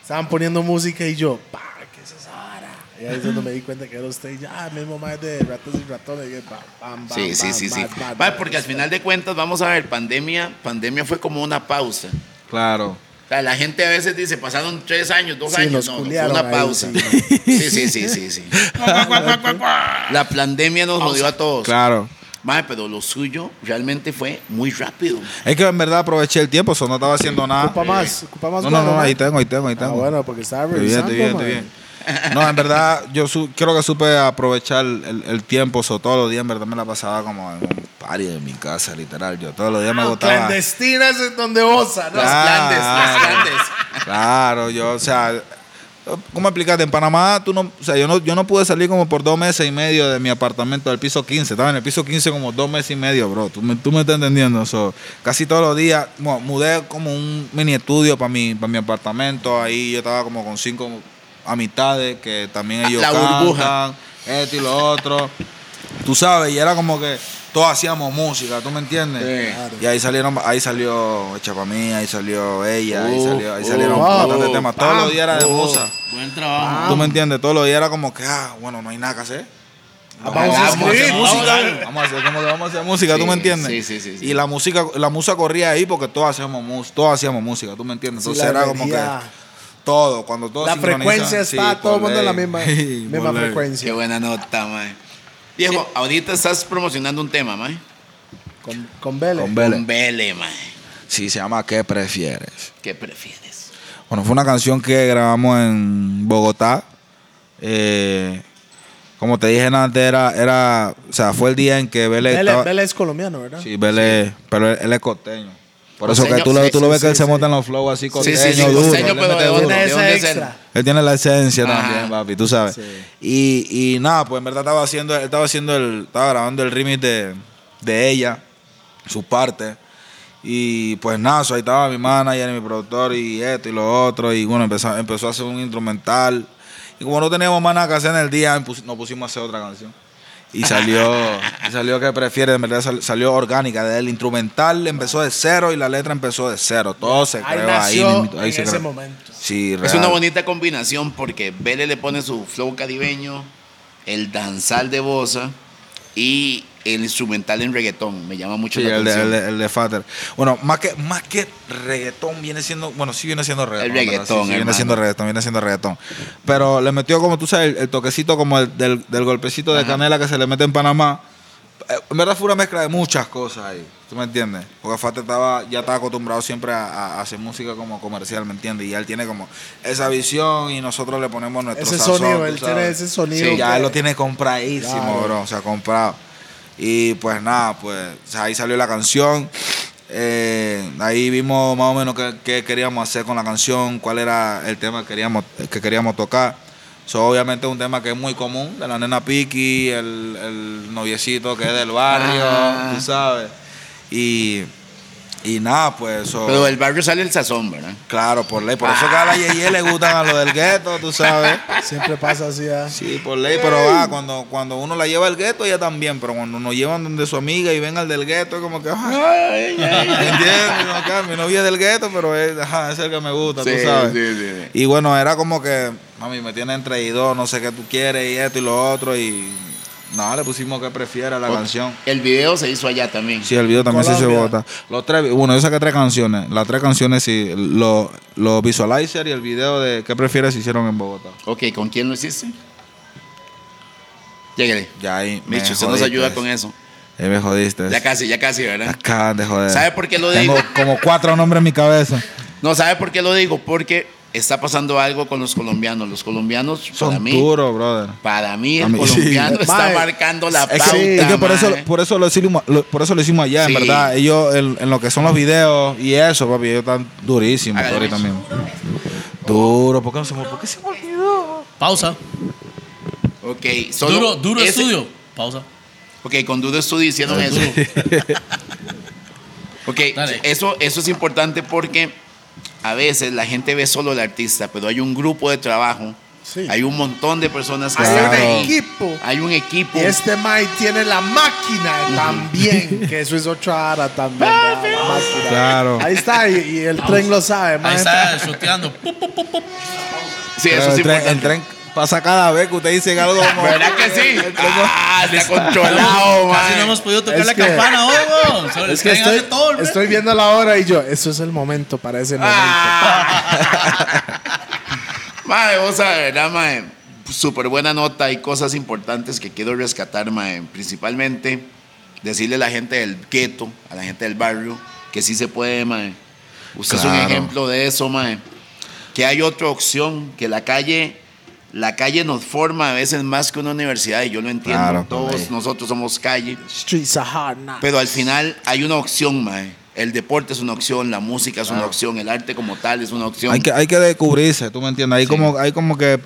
B: estaban poniendo música y yo, pa, ¿qué es esa vara? Y ahí es donde me di cuenta que era usted y ya, ah, mismo más de ratas y ratones. Y yo, bam, bam, bam,
E: Sí, sí,
B: bam,
E: sí, sí.
B: bam, bam,
E: Mae,
B: bam.
E: porque al final de cuentas, vamos a ver, pandemia, pandemia fue como una pausa.
D: Claro.
E: O sea, la gente a veces dice, pasaron tres años, dos
B: Sí,
E: años,
B: nos
E: no, no, fue
B: culiaron
E: una
B: ahí,
E: pausa.
B: sí,
E: Sí, sí, sí, sí, sí. La pandemia nos jodió a todos.
D: Claro.
E: Mae, pero lo suyo realmente fue muy rápido.
D: Es que en verdad aproveché el tiempo, eso no estaba haciendo nada.
B: Ocupa más, ocupa más.
D: No, no,
B: guaro,
D: no,
B: ma.
D: ahí tengo, ahí tengo, ahí
B: Ah,
D: tengo.
B: bueno, pues. porque estaba
D: Estoy bien,
B: revisando,
D: estoy bien,
B: ma.
D: estoy bien. No, en verdad, yo su- creo que supe aprovechar el, el tiempo, so, todos los días en verdad me la pasaba como en un party en mi casa, literal. Yo todos los días
B: Ah,
D: me agotaba.
B: Clandestinas es donde osa, ¿no?
D: Claro.
E: Grandes, las grandes.
D: Claro, yo, o sea, ¿cómo explicarte? En Panamá, tú no, o sea, yo no, yo no pude salir como por dos meses y medio de mi apartamento del piso 15. Estaba en el piso 15 como dos meses y medio, bro. Tú me, tú me estás entendiendo. So, casi todos los días, bueno, mudé como un mini estudio para mi, para mi apartamento. Ahí yo estaba como con cinco amistades que también ellos
E: La burbuja.
D: cantan, esto y lo otro. Tú sabes, y era como que todos hacíamos música, ¿tú me entiendes?
E: Sí.
B: Claro.
D: Y ahí salieron, ahí salió Chapamí, ahí salió ella, ahí,
E: Uh,
D: salió, ahí
E: uh,
D: salieron
B: uh,
D: bastantes
E: uh,
D: temas. Todos los días era de
B: uh.
D: musa.
C: Buen trabajo.
D: ¿Tú me entiendes? Todos los días era como que, ah, bueno, no hay nada que hacer.
B: Ah, vamos a
E: Vamos a hacer
B: escribir.
E: música.
D: Vamos a hacer como que vamos a hacer música, ¿tú
E: Sí,
D: me entiendes?
E: sí, sí, sí, sí.
D: Y la música, la musa corría ahí porque todos hacíamos música, todos hacíamos música, ¿tú me entiendes?
B: Sí,
D: Entonces
B: la
D: era como que
B: energía.
D: todo, cuando todo
B: La
D: sincronizan,
B: frecuencia
D: sí,
B: está, todo el
D: por
B: mundo en la
D: ley.
B: misma,
D: Sí,
B: misma
D: por ley.
E: Qué
B: frecuencia.
E: buena nota, mae. Diego, ahorita estás promocionando un tema, mae.
B: Con, con Vélez.
D: Con Vélez.
E: Con Vélez, mae.
D: Sí, se llama ¿Qué prefieres?
E: ¿Qué prefieres?
D: Bueno, fue una canción que grabamos en Bogotá. Eh, como te dije antes, era, era, o sea, fue el día en que Vélez
B: Vélez,
D: estaba-
B: Vélez es colombiano, ¿verdad?
D: Sí, Vélez, pero él, él es costeño. Por eso que
E: Costeño,
D: tú, lo- tú
E: sí,
D: lo ves
B: sí,
D: que él se
B: sí.
D: monta en los flows así costeño,
E: sí, sí,
D: duro.
E: costeño,
D: él, le
E: pero
D: mete
E: de
D: duro.
E: dónde
B: Tiene
E: es?
B: esa
E: es él?
B: extra.
D: Él tiene la esencia
E: Ajá.
D: también, papi, tú sabes.
B: Sí.
D: Y, y nada, pues en verdad estaba haciendo, él estaba haciendo el, estaba grabando el remix de, de ella, su parte. Y pues nada, so, ahí estaba mi manager y mi productor y esto y lo otro. Y bueno, empezó, empezó a hacer un instrumental. Y como no teníamos más nada que hacer en el día, empus- nos pusimos a hacer otra canción. Y salió, y salió que prefiere, en verdad sal- salió orgánica. El instrumental empezó de cero y la letra empezó de cero. Todo se
B: Ahí
D: creó
B: nació
D: ahí. mismito, ahí
B: en
D: se
B: ese
D: creó.
B: momento.
D: Sí,
E: Es
D: real.
E: una bonita combinación porque Vélez le pone su flow caribeño, el danzal de bosa y el instrumental en reggaetón. Me llama mucho
D: Sí,
E: la
D: el de,
E: atención.
D: el, de- el de Fater. Bueno, más que, más que reggaetón viene siendo, bueno, sí viene siendo reggaetón. ¿verdad?
E: reggaetón,
D: Sí, sí, viene
E: hermano.
D: siendo reggaetón, viene siendo reggaetón. Pero le metió como tú sabes, el, el toquecito como el del, del golpecito de
E: Ajá.
D: canela que se le mete en Panamá. Eh, En verdad fue una mezcla de muchas cosas ahí. ¿Tú me entiendes? Porque Fater estaba, ya estaba acostumbrado siempre a, a- a hacer música como comercial, ¿me entiendes? Y él tiene como esa visión y nosotros le ponemos nuestro
B: Ese
D: sazón,
B: sonido,
D: tú
B: él
D: sabes.
B: tiene ese sonido.
E: Sí,
D: Ya
B: que-
D: él lo tiene compradísimo,
B: Claro.
D: bro. O sea, comprado. Y pues nada, pues o sea, ahí salió la canción. Eh, ahí vimos más o menos qué, qué queríamos hacer con la canción, cuál era el tema que queríamos, que queríamos tocar. So, obviamente es un tema que es muy común, de la nena Piki, el, el noviecito que es del barrio,
E: Ah.
D: tú sabes. Y, y nada, pues so-
E: Pero del barrio sale el sazón, ¿verdad?
D: claro, por ley. Por eso que a la Yeye le gustan a los del gueto, tú sabes.
B: Siempre pasa así. ¿ah?
D: Sí, por ley, pero ah, cuando, cuando uno la lleva al gueto, ella también, pero cuando nos llevan donde su amiga y ven al del gueto, es como que, ah, ¿entiendes? Como que, ah, mi novia es del gueto, pero es, ajá, es el que me gusta, tú sabes.
E: sí, sí, sí.
D: Y bueno, era como que, mami, me tienen traidor, no sé qué tú quieres y esto y lo otro, y No, le pusimos que prefiera la
E: O-
D: canción.
E: El video se hizo allá también.
D: Sí, el video también sí se
B: Colombia.
D: vota. Los tres, bueno, yo saqué tres canciones. Las tres canciones sí, los lo visualizer y el video de ¿Qué prefieres? se hicieron en Bogotá.
E: Ok, ¿con quién lo hiciste? Lléguele.
D: Ya ahí. me
E: Micho, usted nos ayuda
D: jodiste.
E: con eso.
D: Ahí me jodiste.
E: Ya casi, ya casi, ¿verdad?
D: Acaban de joder.
E: ¿Sabe por qué lo
D: Tengo
E: digo?
D: como cuatro nombres en mi cabeza.
E: No, ¿sabe por qué lo digo? Porque está pasando algo con los colombianos. Los colombianos, para
D: Son
E: mí,
D: duros, brother.
E: para mí, el
D: A mí- sí.
E: colombiano está
B: Mae,
E: marcando la
D: Es
E: pauta.
D: que, es que por, eso,
E: mae.
D: por, eso lo hicimos, lo- por eso lo hicimos allá,
E: Sí.
D: en verdad. Ellos, en, en lo que son los videos y eso, papi, ellos están durísimos
E: Hágale,
D: ahorita
E: Luis.
D: mismo. Duro, ¿por qué no se me- por qué se me olvidó?
C: Pausa.
E: Ok, solo
C: Duro, duro
E: ese-
C: estudio. Pausa.
E: Ok, con Dudo Estudio hicieron eso. ok,
C: Dale.
E: eso, eso es importante porque a veces la gente ve solo al artista, pero hay un grupo de trabajo,
B: Sí.
E: hay un montón de personas que
B: Hay
E: están
B: un
D: Claro.
E: ahí,
B: equipo.
E: hay un equipo.
B: Y este Mike tiene la máquina también, que eso es otra ara también. ¿verdad? La máquina.
D: Ah, Claro.
B: Ahí está, y, y el tren lo sabe,
C: Ahí
B: Mike.
C: está shoteando. Pup, pup, pup, pup.
E: Sí,
D: Pero
E: eso es
D: el, tren, el
E: importante.
D: tren pasa cada vez que ustedes dicen algo. como-
E: ¿Verdad que sí? Ah, está controlado,
C: Casi
E: mae.
C: no hemos podido tocar
B: Es
C: la
B: que-
C: campana hoy, weón. Solo el
B: Es que
C: tren hace
B: estoy,
C: todo, el resto.
B: estoy viendo la hora y yo, eso es el momento para ese momento.
E: Ah. Mae, vos sabés, ¿verdad, mae? Súper buena nota. Hay cosas importantes que quiero rescatar, mae. Principalmente decirle a la gente del gueto, a la gente del barrio, que sí se puede, mae. Usted es
D: Claro.
E: un ejemplo de eso, mae. Que hay otra opción, que la calle, la calle nos forma a veces más que una universidad, y yo lo entiendo.
D: Claro,
E: Todos
D: mae.
E: nosotros somos calle.
B: Streets are hard now.
E: Pero al final hay una opción, mae. El deporte es una opción, la música es una opción, el arte como tal es una opción.
D: Hay que, hay que descubrirse, tú me entiendes. Hay, como, hay como que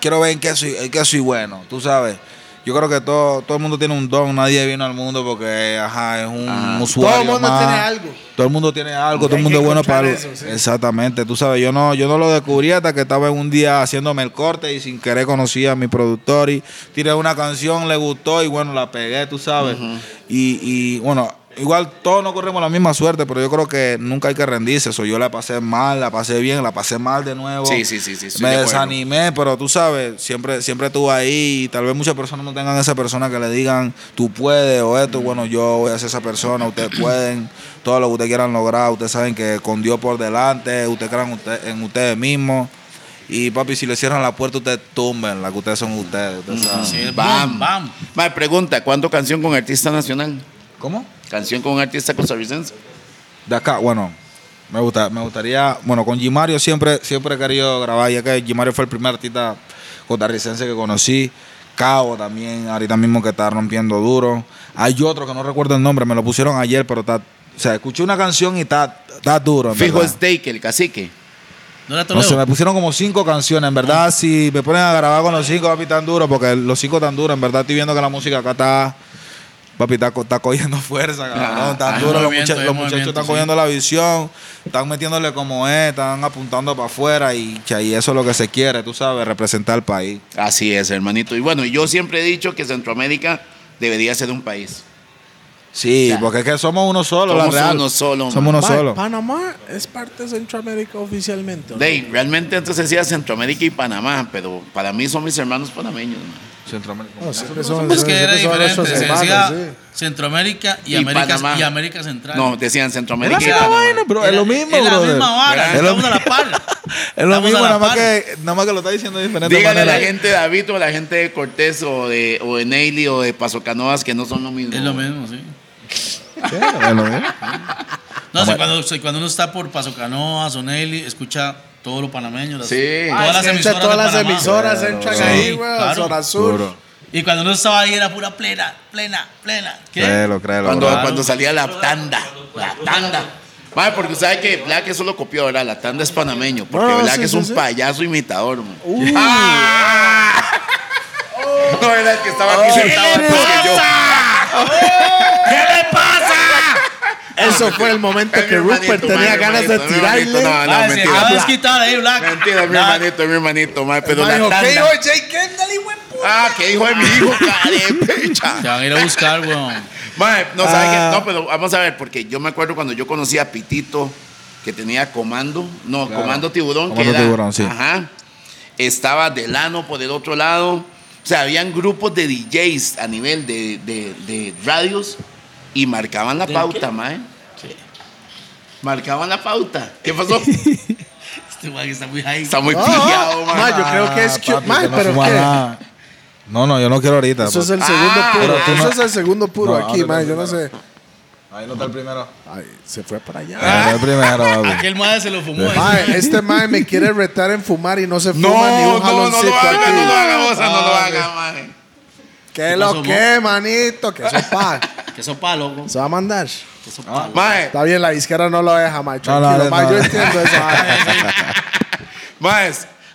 D: quiero ver en qué soy, en qué soy bueno, tú sabes. Yo creo que todo, todo el mundo tiene un don, nadie vino al mundo porque ajá, es un
E: Ajá.
D: usuario.
B: Todo el mundo
D: más.
B: tiene algo.
D: Todo el mundo tiene algo, todo
B: Hay
D: el mundo
B: que
D: es bueno
B: encontrar
D: para
B: eso, sí.
D: Exactamente, tú sabes, yo no, yo no lo descubrí hasta que estaba en un día haciéndome el corte y sin querer conocí a mi productor y tiré una canción, le gustó y bueno, la pegué, tú sabes. y, y, bueno, igual todos no corremos la misma suerte, pero yo creo que nunca hay que rendirse. Eso yo la pasé mal, la pasé bien, la pasé mal de nuevo.
E: Sí, sí, sí, sí, estoy
D: Me
E: de acuerdo.
D: desanimé, pero tú sabes, siempre, siempre estuve ahí y tal vez muchas personas no tengan esa persona que le digan, tú puedes o
E: Mm.
D: esto, bueno, yo voy a ser esa persona, ustedes pueden, todo lo que ustedes quieran lograr, ustedes saben que con Dios por delante, ustedes crean usted- en ustedes mismos. Y papi, si le cierran la puerta, ustedes tumben, la que ustedes son ustedes.
E: Mm,
D: ustedes saben.
C: Sí, bam,
E: Bam.
C: bam.
E: Mae, pregunta, ¿cuánto canción con artista nacional?
D: ¿Cómo?
E: ¿Canción con artista costarricense?
D: De acá, bueno, me gusta, me gustaría, bueno, con Gimario siempre, siempre he querido grabar, ya que Gimario fue el primer artista costarricense que conocí. Cabo también, ahorita mismo que está rompiendo duro. Hay otro que no recuerdo el nombre, me lo pusieron ayer, pero está, o sea, escuché una canción y está, está duro. en
E: Fijo
D: verdad.
E: es Dake, el cacique.
C: No era
D: No sé, me
C: Toledo.
D: pusieron como cinco canciones. En
C: Ah.
D: verdad, si me ponen a grabar con los cinco, papi, tan duro, porque los cinco tan duros, en verdad estoy viendo que la música acá está. Papi, está, co- está cogiendo fuerza, cabrón. Tan
C: Ah, hay
D: duro, los,
C: movimiento,
D: mucha-
C: hay
D: los muchachos
C: movimiento,
D: están
C: sí.
D: cogiendo la visión, están metiéndole como es, están apuntando para afuera y, que ahí eso es lo que se quiere, tú sabes, representar al país.
E: Así es, hermanito. Y bueno, yo siempre he dicho que Centroamérica debería ser un país.
D: Sí,
E: Claro.
D: porque es que somos uno solo, la
E: Somos
D: real.
E: uno solo,
D: Somos uno
B: Mae,
D: solo.
B: Panamá es parte de Centroamérica oficialmente. ¿no?
E: Dave, realmente antes decía Centroamérica y Panamá, pero para mí son mis hermanos panameños. mae.
D: Centroamérica.
C: Oh,
B: No, siempre son-
C: Es que era
B: siempre son
C: diferente.
B: nuestros
C: Se
B: hermanos,
C: decía
B: sí.
C: Centroamérica y,
E: Y Panamá.
C: América, y América Central.
E: No, decían Centroamérica y Panamá.
D: Ah, bueno, bro, es
C: Era-
D: lo mismo,
C: Es la
D: brother.
C: misma vara.
D: Es lo
C: Estamos a la par.
D: Es lo
C: Estamos
D: mismo,
C: a la
D: nada más,
C: par.
D: que, nada más que lo está diciendo de diferente
E: Dígale a la
D: manera.
E: gente de David o a la gente de Cortés o de, o de Neily o de Paso Canoas que no son lo mismo.
C: Es lo mismo, sí.
D: Claro, es lo mismo.
C: No, si cuando, si cuando uno está por Paso Canoas o Nelly, escucha todo lo panameño. las-
E: Sí.
B: Ah,
C: Todas las
B: es que
C: emisoras.
B: todas
C: de
B: las
C: Panamá.
B: emisoras entran
C: Sí,
B: ahí, güey.
C: claro.
B: Zona Sur.
D: Duro.
C: Y cuando uno estaba ahí era pura plena, plena, plena. ¿Qué?
D: Créelo, créelo.
E: Cuando,
D: bro.
E: cuando salía la tanda. La tanda. Mae, porque sabe que Black eso lo copió, ¿verdad? La tanda es panameño. Porque
B: No,
E: Black
B: Ah, sí,
E: es
B: sí,
E: un
B: sí.
E: payaso imitador, man. No era el que estaba
B: Oh.
E: aquí sentado antes que yo.
B: Eso fue el momento
E: Es mi
B: que Rupert
E: hermanito,
B: tenía
E: mae,
B: ganas de
E: hermanito, mi hermanito.
B: tirarle.
E: No, no,
C: Ah, se acaba de
E: mentira.
C: desquitar ahí, Black.
E: Mentira, es mi
C: Black.
E: hermanito, es mi hermanito, mae, pero
B: Mae,
E: la
B: dijo, ¿qué
E: tanda.
B: dijo Jay Kendall, hijo de puta?
E: Ah, qué hijo de mi hijo, carepecha.
C: Te van a ir a buscar, weón.
E: Mae, no, ¿sabe
D: Ah.
E: qué? no, pero vamos a ver, porque yo me acuerdo cuando yo conocí a Pitito, que tenía comando, no,
D: Claro.
E: comando tiburón. que
D: Comando
E: era-
D: Tiburón, sí.
E: Ajá. Estaba Delano por el otro lado. O sea, habían grupos de DJs a nivel de, de- de radios y marcaban la
C: ¿De
E: pauta,
C: qué?
E: mae. Marcaban la pauta. ¿Qué pasó?
C: Este man está muy high.
E: Está muy
B: Ah,
E: pillado, mae.
B: mae, yo creo que es
D: Ah,
B: que-
D: papi,
B: mae,
D: que no
B: pero
D: fuma
B: ¿qué?
D: nada. No, no, yo no quiero ahorita.
B: Eso es
D: papi.
B: el segundo
E: Ah,
B: puro.
D: pero tú
B: Eso
D: no-
B: es el segundo puro
D: No,
B: aquí,
D: ábrelo
B: man. Yo no sé.
D: primero. Ahí no está el primero.
B: Ay, se fue para allá.
D: Ahí está el primero, papi.
C: Aquel madre se lo fumó. ese
B: Mae,
C: mae.
B: este mae me quiere retar en fumar y no se fuma
E: No,
B: ni un
E: no, no,
B: jaloncito
E: lo haga,
B: aquí.
E: no lo haga, Bosa, no lo haga, mae.
B: ¿Qué
C: ¿Qué
B: lo
C: pasó,
B: que, manito? Que eso pa.
C: eh. Que sopa, loco.
B: Se va a mandar.
C: Que sopa.
E: Mae,
B: Está bien, la disquera no lo deja, mae.
D: No, no,
B: Tranquilo,
D: no,
B: mae,
D: no.
B: Yo entiendo eso, mae.
E: mae,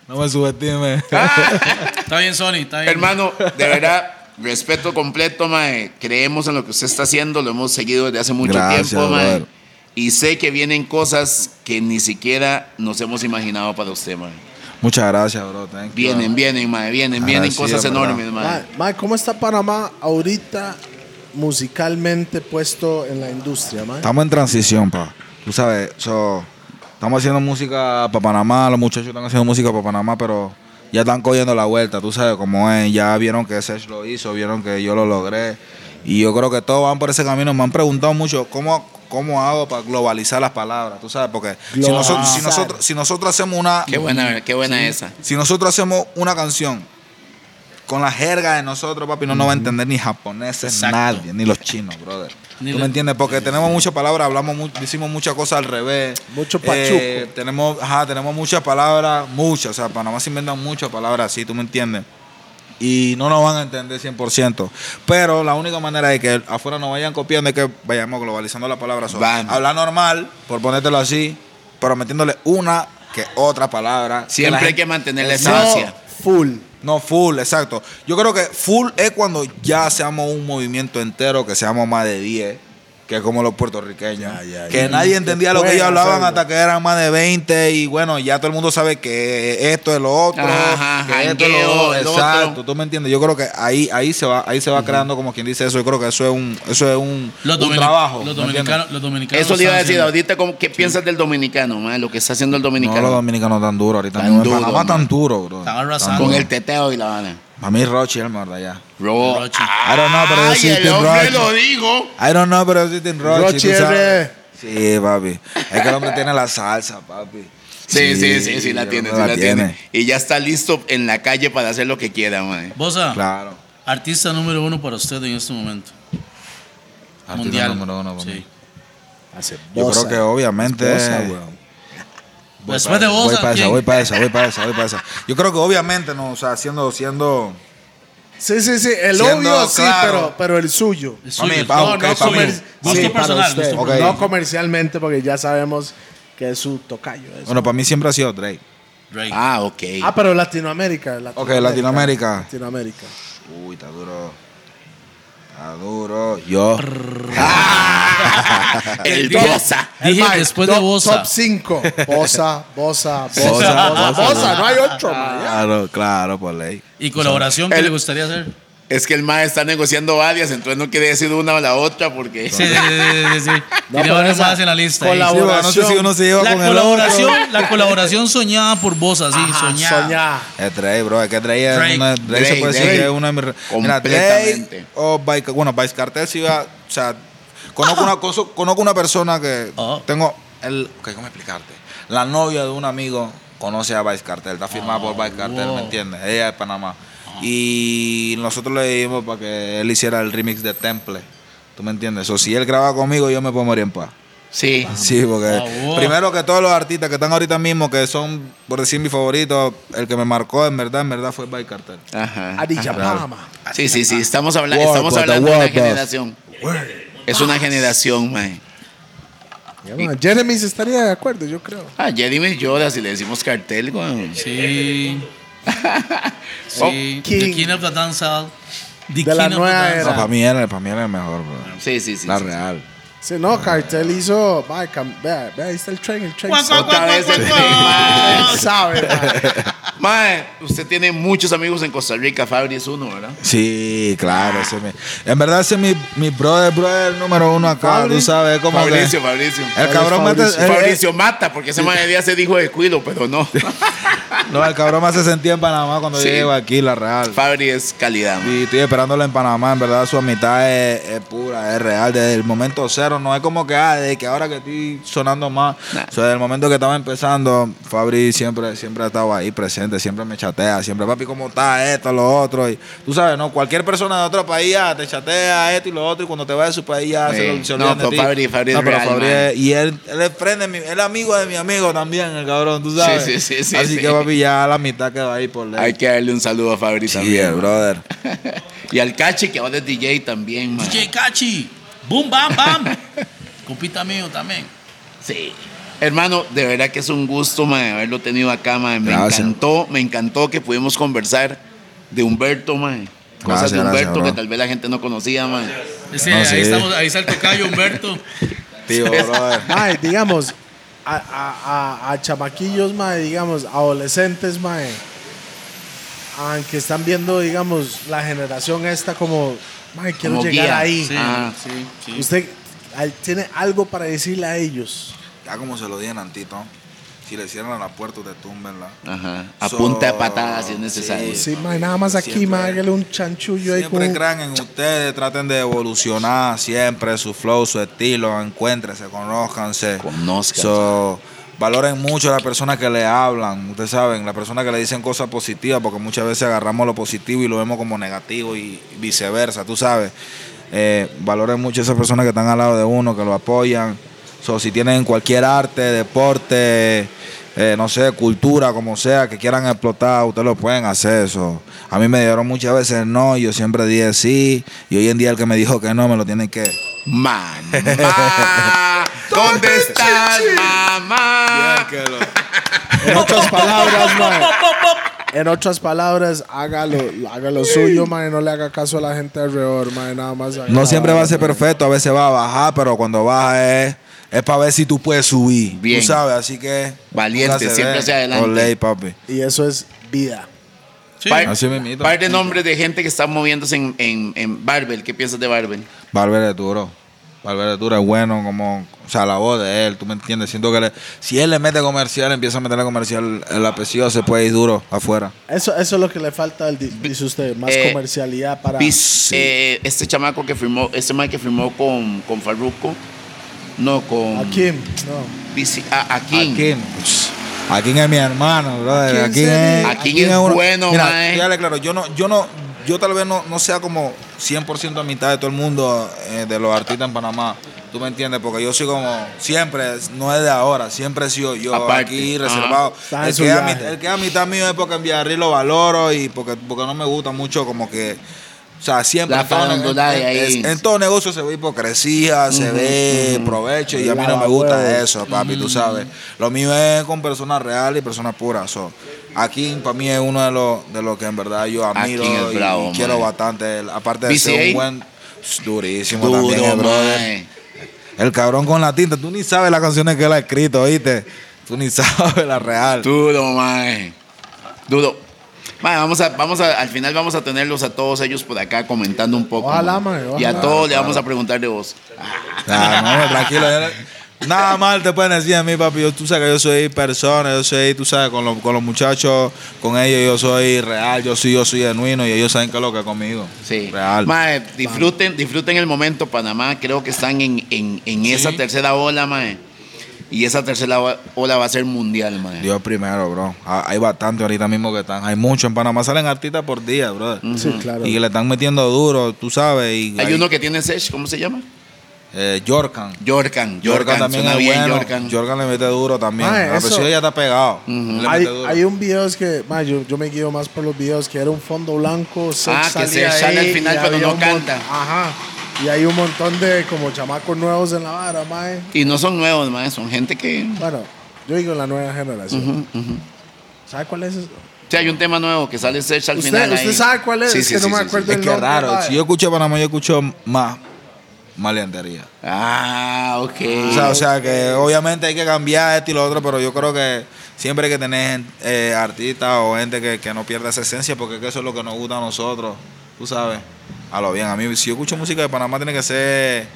D: No me subestime.
C: Está bien, Sony. Está bien.
E: Hermano, de verdad, respeto completo, mae. Creemos en lo que usted está haciendo, lo hemos seguido desde hace mucho
D: Gracias,
E: tiempo, mae.
D: brother.
E: Y sé que vienen cosas que ni siquiera nos hemos imaginado para usted, mae.
D: Muchas gracias, bro. Thank you.
E: Vienen, vienen, mae, vienen,
D: Ah,
E: vienen
D: sí,
E: cosas
D: es verdad.
E: enormes, mae.
B: Mae, mae, ¿cómo está Panamá ahorita musicalmente puesto en la industria, mae?
D: Estamos en transición, pa. Tú sabes, so, estamos haciendo música para Panamá, los muchachos están haciendo música para Panamá, pero ya están cogiendo la vuelta, tú sabes cómo es. Ya vieron que Sesh lo hizo, vieron que yo lo logré. Y yo creo que todos van por ese camino. Me han preguntado mucho cómo, cómo hago para globalizar las palabras, tú sabes, porque si, noso- si
B: Globalizar.
D: nosotros, si nosotros hacemos una,
E: Qué buena, qué buena esa.
D: si nosotros hacemos una canción con la jerga de nosotros, papi, no nos va a entender ni japoneses,
C: Exacto.
D: nadie, ni los chinos, brother.
C: Ni
D: ¿Tú
C: la-
D: me entiendes? Porque tenemos muchas palabras, hablamos, mu- decimos muchas cosas al revés.
B: Mucho
D: Eh,
B: pachuco.
D: tenemos, ajá, tenemos muchas palabras, muchas. O sea, Panamá se inventan muchas palabras así, ¿tú me entiendes? Y no nos van a entender 100%. Pero la única manera de que afuera nos vayan copiando es que vayamos globalizando la palabra. So,
E: Vamos.
D: Hablar normal, por ponértelo así, pero metiéndole una que otra palabra.
E: Siempre
D: la
E: hay
D: gente-
E: que mantener la
D: Exacto.
E: esencia.
B: Full.
D: No, full, exacto. Yo creo que full es cuando ya seamos un movimiento entero, que seamos más de 10, que es como los puertorriqueños. que nadie entendía lo que
B: pueden
D: ellos hablaban
B: hacerlo.
D: hasta que eran más de 20 y bueno, ya todo el mundo sabe que esto es lo otro,
E: Ajá,
D: que esto
E: jangueo, el otro.
D: Exacto, tú me entiendes. Yo creo que ahí ahí se va ahí se va creando como quien dice eso. Yo creo que eso es un eso es un,
C: Los,
D: un
C: domini-
D: trabajo. ¿me
C: los
D: entiendes?
C: dominicanos. Los dominicanos
E: Eso le iba a
C: están
E: decir
C: haciendo-
E: ahorita, ¿cómo- ¿qué piensas del dominicano, mae? Lo que está haciendo el
D: No, los
E: dominicano.
D: dominicanos tan duros ahorita.
E: Tan
D: mismo. En
E: duro,
D: Panamá tan
E: man.
D: duro, bro.
C: Están arrasando.
E: Con
D: Tan
E: el
D: duro.
E: teteo y la Habana.
D: Para mí Rochi es el mejor de allá.
E: Bro.
C: Rochi.
D: I don't know, pero yo
E: Ay,
D: sí
E: el
D: Team
E: hombre
D: Rochi.
E: lo dijo.
D: I don't know, pero es en Rochi.
B: Rochi
D: tú
B: es
D: sabes.
B: de-
D: Sí, papi. Es que el hombre tiene la salsa, papi.
E: Sí, sí, sí, sí, la
D: el
E: tiene, sí
D: hombre
E: la tiene. Y ya está listo en la calle para hacer lo que quiera, mae.
C: Bosa,
D: Claro.
C: artista número uno para usted en este momento.
D: Artista
C: mundial.
D: número uno para mí.
C: sí.
B: Hace
D: Yo
B: bosa.
D: creo que obviamente.
B: Es bosa,
D: Voy
B: weón.
C: Pues Después
D: pa-
C: de vos,
D: Voy
C: ¿a
D: para esa,
C: quién?
D: voy para esa, voy para esa, voy para esa. Yo creo que obviamente, no, o sea, siendo. siendo
B: Sí, sí, sí. El
D: Siendo
B: obvio sí,
D: claro.
B: pero, pero el suyo.
C: Es
D: Mami,
C: suyo.
D: pa-
C: No,
D: ok,
C: no,
D: pa-
C: comer-
D: mí.
C: gusto
B: Sí, para
C: personal.
B: usted.
C: gusto
D: Ok.
C: personal.
B: No comercialmente, porque ya sabemos que es su tocayo. eso.
D: bueno, para mí siempre ha sido Drake.
C: Drake.
E: Ah, ok.
B: Ah, pero Latinoamérica. Latinoamérica.
D: Latinoamérica.
B: Latinoamérica.
D: Uy, está duro. Está duro. Yo.
E: el Bosa.
C: Dije
B: El Mike,
C: después Pues de
B: top-
C: Bosa.
B: Top 5. Bosa, Bosa,
D: Bosa,
B: Bosa, Bosa,
D: Bosa.
B: Bosa, No hay otro, man.
D: Claro, claro, por ley.
C: ¿Y colaboración que
E: El-
C: le gustaría hacer?
E: Es que el mae está negociando varias, entonces no quiere decir una o la otra porque...
C: Sí, sí, sí, sí, sí, sí.
B: No,
C: Tiene
B: pero
C: varios
B: esa
C: más en la lista. ahí.
B: colabor-
D: Sí, bueno, no sé si uno se lleva
C: la
D: con el otro.
C: colaboración, la colaboración soñada por Bosa, sí,
B: Ah,
C: soñada.
B: soñá.
D: Es Drake, Eh, bro. Es que Drake, es
C: Drake.
D: una- Drake se
E: Drake,
D: puede decir
E: Drake.
D: que es una de mis... re- Mira, Drake
E: Completamente.
D: o Vice... Bueno, Vice Cartel sí va... O sea, conozco, una, coso- conozco una persona que
C: Oh.
D: tengo... El, ok, ¿cómo explicarte? La novia de un amigo conoce a Vice Cartel. Está firmada por Vice Cartel,
C: wow.
D: ¿me entiendes? Ella es de Panamá. Y nosotros le dimos para que él hiciera el remix de Temple. ¿Tú me entiendes? O si él graba conmigo, yo me puedo morir en paz.
E: Sí.
D: Sí, porque
C: Ah, wow.
D: primero que todos los artistas que están ahorita mismo, que son, por decir, mis favoritos, el que me marcó en verdad, en verdad fue By Cartel.
E: Ajá.
B: Adiyapama.
E: Sí, sí, sí. Estamos, habla-
D: Word,
E: estamos
D: but the
E: hablando de una
D: word, boss.
E: generación. Es una generación, mae.
B: Ya, man, Jeremy se estaría de acuerdo, yo creo.
E: Ah, Jeremy llora si le decimos cartel, güey.
C: Sí. sí.
B: King.
C: The King of the Dancehall. The
B: De la nueva era.
D: para mí era, para mí era el mejor, bro.
E: Sí, sí, sí.
D: la
E: sí.
D: real.
B: Sí, no, Cartel hizo. man, cam- Vea, vea, ahí está el tren, el tren. sabe.
E: Otra vez el
B: Él sabe, man.
E: Mae, usted tiene muchos amigos en Costa Rica. Fabri es uno, ¿verdad?
D: Sí, claro. ese es mi- en verdad, ese es mi, mi brother, brother número uno acá,
B: Fabri-
D: tú sabes, como que-
E: Fabricio, Fabricio.
D: el cabrón mete...
B: Fabricio.
D: el- el-
E: Fabricio mata, porque ese mae día se dijo de cuido, pero no.
D: No, el cabrón más se sentía en Panamá cuando
E: Sí.
D: yo llego aquí, la real.
E: Fabri es calidad, man.
D: Y estoy esperándolo en Panamá, en verdad su amistad es, es pura, es real, desde el momento cero, no es como que, ah, desde que ahora que estoy sonando más,
E: Nah.
D: o sea, desde el momento que estaba empezando, Fabri siempre, siempre ha estado ahí presente, siempre me chatea, siempre, papi, ¿cómo está esto, lo otro? Y tú sabes, ¿no? Cualquier persona de otro país ya te chatea esto y lo otro, y cuando te vas de su país ya se,
E: Sí.
D: lo- se
E: No,
D: olvidan de
E: pero
D: ti.
E: Fabri- Fabri
D: No,
E: es
D: pero
E: real,
D: Fabri
E: man.
D: es- y él, él es friend de mi, él es amigo de mi amigo también, el cabrón, tú sabes.
E: sí, sí, sí,
D: Así
E: sí.
D: que, papi, ya la mitad quedó ahí por ley.
E: Hay que darle un saludo a Fabri
D: Sí,
E: también. man.
D: brother.
E: Y al Cachi, que ahora es DJ también, man.
C: DJ Cachi. Boom, bam, bam. Compita mío también.
E: Sí. Hermano, de verdad que es un gusto, man, haberlo tenido acá, man. Me
D: Gracias.
E: encantó, me encantó que pudimos conversar de Humberto, man.
D: Gracias,
E: Cosas de
D: gracias,
E: Humberto
D: bro.
E: que tal vez la gente no conocía, man.
C: Ese,
D: No,
C: ahí,
D: sí.
C: estamos, ahí está el tocayo Humberto.
D: Tío, brother.
B: Mae, digamos, a, a, a, a chamaquillos, mae, digamos, adolescentes, mae, aunque están viendo, digamos, la generación esta como, mae, quiero
E: Como
B: llegar
E: guía,
B: ahí.
C: Sí,
E: Ah.
C: sí, sí.
B: Usted al- tiene algo para decirle a ellos.
D: Ya como se lo dije Antito, si le cierran la puerta, te tumbenla.
E: Ajá. Apunta
D: So-
E: a patadas si es necesario.
B: Sí, mae, nada más aquí,
D: Siempre.
B: mae, hágale un chanchullo ahí con
D: Siempre
B: un-
D: crean en ustedes, traten de evolucionar siempre su flow, su estilo, encuéntrense, conózcanse.
E: Conozcan.
D: So, valoren mucho a las personas que le hablan, ustedes saben, las personas que le dicen cosas positivas, porque muchas veces agarramos lo positivo y lo vemos como negativo y viceversa, tú sabes. Eh, valoren mucho a esas personas que están al lado de uno, que lo apoyan. So, si tienen cualquier arte, deporte, eh, no sé, cultura, como sea, que quieran explotar, ustedes lo pueden hacer. So, a mí me dieron muchas veces no, yo siempre dije sí, y hoy en día el que me dijo que no me lo tienen que.
E: Mamá, ¿dónde estás, mamá?
B: En otras palabras, mae. En otras palabras, hágalo, hágalo suyo, mae, no le haga caso a la gente alrededor, mae, nada más. haga
D: No
B: la
D: siempre va a
B: vara,
D: ser
B: mae.
D: perfecto, a veces va a bajar, pero cuando baja es, es para ver si tú puedes subir.
E: Bien.
D: Tú sabes, así que.
E: Valiente,
D: nunca se
E: siempre
D: den.
E: hacia adelante.
D: Olé, papi.
B: Y eso es vida.
C: Sí.
E: Par,
D: Así mismito.
E: par de nombres de gente que está moviéndose en, en, en Barbel. ¿Qué piensas de Barbel?
D: Valverde es duro. Valverde es duro, es bueno, como. O sea, la voz de él, tú me entiendes. Siento que le- si él le mete comercial, empieza a meterle comercial, el apellido se puede ir duro afuera.
B: Eso, eso es lo que le falta, al di- dice usted, más
E: Eh,
B: comercialidad para...
E: Pis- eh, este chamaco que firmó, este man que firmó con, con Farruko. No, con.
B: ¿A quién? No.
E: Pis- a, a King.
D: Akin. Akin es mi hermano, brother.
B: Akin
D: Akin
B: se-
D: es,
E: Akin es bueno,
D: Mira,
E: mae.
D: fíjale claro, yo no, yo no, yo tal vez no, no sea como 100% a mitad de todo el mundo eh, de los artistas en Panamá. Tú me entiendes, porque yo soy como siempre, no es de ahora, siempre he sido yo
E: Aparte.
D: aquí
E: Ajá.
D: reservado.
B: Está en
D: El
B: su
D: que, es a
B: viaje.
D: mitad, el que es a mitad mío es porque en Villarreal lo valoro y porque, porque no me gusta mucho como que. O sea, siempre
E: La
D: en todo-
E: farandulada de ahí.
D: en- en todo negocio se ve hipocresía, se ve provecho y a mí no me
B: Lava
D: gusta
B: huevos.
D: eso, papi, tú sabes. Lo mío es con personas reales y personas puras. so, Aquí para mí es uno de los de los que en verdad yo admiro
E: Akin es
D: y,
E: bravo,
D: y
E: man.
D: quiero bastante. él. Aparte de ser un
E: BCA?
D: buen es durísimo
E: Duro,
D: también, el brother.
E: mae.
D: El cabrón con la tinta, tú ni sabes las canciones que él ha escrito, ¿oíste? Tú ni sabes la real.
E: Duro, mae. Duro. Mae, vamos a, vamos a, al final vamos a tenerlos a todos ellos por acá comentando un poco.
B: Ojalá,
E: mae.
B: mae,
E: Y a
B: ojalá.
E: todos le vamos a preguntar de vos.
D: Ah, no, tranquilo. yo no- Nada mal te pueden decir a mí, papi. Yo, tú sabes que yo soy persona, yo soy, tú sabes, con, los- con los muchachos, con ellos, yo soy real, yo soy, yo soy genuino y ellos saben que es lo que es conmigo.
E: Sí.
D: Real.
E: Mae, disfruten, disfruten el momento, Panamá. Creo que están en, en, en esa tercera ola, mae. Y esa tercera o- ola va a ser mundial, mae.
D: Dios primero, bro. Ha- Hay bastante ahorita mismo que están. Hay muchos. En Panamá salen artistas por día, bro.
B: Sí, claro.
D: Y le están metiendo duro, tú sabes. Y
E: Hay uno que tiene Sesh, ¿cómo se llama?
D: eh, Yorkan.
E: Yorkan. Yorkan,
D: Yorkan también
E: suena
D: es
E: bien,
D: bueno.
E: Yorkan.
D: Yorkan le mete duro también. Ah,
B: Mae,
D: La
B: eso-
D: presión ya está pegado. Le
B: Hay,
D: mete duro.
B: hay un video es que, mae, yo, yo me guío más por los videos, que era un fondo blanco, Sech
E: Ah, que
B: salía
E: Sech sale
B: ahí,
E: al final,
B: y
E: pero
B: había
E: no
B: un mon-
E: canta.
B: Ajá. Y hay un montón de como chamacos nuevos en la vara, mae.
E: Y no son nuevos, mae. Son gente que.
B: Bueno, yo digo la nueva generación.
E: Ujú, ujú.
B: ¿Sabe cuál es? eso?
E: Sí, hay un tema nuevo que sale Sesh al
B: Usted-
E: final.
B: usted
E: ahí.
B: sabe cuál es, es que no me acuerdo.
D: Es que es
B: nombre,
D: raro.
B: mae.
D: Si yo escucho Panamá, yo escucho más maleantería.
E: Ah, ok.
D: O sea, o sea, que obviamente hay que cambiar esto y lo otro, pero yo creo que siempre hay que tener eh, artistas o gente que, que no pierda esa esencia, porque es que eso es lo que nos gusta a nosotros, tú sabes. A lo bien, a mí si yo escucho música de Panamá tiene que ser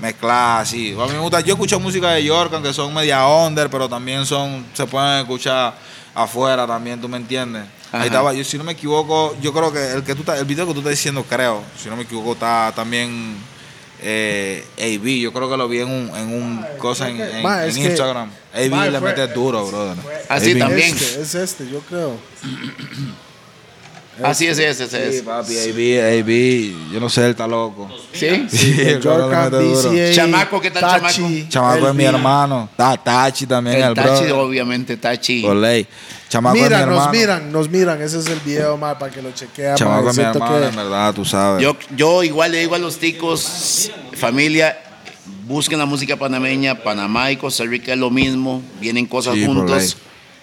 D: mezclar así. A mí me gusta, yo escucho música de York, aunque son media under, pero también son, se pueden escuchar afuera también, ¿tú me entiendes?
E: Ajá.
D: Ahí estaba, yo si no me equivoco, yo creo que el que tú estás- el video que tú estás diciendo, creo, si no me equivoco, está también eh, AB, yo creo que lo vi en un, en un cosa en, en-
B: Ma,
D: en
B: es que-
D: Instagram.
B: Ma,
D: AB le
B: fue-
D: mete duro, brother.
E: Así
D: AB.
E: Ah, también.
B: Este, es este, yo creo. Ah,
E: Así es, ese, ese
D: Sí,
E: es.
D: papi, AB, AB, yo no sé, él está loco.
E: ¿Sí?
D: Sí, el cabrón le
B: Jorka,
D: mete duro.
B: BCA,
E: Chamaco, ¿qué tal, chamaco?
D: Chamaco es mi
B: Elvira.
D: hermano. Ta- Tachi también, el,
E: El Tachi,
D: brother.
E: obviamente, Tachi.
D: Por ley. Chamaco es mi
B: Miran,
D: hermano.
B: nos miran, nos miran. Ese es el video, ma, para que lo chequea.
D: Chamaco
B: ma.
D: es mi
B: Siento
D: hermano, en
B: que-
D: verdad, tú sabes.
E: Yo, yo igual le digo a los ticos, familia, busquen la música panameña, Panamá y Costa Rica es lo mismo, vienen cosas
D: Sí, por
E: juntos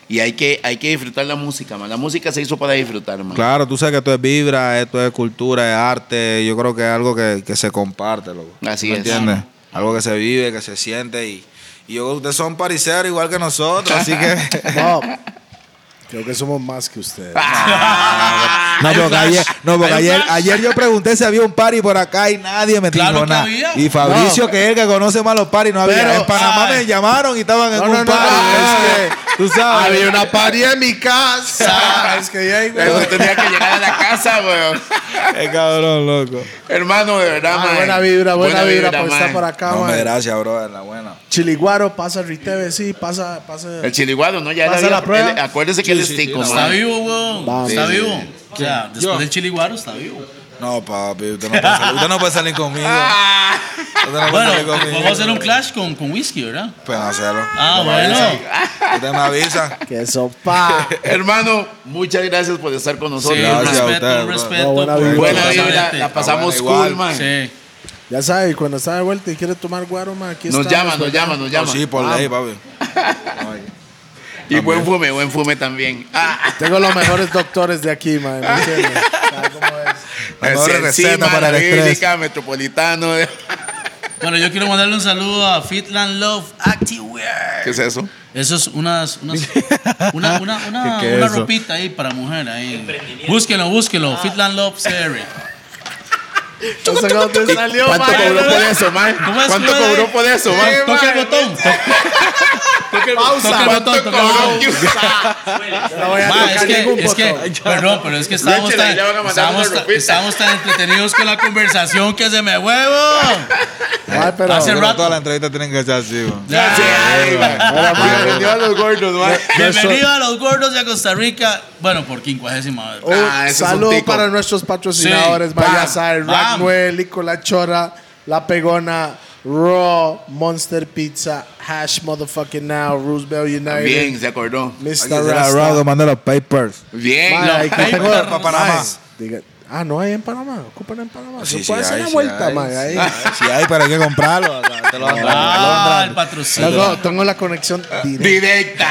E: y hay que, hay que disfrutar la música, man. La música se hizo para disfrutar, man.
D: Claro, tú sabes que esto es vibra, esto es cultura, es arte. Yo creo que es algo que, que se comparte, loco.
E: Así
D: ¿Me
E: es.
D: entiendes? Algo que se vive, que se siente. Y, y yo, ustedes son pariseros igual que nosotros, así que.
B: No, creo que somos más que ustedes.
D: No, porque, ayer, no, porque
C: Hay un
D: ayer,
C: flash.
D: ayer yo pregunté si había un party por acá y nadie me dijo
C: Claro que
D: nada.
C: había.
D: Y Fabricio,
B: No.
D: que es el que conoce más los parties, no había.
B: Pero-
D: en Panamá
C: Ay.
D: me llamaron y estaban en
B: No,
D: un
B: no, no,
D: party.
B: no.
D: Es que, tú sabes.
B: Había una party en mi casa. Ah, es que ya hay, güey.
E: Pero tenía que llegar a la casa, weón.
D: Es cabrón, loco.
E: Hermano, de verdad,
B: Ah,
E: man.
B: buena vibra, buena, vibra, por
E: man.
B: estar por acá,
D: No,
B: man.
D: me gracias, brother, la buena.
B: Chiliguaro, pasa Riteve, sí, pasa, pasa.
E: El chiliguado, ¿no? Ya él
B: ¿Pasa
E: había-
B: la prueba?
E: él- acuérdese que él es tico,
C: Está
E: man.
C: vivo, weón.
B: Vamos.
C: Está
E: Sí, sí,
C: vivo. O sea,
D: Yo.
C: después del chiliguaro está vivo.
D: No, papi, usted no puede salir, usted no puede salir conmigo.
E: Ah.
D: Usted no puede
C: Bueno,
D: salir conmigo.
C: vamos a hacer un clash con, con whisky, ¿verdad?
D: Pues hacerlo.
C: Ah,
D: Usted me
C: bueno.
D: avisa. Usted me avisa.
B: Que sopa.
E: Hermano, muchas gracias por estar con
C: Sí,
E: nosotros.
C: un
D: gracias
C: respeto,
D: a ustedes,
C: un
D: bro.
C: respeto.
B: No, buena
C: por-
B: vibra.
E: Buena
C: por-
E: vibra,
C: Sí.
E: la pasamos
D: Ah, bueno,
E: cool,
D: igual.
E: man.
C: Sí.
B: ya sabes, cuando está de vuelta y quiere tomar guaro, ma, aquí
E: Nos
B: estamos,
E: llama, nos
B: ¿verdad?
E: llama, nos llama.
D: Oh, sí, por ley, papi.
E: Y buen fume, buen fume también. Ah,
B: Tengo los mejores doctores de aquí, ma. ¿me entiendes? ¿Sabes cómo es?
D: La mejor
E: encima,
D: receta para el
E: la
D: estrés.
E: bíblica, metropolitano.
C: Bueno, yo quiero mandarle un saludo a Fitland Love Activewear.
E: ¿Qué es eso?
C: Eso es unas, unas una, una, una,
D: ¿Qué- qué
C: una
D: es eso?
C: ropita ahí para mujer ahí. Búsquenlo, búsquenlo. Fitland Love CR.
B: No sé dónde salió,
E: ¿Cuánto
B: ma,
E: cobró
B: ¿verdad?
E: por eso, man?
C: ¿Cómo es
E: ¿Cuánto
C: que era?
E: cobró por eso, man?
C: Toca el botón. Toca el botón. Toca el botón. Toca el botón.
B: No voy a
C: Ma, es
B: tocar
C: que,
B: ningún
C: es que,
B: botón.
C: perdón, pero es que estábamos
E: Échale,
C: tan,
E: ya van a mandar
C: estábamos,
E: una
C: tan-
E: ropita.
C: estábamos tan entretenidos con la conversación que se me huevo.
B: Ay, pero-
C: Hace
D: Pero
C: rato.
D: Todas las entrevistas tienen que ser así, güey.
C: Ya.
E: Bienvenido a los gordos, man.
C: Bienvenido a los gordos de Costa Rica. Bueno, por quincuagésima vez.
B: Un
E: Ah, eso es un
B: saludo
E: tico.
B: Oh, para nuestros patrocinadores,
C: Sí,
B: ma, ya
C: bam,
B: sabes,
C: bam.
B: Ragnuel, Nicola Chora, La Pegona, Raw, Monster Pizza, Hash Motherfucking Now, Roosevelt United,
E: Bien, se acordó.
D: Hay
B: Mr.
D: que ser
B: Rasta.
D: arrado, manda los papers.
E: Bien.
B: Ma,
C: No,
B: ahí que
C: hay
B: tengo-
C: para
D: Panamá.
B: Ay, diga- ah, no hay en Panamá. Ocupan en Panamá.
D: Sí,
B: Se
D: sí
B: puede hacer
D: hay,
B: una
D: sí
B: vuelta,
D: hay, Ah,
B: ma,
D: sí
B: ahí.
D: hay, sí hay, pero hay que comprarlo. o sea, te lo van a-
C: Ah, el
D: lo van a-
B: Luego,
C: patrocinio.
B: tengo la conexión directa.
E: Directa.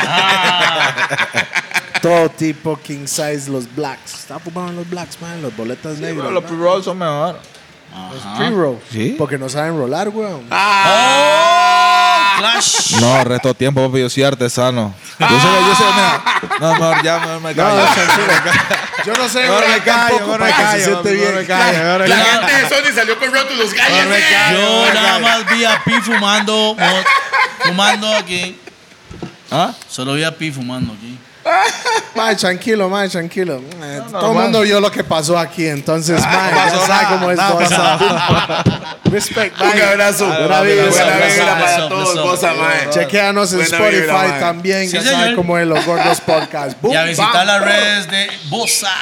B: Todo tipo, king size, los blacks. Está fumando los blacks, man. Los boletas
D: Sí,
B: negros.
D: pero Los
B: man.
D: pre-rolls son mejor.
B: Los pre-roll.
D: Sí.
B: Porque no saben rolar, weón.
C: Clash.
D: No, resto tiempo, papi, yo soy artesano. Yo sé, yo sé, mira. No, mejor ya, mejor me
B: No,
D: callo.
B: tranquilo. yo no sé,
D: Mejor me
B: rolar
D: callo,
B: tampoco,
D: mejor me
B: para que se
D: callo,
B: siente
D: mejor
B: bien.
D: me callo, mejor me
E: La
D: callo.
E: gente de Sony salió con rótulos,
D: Corre,
E: cállate.
D: callo.
C: Yo nada más vi a Pi fumando, mo- fumando aquí.
D: ¿Ah?
C: Solo vi a Pi fumando aquí.
B: Mae, tranquilo, mae, tranquilo. Eh, Todo el
D: normal.
B: mundo vio lo que pasó aquí, entonces, mae,
D: no
B: ya
D: pasó
B: sabe
D: nada,
B: cómo es
D: nada
B: todo.
D: pasó
B: Respect,
E: Un
B: mae.
E: abrazo.
B: Buena
D: Buena
B: vibra.
E: Buena
B: buena
E: vibra
B: vibra.
E: para
C: Eso,
E: todos,
C: eso.
E: cosa, man.
B: Chequeanos en
E: Buena
B: Spotify
E: vibra, mae.
B: también,
C: Sí,
B: ya
C: señor.
B: saben cómo es los gordos podcast. Boom,
C: Y a visitar
B: bam.
C: las redes de Bosa.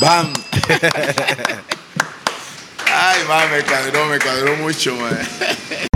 E: Bam. Ay, man, me cuadró, me cuadró mucho, man.